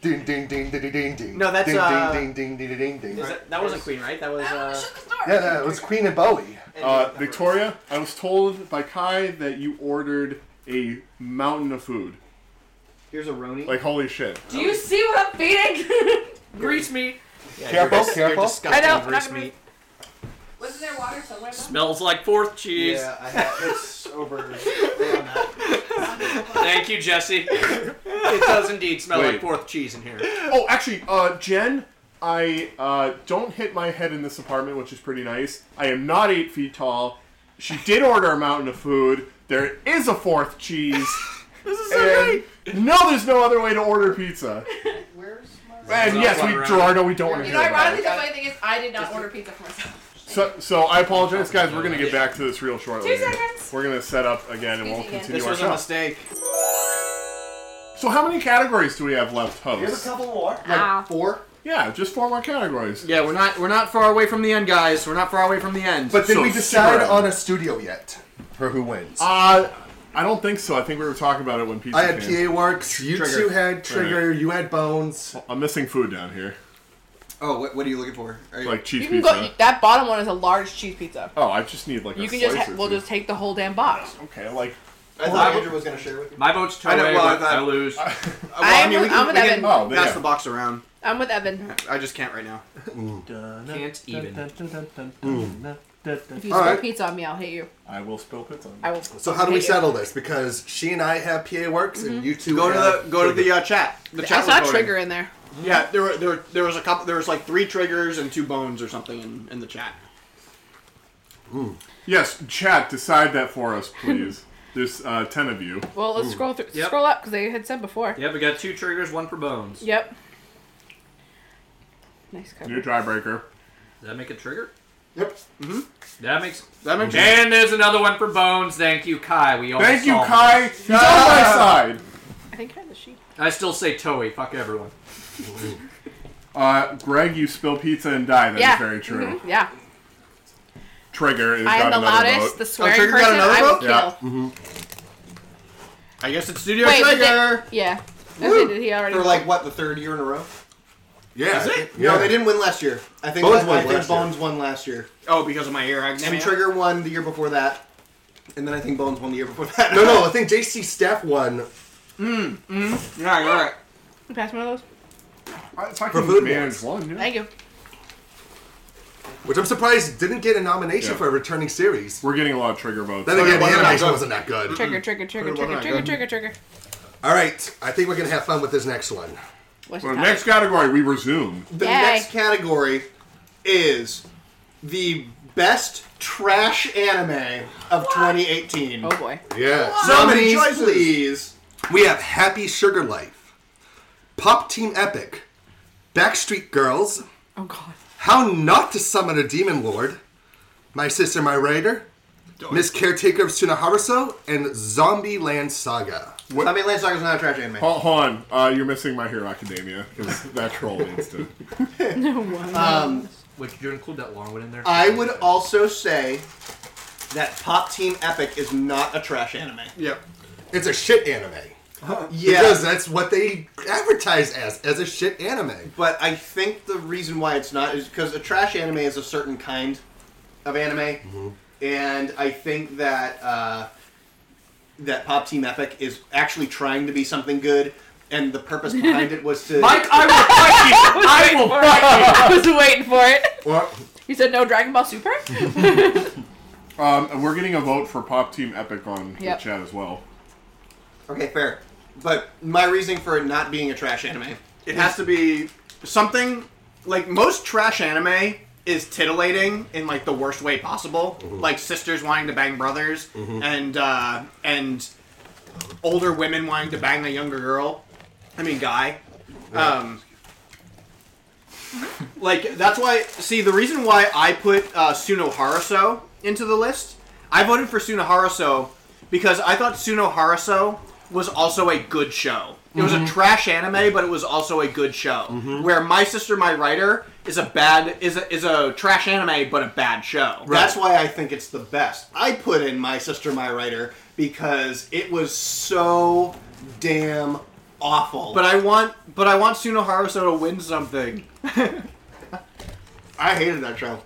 Ding ding ding ding ding ding ding. No, that's, ding, uh, ding ding ding ding ding ding. Is that, that wasn't Queen, right? That was. Uh, Yeah, no, it was Queen and Bowie. Uh, Victoria, I was told by Kai that you ordered a mountain of food. Here's a Roni. Like holy shit. Do you see what I'm feeding? Grease me. Careful, Oh, careful. I know. I'm grease not gonna be- Wasn't there water somewhere? though? Smells like fourth cheese. Yeah, I have, it's <laughs> over. Thank you, Jesse. It does indeed smell like Wait. fourth cheese in here. Oh, actually, uh, Jen, I uh, don't hit my head in this apartment, which is pretty nice. I am not eight feet tall. She did order a mountain of food. There is a fourth cheese. <laughs> this is so great. No, there's no other way to order pizza. Where's my? And Not yes, we one around. Gerardo, we don't want to You hear know, about ironically, it. the funny thing is, I did not order pizza for myself. So, so I apologize, guys. We're gonna get back to this real shortly. Two seconds. We're gonna set up again, Excuse and we'll me again. continue This our was show. a mistake. So, how many categories do we have left, There's a host? couple more. Ow. four. Yeah, just four more categories. Yeah, we're not we're not far away from the end, guys. We're not far away from the end. But did So we decide zero. on a studio yet for who wins? Uh, I don't think so. I think we were talking about it when pizza I had came. PA Works. You Trigger. two had Trigger. You had Bones. I'm missing food down here, Oh, what, what are you looking for? Are you- like cheese You can pizza. go. that bottom one is a large cheese pizza. oh, I just need like a you can slice just. Ha- or we'll two. just take the whole damn box. okay, like I thought Andrew was gonna share with you. My vote's I turned know, away, well, but I- I lose. Uh, well, I I'm mean, we with- can, I'm with we can Evan. Oh, pass yeah. the box around. I'm with Evan. I just can't right now. Can't even. If you spill All right. pizza on me, I'll hit you. I will spill pizza. I will. So how do we hit you. settle this? Because she and I have PA Works, and you two Go to have the go to the Trigger. uh, chat. The I chat was saw voting. trigger in there. Yeah, there were there, were- there was a couple. There was like three triggers and two bones or something in, in the chat. Yes, chat, decide that for us, <laughs> please. There's uh, ten of you. Well, let's scroll through. Yep. Scroll up because they had said before. Yeah, we got two triggers, one for bones. Does Yep. Nice cover. New tiebreaker. that make a trigger? Yep. That makes. That makes sense. And there's another one for bones. Thank you, Kai. We all Thank you, solved it. Kai. He's on my side. I think I have the sheet. I still say Toei. Fuck everyone. Uh, Greg, you spill pizza and die. That is Yeah. very true. Yeah. Trigger. has I am got the another loudest, vote. the swearing Trigger got person, another I will vote? kill. Yeah. Mhm. I guess it's Studio Wait, was it- Trigger. yeah. Woo! Okay, did he already? For like what the third year in a row? Yeah. Is it? No, Yeah. they didn't win last year. I think Bones I won think last year. Bones won last year. Oh, because of my ear acne. And Trigger won the year before that, and then I think Bones won the year before <laughs> that. No, no, I think JC Steph won. Mm, mm. Yeah, you're right. Pass one of For Food Food Man's one, Wars. those. yeah. Thank you. Which I'm surprised didn't get a nomination Yeah. for a returning series. We're getting a lot of trigger votes. Then But again, it the wasn't that animation good. wasn't that good. Trigger, trigger, trigger, Well, trigger, not trigger, good. trigger, trigger. All right, I think we're gonna have fun with this next one. What's Well, next category, we resume. The next category is the best trash anime of 2018. Oh boy. Yeah. So many Nominees, choices. please. We have Happy Sugar Life, Pop Team Epic, Backstreet Girls. Oh God. How Not to Summon a Demon Lord, My Sister, My Raider, Miss Caretaker of Tsunaharuso, and Zombie Land Saga. Zombie Land Saga is not a trash anime. Hold, hold on, uh, you're missing My Hero Academia because that troll needs <laughs> to. <laughs> no one. Um, Would you include that long one in there? I would also say that Pop Team Epic is not a trash anime. Yep. It's a shit anime. Yeah. Because that's what they advertise as, as a shit anime. But I think the reason why it's not is because a trash anime is a certain kind of anime, Mm-hmm. and I think that uh, that Pop Team Epic is actually trying to be something good, and the <laughs> purpose behind it was to Mike, I will fight you. I <laughs> I will will fight you. was waiting for it. What? You said no Dragon Ball Super? Um, and we're getting a vote for Pop Team Epic on Yep. the chat as well. Okay, fair. But my reasoning for it not being a trash anime. It has to be something like most trash anime is titillating in like the worst way possible, like sisters wanting to bang brothers and uh, and older women wanting to bang a younger girl. I mean, guy. Um, like that's why. See, the reason why I put uh, Suno Haruso into the list, I voted for Suno Haruso because I thought Suno Haruso was also a good show. It was a trash anime, but it was also a good show. Where My Sister, My Writer is a bad is a, is a trash anime, but a bad show. That's why I think it's the best. I put in My Sister, My Writer because it was so damn awful. But I want but I want Suno Haruso to win something. I hated that show.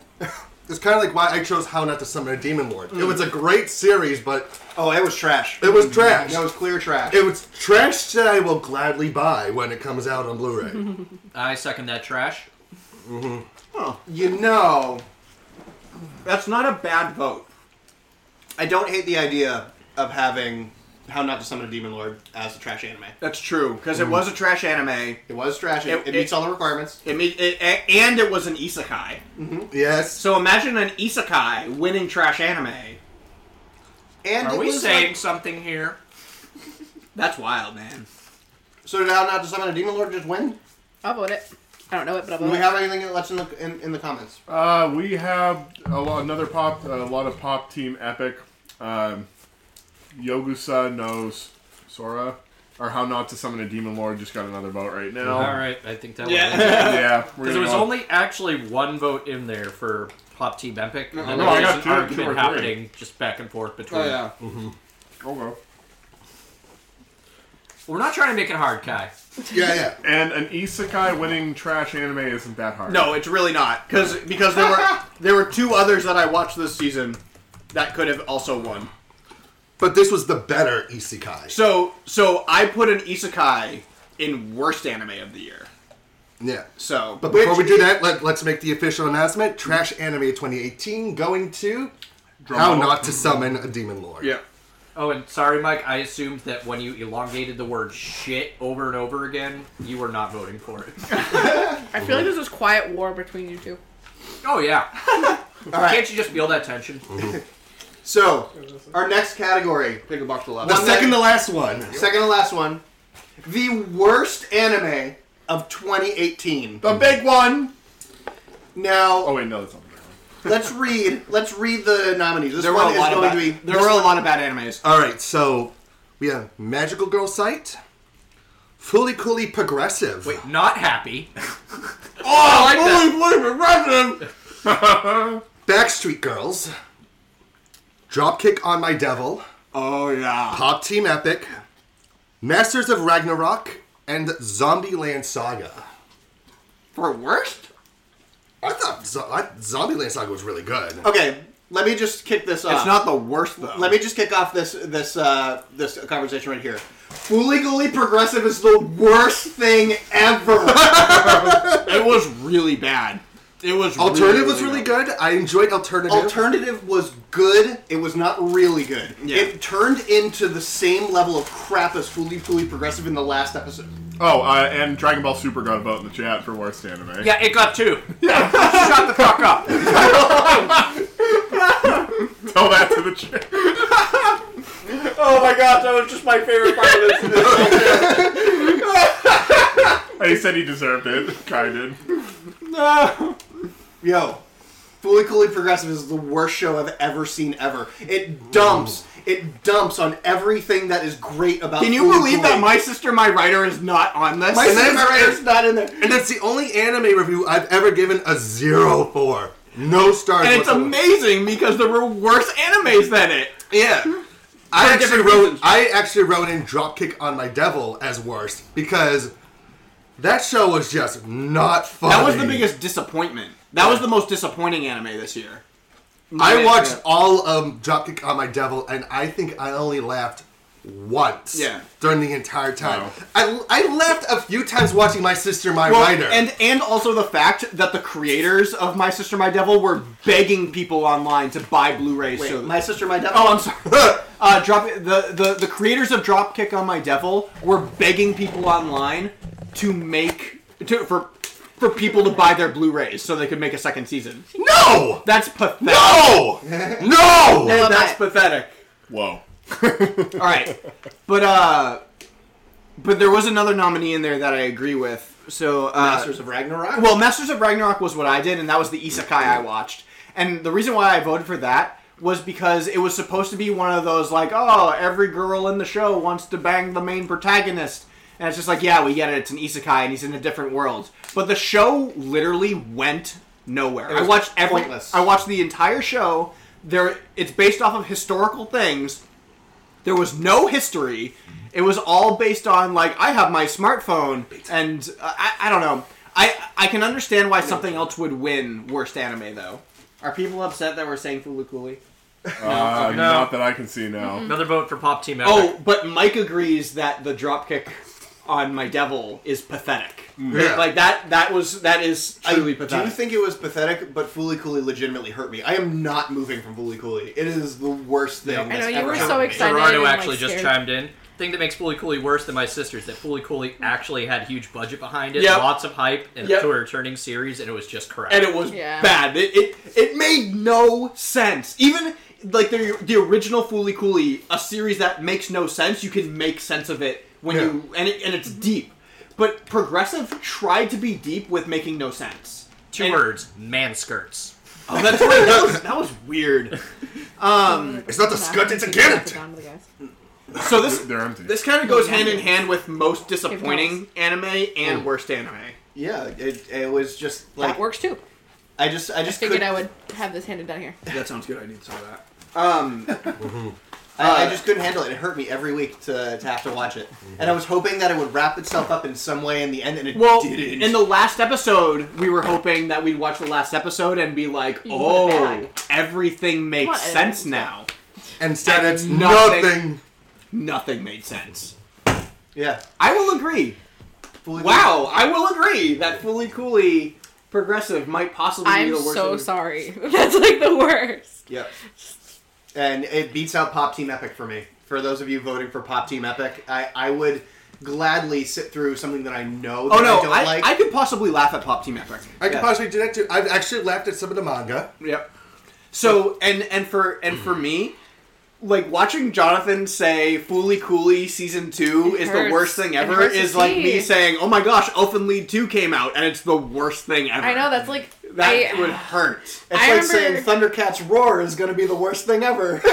It's kind of like why I chose How Not to Summon a Demon Lord. It was a great series, but Mm. oh, it was trash. It was trash. That was clear trash. It was trash that I will gladly buy when it comes out on Blu-ray. I second that trash. hmm Oh, you know, that's not a bad vote. I don't hate the idea of having How Not to Summon a Demon Lord as a trash anime. That's true because it was a trash anime. <laughs> It was trash. It, it meets all the requirements. It, meet, it a- and it was an isekai. Yes. So imagine an isekai winning trash anime. And Are it we was saying like- something here? That's wild, man. So did How Not to Summon a Demon Lord just win? I'll vote it. I don't know it, but I'll Do vote we it. have anything that's in the in, in the comments? Uh, we have a lot, another pop, a lot of Pop Team Epic. Um, Yogusa knows Sora, or How Not to Summon a Demon Lord. Just got another vote right now. All right, I think that. Yeah, was <laughs> yeah. we're Because gonna there was go- only actually one vote in there for Pop Team Epic, and then No, there I was got an two- two or three. argument happening just back and forth between. Oh, yeah. Okay. We're not trying to make it hard, Kai. Yeah, yeah. And an isekai winning trash anime isn't that <laughs> hard. No, it's really not because because there <laughs> were there were two others that I watched this season that could have also won. But this was the better isekai. So so I put an isekai in worst anime of the year. Yeah. So, But before we do that, let, let's make the official announcement. Trash Anime 2018 going to Drum How roll. Not to Summon a Demon Lord. Yeah. Oh, and sorry, Mike. I assumed that when you elongated the word "shit" over and over again, you were not voting for it. <laughs> I feel like there's this quiet war between you two. oh yeah. right. Can't you just feel that tension? So, our next category. Pick a box to left. The second to last one. Second to last one. The worst anime of 2018. The big one. Now. Oh wait, no, that's not. Let's read. Let's read the nominees. This There were one a is lot of going bad- to be. there were a lot of bad animes. All right, so we have Magical Girl Sight, Fully Coolly Progressive. Wait, not happy. oh, I like Fully Coolly Progressive. Backstreet Girls, Dropkick on My Devil. Oh yeah. Pop Team Epic, Masters of Ragnarok, and Zombieland Saga. For worst? I thought Zo- I, Zombieland Saga was really good. Okay, let me just kick this off. It's not the worst though. Uh, Let me just kick off this this uh, this conversation right here. Illegally progressive is the worst thing ever. it was really bad. It was really, Alternative really was really good. I enjoyed Alternative. Alternative was good. It was not really good. It turned into the same level of crap as Fully Fully Progressive in the last episode. Oh, uh, and Dragon Ball Super got a vote in the chat for worst anime. Yeah, it got two. Tell that to the chat. oh my god, that was just my favorite part of this. He said he deserved it. Kind of. No. Yo, Fully Coolly Progressive is the worst show I've ever seen ever. It dumps. It dumps on everything that is great about. Mm. Can you Fooly believe Cooly. that my sister, my writer, is not on this? My sister, my writer's not in there. And that's the only anime review I've ever given a zero for. No stars. And it's whatsoever. amazing because there were worse animes than it. Yeah. I actually wrote I actually wrote in Dropkick on My Devil as worst because that show was just not funny. That was the biggest disappointment. That was the most disappointing anime this year. I Yeah. watched all of Dropkick on My Devil and I think I only laughed once Yeah. during the entire time. I, I laughed a few times watching My Sister My Well, Writer. And and also the fact that the creators of My Sister My Devil were begging people online to buy Blu-rays. Wait, so My Sister My Devil. <laughs> Oh, I'm sorry. <laughs> uh, drop the, the the creators of Dropkick on My Devil were begging people online to make to for for people to buy their Blu-rays so they could make a second season. No, that's pathetic. <laughs> No! No! Well, that's pathetic. Whoa. <laughs> All right, but uh, but there was another nominee in there that I agree with. So uh, Masters of Ragnarok? Well, Masters of Ragnarok was what I did, and that was the isekai I watched. And the reason why I voted for that was because it was supposed to be one of those like, oh, every girl in the show wants to bang the main protagonist. And it's just like, yeah, we get it. It's an isekai, and he's in a different world. But the show literally went nowhere. It was I watched every. pointless. I watched the entire show. There, it's based off of historical things. There was no history. It was all based on like I have my smartphone, and uh, I, I don't know. I I can understand why something else would win worst anime though. Are people upset that we're saying Fulu Cooley? Uh, Not that I can see now. Another vote for Pop Team Epic. Oh, but Mike agrees that the dropkick on my devil is pathetic. Yeah. Like that. That was that is truly I do pathetic. think it was pathetic, but Fooly Cooley legitimately hurt me. I am not moving from Fooly Cooley. It is the worst thing. Yeah, that's I know, you ever were so happened to me. excited. Gerardo and, like, actually just scared. chimed in. Thing that makes Fully Cooley worse than my sister's that Fully Cooley actually had huge budget behind it, Yep. lots of hype, and Yep. to a returning series, and it was just crap. and it was bad. It, it it made no sense. Even like the the original Fooly Cooley, a series that makes no sense, you can make sense of it when Yeah. you and it, and it's deep. But progressive tried to be deep with making no sense. Two words: man skirts. Oh, that's right. <laughs> That was, that was weird. Um, it's not the skirt; it's a gift. So this They're empty. this kind of goes hand in hand with most disappointing anime and worst anime. Oh. Yeah, it, it was just like That works too. I just I just figured could, I would have this handed down here. That sounds good. I need some of that. <laughs> Um, Uh, I, I just couldn't handle it. It hurt me every week to, to have to watch it, and I was hoping that it would wrap itself up in some way in the end, and it Well, didn't. in the last episode, we were hoping that we'd watch the last episode and be like, You "Oh, want a bag." everything makes What? sense now." Instead, And it's nothing. Nothing made sense. Yeah, I will agree. wow, I will agree that Fully Cooley Progressive might possibly be I'm the worst. so thing- sorry. <laughs> That's like the worst. Yep. And it beats out Pop Team Epic for me. For those of you voting for Pop Team Epic, I, I would gladly sit through something that I know that Oh no, I don't I, like. I could possibly laugh at Pop Team Epic. I could Yeah. possibly do that too. I've actually laughed at some of the manga. Yep. So and and for and for me, like watching Jonathan say "Fooly Cooley" season two It is the hurts. worst thing It ever hurts to is like see. me saying, "Oh my gosh, Elfin Lead two came out and it's the worst thing ever." I know that's like that I, would hurt. It's like saying Thundercats Roar is going to be the worst thing ever. <laughs> <laughs>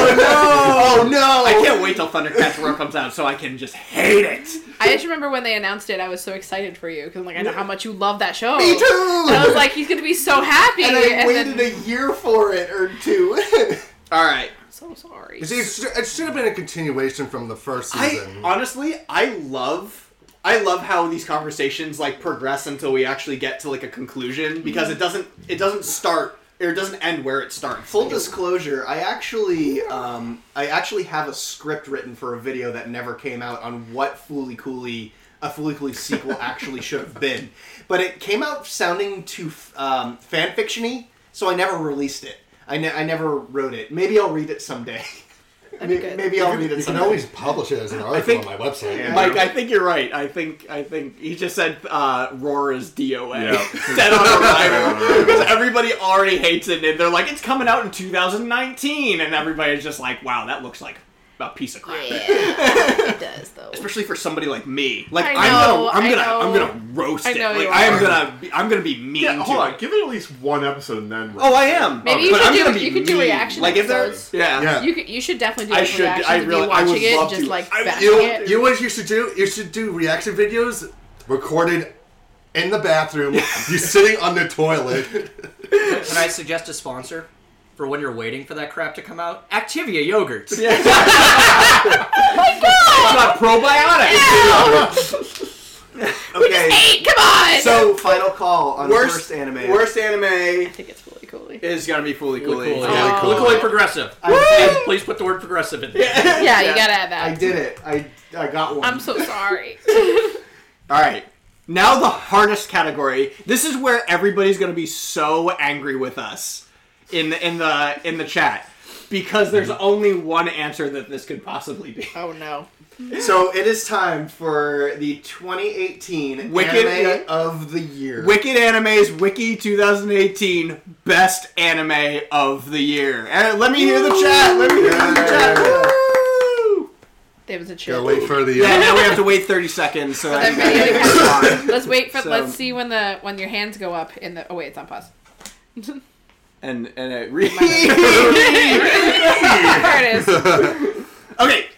Oh no! Oh no! I can't wait till Thundercats Roar comes out so I can just hate it. I just remember when they announced it, I was so excited for you because I'm like, I know how much you love that show. Me too! And I was like, he's gonna be so happy. <laughs> And I waited then, a year for it or <laughs> two. All right. So sorry. <laughs> You see, It should, it should have been a continuation from the first season. I honestly, I love, I love how these conversations like progress until we actually get to like a conclusion because it doesn't, it doesn't start or it doesn't end where it starts. Full disclosure, I actually, um, I actually have a script written for a video that never came out on what Fooly Cooley, a Fooly <laughs> Cooley sequel actually should have been, but it came out sounding too um, fan fictiony, so I never released it. I, ne- I never wrote it. Maybe I'll read it someday. <laughs> Maybe, maybe I'll read it. You can someday. always publish it as an article think- on my website. Mike, I think you're right. I think I think he just said uh, Roar is DOA. <laughs> Yeah. Dead on arrival. Because everybody already hates it and they're like, it's coming out in 2019. And everybody's just like, wow, that looks like a piece of crap. it does though. Especially for somebody like me. Like I know, am I gonna know. I'm gonna roast I it. know like you I am are. gonna be, I'm gonna be mean Yeah, to hold on. it. Give it at least one episode and then. Oh I am. Maybe Oh, you but should I'm do- gonna be you could do mean. reaction Like if there episodes. yeah. You could, you should definitely do I those should- I reactions of really- you I would watching it love and just to. like I- bashing you, know, it. you know what you should do? You should do reaction videos recorded in the <laughs> bathroom. you sitting on the toilet. Can I suggest a sponsor for when you're waiting for that crap to come out? Activia yogurts. It's got <laughs> probiotics. <laughs> okay. come on! So, final call on worst, anime. Worst anime. I think it's Fully Cooley. Is gonna be Fully Cooley. Cooley. Yeah. Fully Cooley Progressive. Please, please put the word progressive in there. yeah, you gotta add that. I did it. I, I got one. I'm so sorry. All right. Now the hardest category. This is where everybody's going to be so angry with us in the, in the in the chat because there's Mm-hmm. only one answer that this could possibly be. Oh no. So it is time for the 2018 Wicked- anime of the year. Wicked Anime's Wiki 2018 Best Anime of the Year. And let me hear the chat. Let me hear the chat. There was a cheer. Gotta wait for the- uh, Yeah, now we have to wait 30 seconds. So that you guys can respond. let's wait for. So- Let's see when the when your hands go up in the. Oh wait, it's on pause. and and it re- There it is. okay.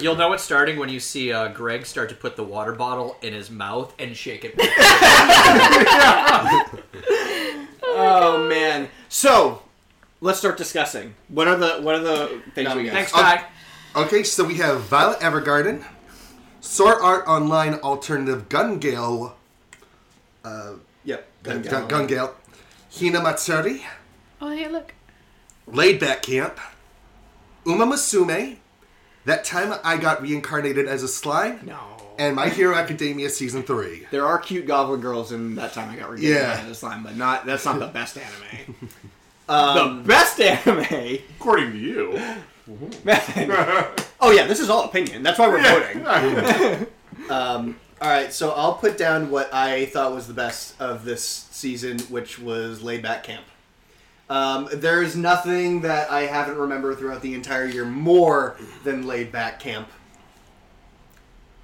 You'll know it's starting when you see uh, Greg start to put the water bottle in his mouth and shake it. <laughs> Oh, man. So, let's start discussing. What are the what are the things we got? Oh, Okay. Okay, so we have Violet Evergarden, Sword Art Online Alternative Gun Gale. Uh, yep, Gun, Gun Gun, Gale. Gun Gale. Hina Matsuri, Oh hey, look. Laid Back Camp, Uma Musume, That Time I Got Reincarnated as a Slime, no. and My Hero Academia Season 3. There are cute goblin girls in that time I got regained Yeah. yeah. this line, but not that's not the best anime. Um, the best anime, <laughs> according to you. <laughs> oh yeah, this is all opinion. That's why we're voting. <laughs> um, all right, so I'll put down what I thought was the best of this season, which was Laid Back Camp. Um, there is nothing that I haven't remembered throughout the entire year more than Laid Back Camp.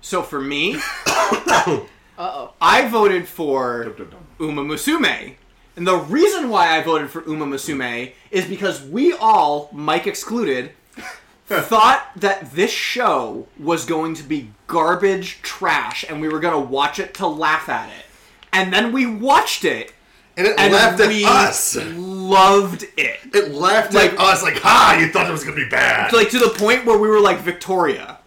so for <coughs> me, Uh oh. I voted for Uma Musume. And the reason why I voted for Uma Musume is because we all, Mike <laughs> excluded, thought that this show was going to be garbage trash and we were going to watch it to laugh at it. And then we watched it. And it laughed at we us. Loved it. It laughed like, at us, like, ha, you thought it was gonna be bad. Like to the point where we were like, Victoria,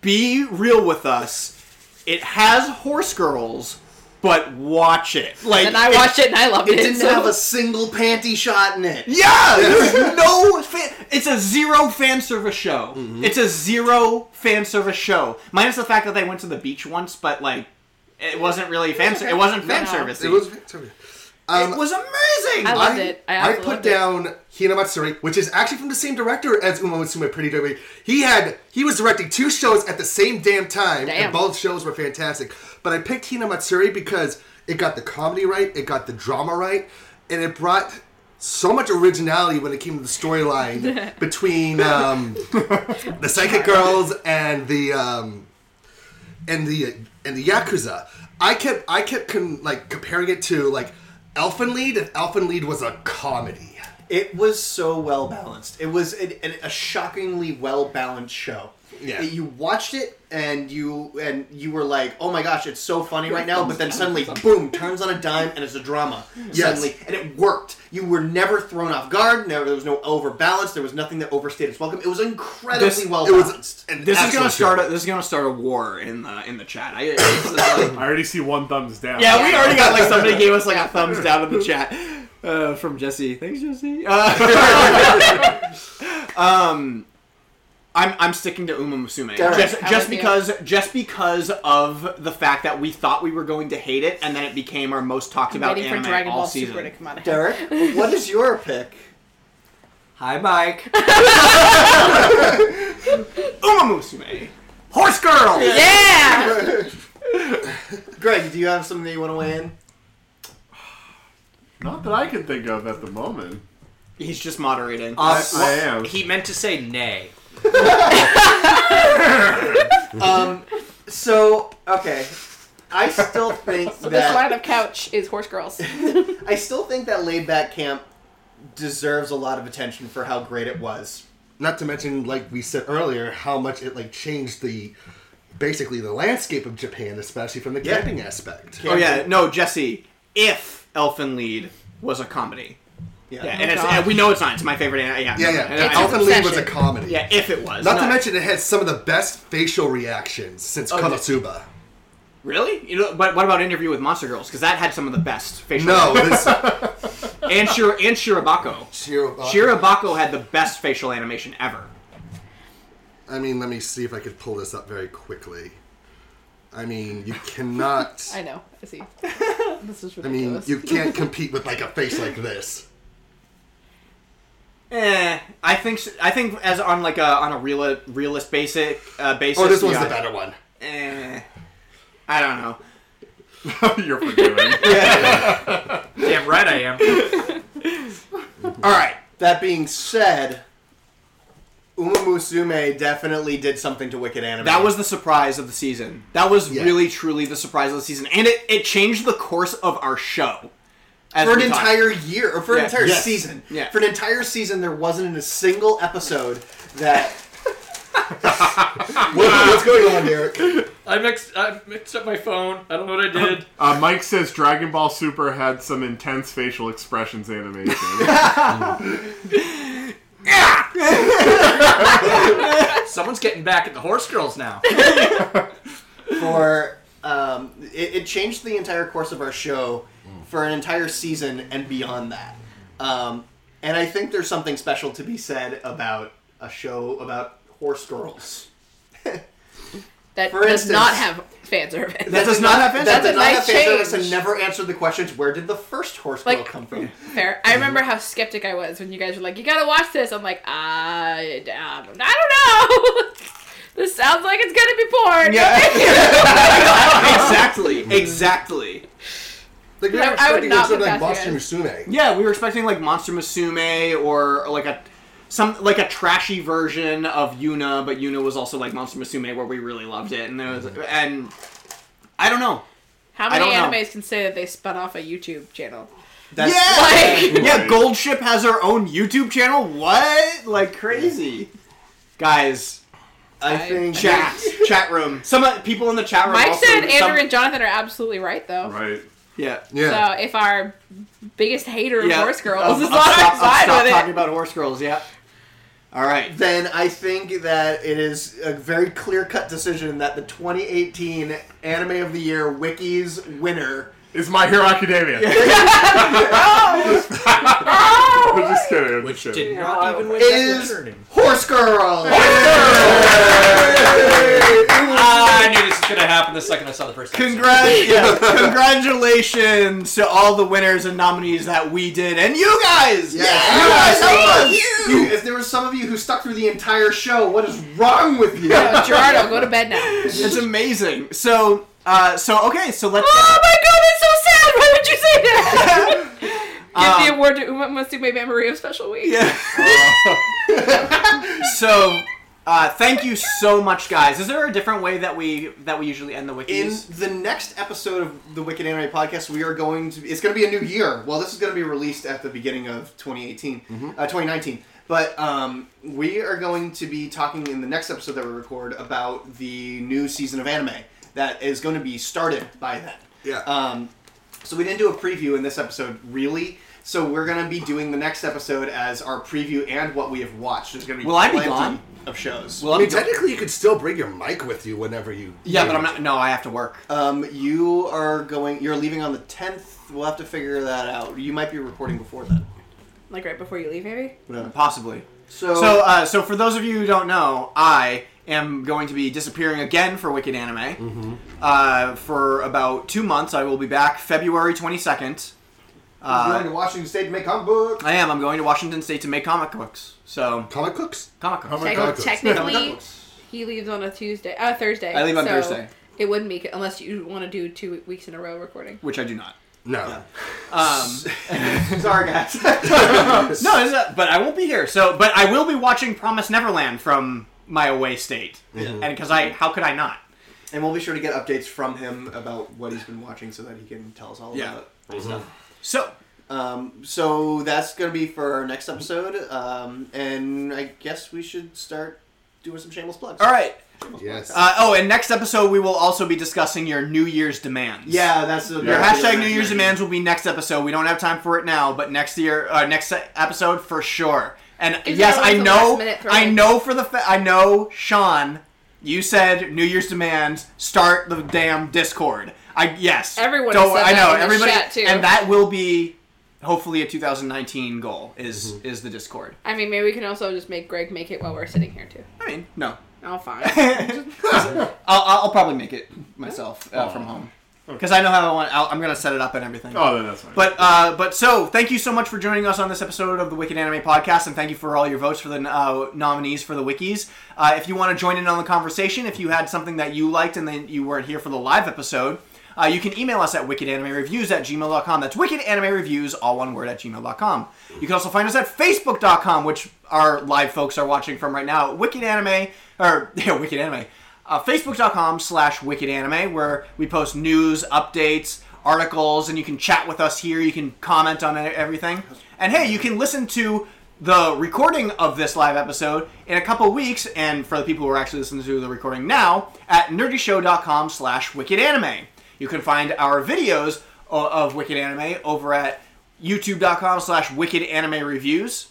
be real with us. It has horse girls, but watch it. Like And I watched it and I loved it. It didn't so- have a single panty shot in it. <laughs> Yeah, there's no fan. It's a zero fan service show. Mm-hmm. It's a zero fan service show, minus the fact that they went to the beach once, but like, it wasn't really fan. It wasn't fan service. It was fan service. Um, it was amazing. I loved it. I I absolutely put loved it. down Hina Matsuri, which is actually from the same director as Uma Musume Pretty Derby. He had he was directing two shows at the same damn time, Damn. and both shows were fantastic. But I picked Hina Matsuri because it got the comedy right, it got the drama right, and it brought so much originality when it came to the storyline between um, the psychic girls and the um, and the and the yakuza. I kept I kept con- like comparing it to like Elfin Lead, and Elfin Lead was a comedy. It was so well balanced. It was an, an, a shockingly well balanced show. Yeah. You watched it and you and you were like, "Oh my gosh, it's so funny right now!" But then suddenly, boom, turns on a dime and it's a drama. Yes. Suddenly, and it worked. You were never thrown off guard. Never, there was no overbalance. There was nothing that overstayed its welcome. It was incredibly This- well it was balanced. This is gonna start. A, this is gonna start a war in the in the chat. I, I already see one thumbs down. Yeah, we already got like somebody gave us like a thumbs <laughs> down in the chat uh, from Jesse. Thanks, Jesse. <laughs> Uh, um, I'm I'm sticking to Uma Musume All right. just, How just about you? because just because of the fact that we thought we were going to hate it and then it became our most talked about waiting for anime Dragon all Ball season. Super to come out. Derek, what is your pick? Hi, <laughs> Mike. Uma Musume. Horse girl. Yeah. Greg, do you have something that you want to weigh in? Not that I can think of at the moment. He's just moderating. I, I am. He meant to say nay. um, so okay, I still think So this that line of couch is horse girls. I still think that laid back camp deserves a lot of attention for how great it was. Not to mention, like we said earlier, how much it like changed the basically the landscape of Japan, especially from the Yeah. camping aspect. Oh yeah, no, Jesse. If Elfin Lead was a comedy, yeah, and, it's, and we know it's not. It's my favorite. anime- Yeah, Yeah, yeah. And I- Elfin Lead was a comedy. Yeah, if it was. Not to mention, it had some of the best facial reactions since Oh, yeah. Konosuba. Really? You know, but what about Interview with Monster Girls? Because that had some of the best facial. No, animations. and Shir and Shirabako. Shirabako. Shirabako had the best facial animation ever. I mean, let me see if I could pull this up very quickly. I mean, you cannot. <laughs> I know. I see. this is I mean, ridiculous. you can't compete with like a face like this. Eh, I think s- I think as on like a on a real realist basic uh, basis. Oh, this one's yeah. the better one. Eh, I don't know. You're forgiven. <laughs> yeah. Damn right I <laughs> am. All right. That being said, Uma Musume definitely did something to Wicked Anime. That was the surprise of the season. That was really truly the surprise of the season, and it, it changed the course of our show As for an we talked. entire year, or for Yeah. an entire Yes. season. Yeah. For an entire season, there wasn't a single episode that. What- what's going on, Derek? I mixed I mixed up my phone. I don't know what I <laughs> did. Uh, Mike says Dragon Ball Super had some intense facial expressions animation. <laughs> Someone's getting back at the horse girls now. for um, it, it changed the entire course of our show for an entire season and beyond that. Um, and I think there's something special to be said about a show about horse girls. that For does instance- not have fan service. That That's does a not have nice fan service change. and never answered the questions. Where did the first horse girl Like- come from? Fair. I remember how skeptic I was when you guys were like, "You gotta watch this." I'm like, I, um, I don't know. <laughs> this sounds like it's gonna be porn. <laughs> exactly. Exactly. Like we were I- I would expecting not something like Monster Musume. Yeah, we were expecting like Monster Musume or like a some like a trashy version of Yuna, but Yuna was also like Monster Musume where we really loved it and there was and I don't know. How I many don't know. animes can say that they spun off a YouTube channel? yeah, <laughs> like, yeah. Gold Ship has her own YouTube channel. What? Like crazy, guys. I think- <laughs> chat chat room. Some uh, people in the chat room. Mike also- said Andrew some- and Jonathan are absolutely right, though. Right. Yeah. So if our biggest hater of Yeah. horse I'll- girls is I'll on our stop- I'll side stop with it, talking about horse girls. Yeah. All right. Then I think that it is a very clear cut decision that the 2018 Anime of the Year Wiki's winner is My Hero Academia. <laughs> I'm just kidding. I'm just kidding. Not even with is Horse Girl. I knew this was gonna happen the second I saw the first. <laughs> Congrat- yeah. Congratulations to all the winners and nominees that we did, and you guys. Yeah. You guys helped us! You- If there were some of you who stuck through the entire show, what is wrong with you? Uh, Yeah, Gerardo, go to bed <laughs> now. It's amazing. So, uh, so okay, so let's. Um. <laughs> Oh my god, that's so sad. Why would you say that? Give the we're doing, we must do maybe memory of special week. Um, Yeah. so uh, thank you so much guys is there a different way that we that we usually end the In wikis the next episode of the Wicked Anime Podcast, we are going to. It's going to be a new year. Well, this is going to be released at the beginning of 2018, Mm-hmm. uh, 2019. But um, we are going to be talking in the next episode that we record about the new season of anime that is going to be started by then. Yeah. Um, so we didn't do a preview in this episode, really. So we're going to be doing the next episode as our preview and what we have watched. There's going to be Will I be plenty gone? of shows. Well, I mean, technically, you could still bring your mic with you whenever you. Yeah, but need I'm not. No, I have to work. Um, you are going. You're leaving on the tenth. We'll have to figure that out. You might be recording before then. Like right before you leave, maybe. Uh, possibly So- so, uh, so for those of you who don't know i am going to be disappearing again for wicked anime uh, for about two months i will be back february 22nd He's uh, going to Washington State to make comic book. i am i'm going to washington state to make comic books so comic books comic books Techn- technically, he leaves on a Tuesday, uh, Thursday. I leave on so Thursday. It wouldn't make it unless you want to do two weeks in a row recording. which i do not no um <laughs> sorry guys <laughs> no it's not- but i won't be here so but i will be watching promise neverland from my away state and because i how could i not And we'll be sure to get updates from him about what he's been watching, so that he can tell us all Yeah. about it. Mhm. So, um, so that's going to be for our next episode. Um, and I guess we should start doing some shameless plugs. All right. Yes. Uh, oh, and next episode we will also be discussing your New Year's demands. Yeah, that's the- your that's the- hashtag New Year's demands will be next episode. We don't have time for it now, but next year, uh, next e- episode for sure. And Is yes, that I like the know, last minute throw I in? know for the fa- I know Sean, you said New Year's demands start the damn Discord. I yes, Everyone Don't- has I said that know in the everybody, chat, too. and that will be hopefully a 2019 goal is Mm-hmm. is the Discord. I mean, maybe we can also just make Greg make it while we're sitting here too. I mean, no, <laughs> Oh, fine. I'll, I'll probably make it myself uh, from home because I know how I want. I'll, I'm gonna set it up and everything. Oh, then that's fine. But uh, but so thank you so much for joining us on this episode of the Wicked Anime Podcast, and thank you for all your votes for the uh, nominees for the wikis. Uh, if you want to join in on the conversation, if you had something that you liked and then you weren't here for the live episode. Uh, you can email us at wickedanimereviews at gmail.com. That's wickedanimereviews, all one word, at gmail.com. You can also find us at facebook.com, which our live folks are watching from right now. Wicked Anime, or, <laughs> yeah, Wicked Anime uh, facebook.com slash wicked anime where we post news updates articles and you can chat with us here you can comment on e- everything and hey you can listen to the recording of this live episode in a couple weeks and for the people who are actually listening to the recording now at nerdyshow.com slash wicked anime you can find our videos o- of wicked anime over at youtube.com slash wicked anime reviews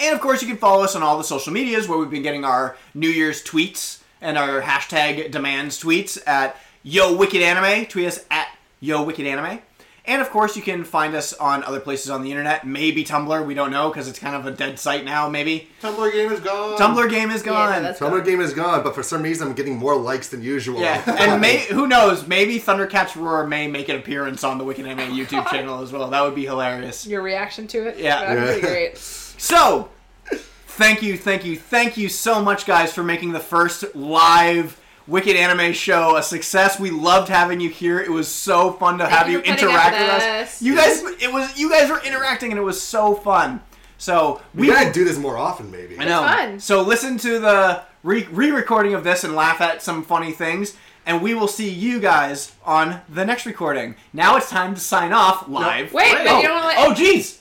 and of course, you can follow us on all the social medias where we've been getting our New Year's tweets and our hashtag demands tweets at Yo Wicked Anime. Tweet us at Yo Wicked Anime. And of course, you can find us on other places on the internet, maybe Tumblr. We don't know because it's kind of a dead site now, maybe. Tumblr game is gone. Tumblr game is gone. Tumblr game is gone, but for some reason, I'm getting more likes than usual. Uh, <laughs> Yeah, and may, who knows? Maybe Thundercats Roar may make an appearance on the Wicked Anime YouTube channel as well. That would be hilarious. Your reaction to it? Yeah. That would be Yeah. <laughs> great. So, thank you, thank you, thank you so much, guys, for making the first live Wicked Anime Show a success. We loved having you here. It was so fun to have you you for putting interact up with us. with us. You guys, it was you guys were interacting, and it was so fun. So we, gotta do this more often, maybe. I know. It's fun. So listen to the re- re-recording of this and laugh at some funny things. And we will see you guys on the next recording. Now it's time to sign off live. Wait, but you oh, don't wanna let- Oh, jeez.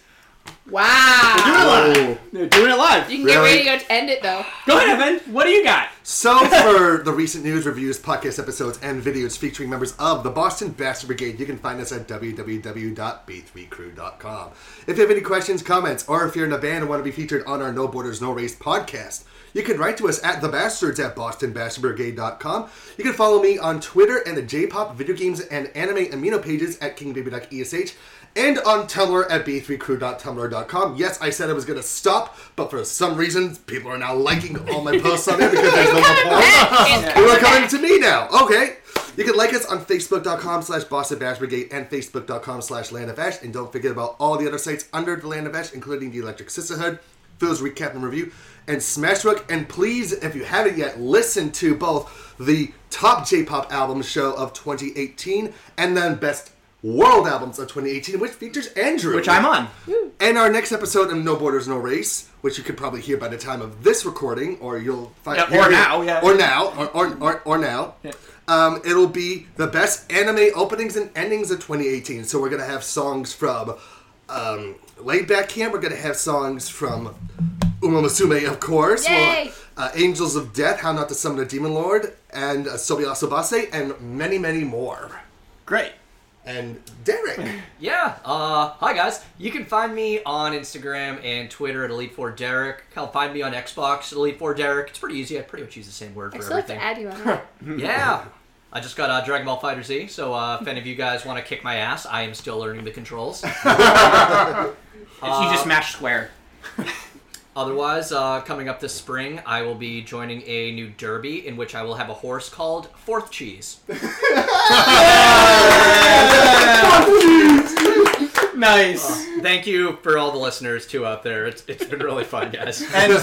Wow. We're doing it live. We're doing it live. You can get ready to go to end it though. Go ahead, Evan. What do you got? <laughs> So, for the recent news, reviews, podcast episodes, and videos featuring members of the Boston Bastard Brigade, you can find us at www.b3crew.com. If you have any questions, comments, or if you're in a band and want to be featured on our No Borders, No Race podcast, you can write to us at thebastards at bostonbastardbrigade.com. You can follow me on Twitter and the J-pop, video games, and anime amino pages at E kingbaby.esh. And on Tumblr at b3crew.tumblr.com. Yes, I said I was going to stop, but for some reason, people are now liking all my posts on there because there's no more It's you are coming to me now. Okay. You can like us on Facebook.com slash Boston Bash Brigade and Facebook.com slash Land of Ash. And don't forget about all the other sites under the Land of Ash, including the Electric Sisterhood, Phil's Recap and Review, and Smashbook. And please, if you haven't yet, listen to both the top J pop album show of 2018 and then best world albums of 2018, which features Andrew. Which I'm on. And our next episode of No Borders, No Race, which you could probably hear by the time of this recording, or you'll find Yeah, or now, yeah. or now, or or, or, or now. Um, it'll be the best anime openings and endings of 2018. So we're gonna have songs from um, Laid Back Camp. We're gonna have songs from Umamasume, of course. We'll- Yay! uh, Angels of Death, How Not to Summon a Demon Lord, and uh, Sobiasobase, and many, many more. Great. And <laughs> Derek. Yeah. Uh, hi guys. You can find me on Instagram and Twitter at Elite Four Derek. Hell, find me on Xbox at Elite Four Derek. It's pretty easy. I pretty much use the same word for I still have to everything. add you <laughs> on that. yeah. I just got uh, Dragon Ball Fighter Z, so uh, if any of you guys want to kick my ass, I am still learning the controls. you just mash square. Otherwise, uh, coming up this spring, I will be joining a new derby in which I will have a horse called Fourth Cheese. nice. thank you for all the listeners too Oh, out there. It's, it's been really fun, guys. <laughs> And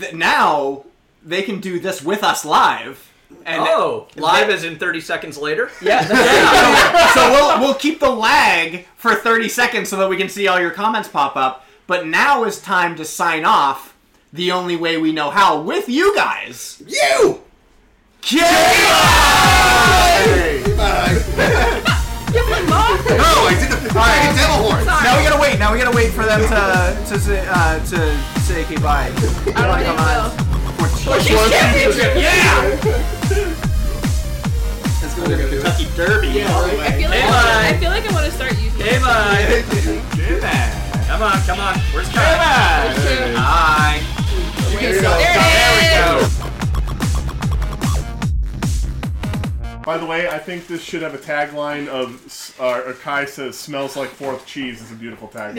th- now they can do this with us live. And oh, live as in 30 seconds later? <laughs> <laughs> Yeah. Yeah. so we'll we'll keep the lag for 30 seconds so that we can see all your comments pop up. But now is time to sign off the only way we know how with you guys. You. No, I did the all right, devil horn. Now we gotta wait. Now we gotta wait for them to to say uh, to say goodbye. I don't think Championship, yeah! Let's go to the Kentucky Derby. I feel like I feel like I want to start using. Hey, bye. Come on, come on. Where's Kyle? Hi. There it is. By the way, I think this should have a tagline of uh, Kai says "smells like fourth cheese" is a beautiful tagline.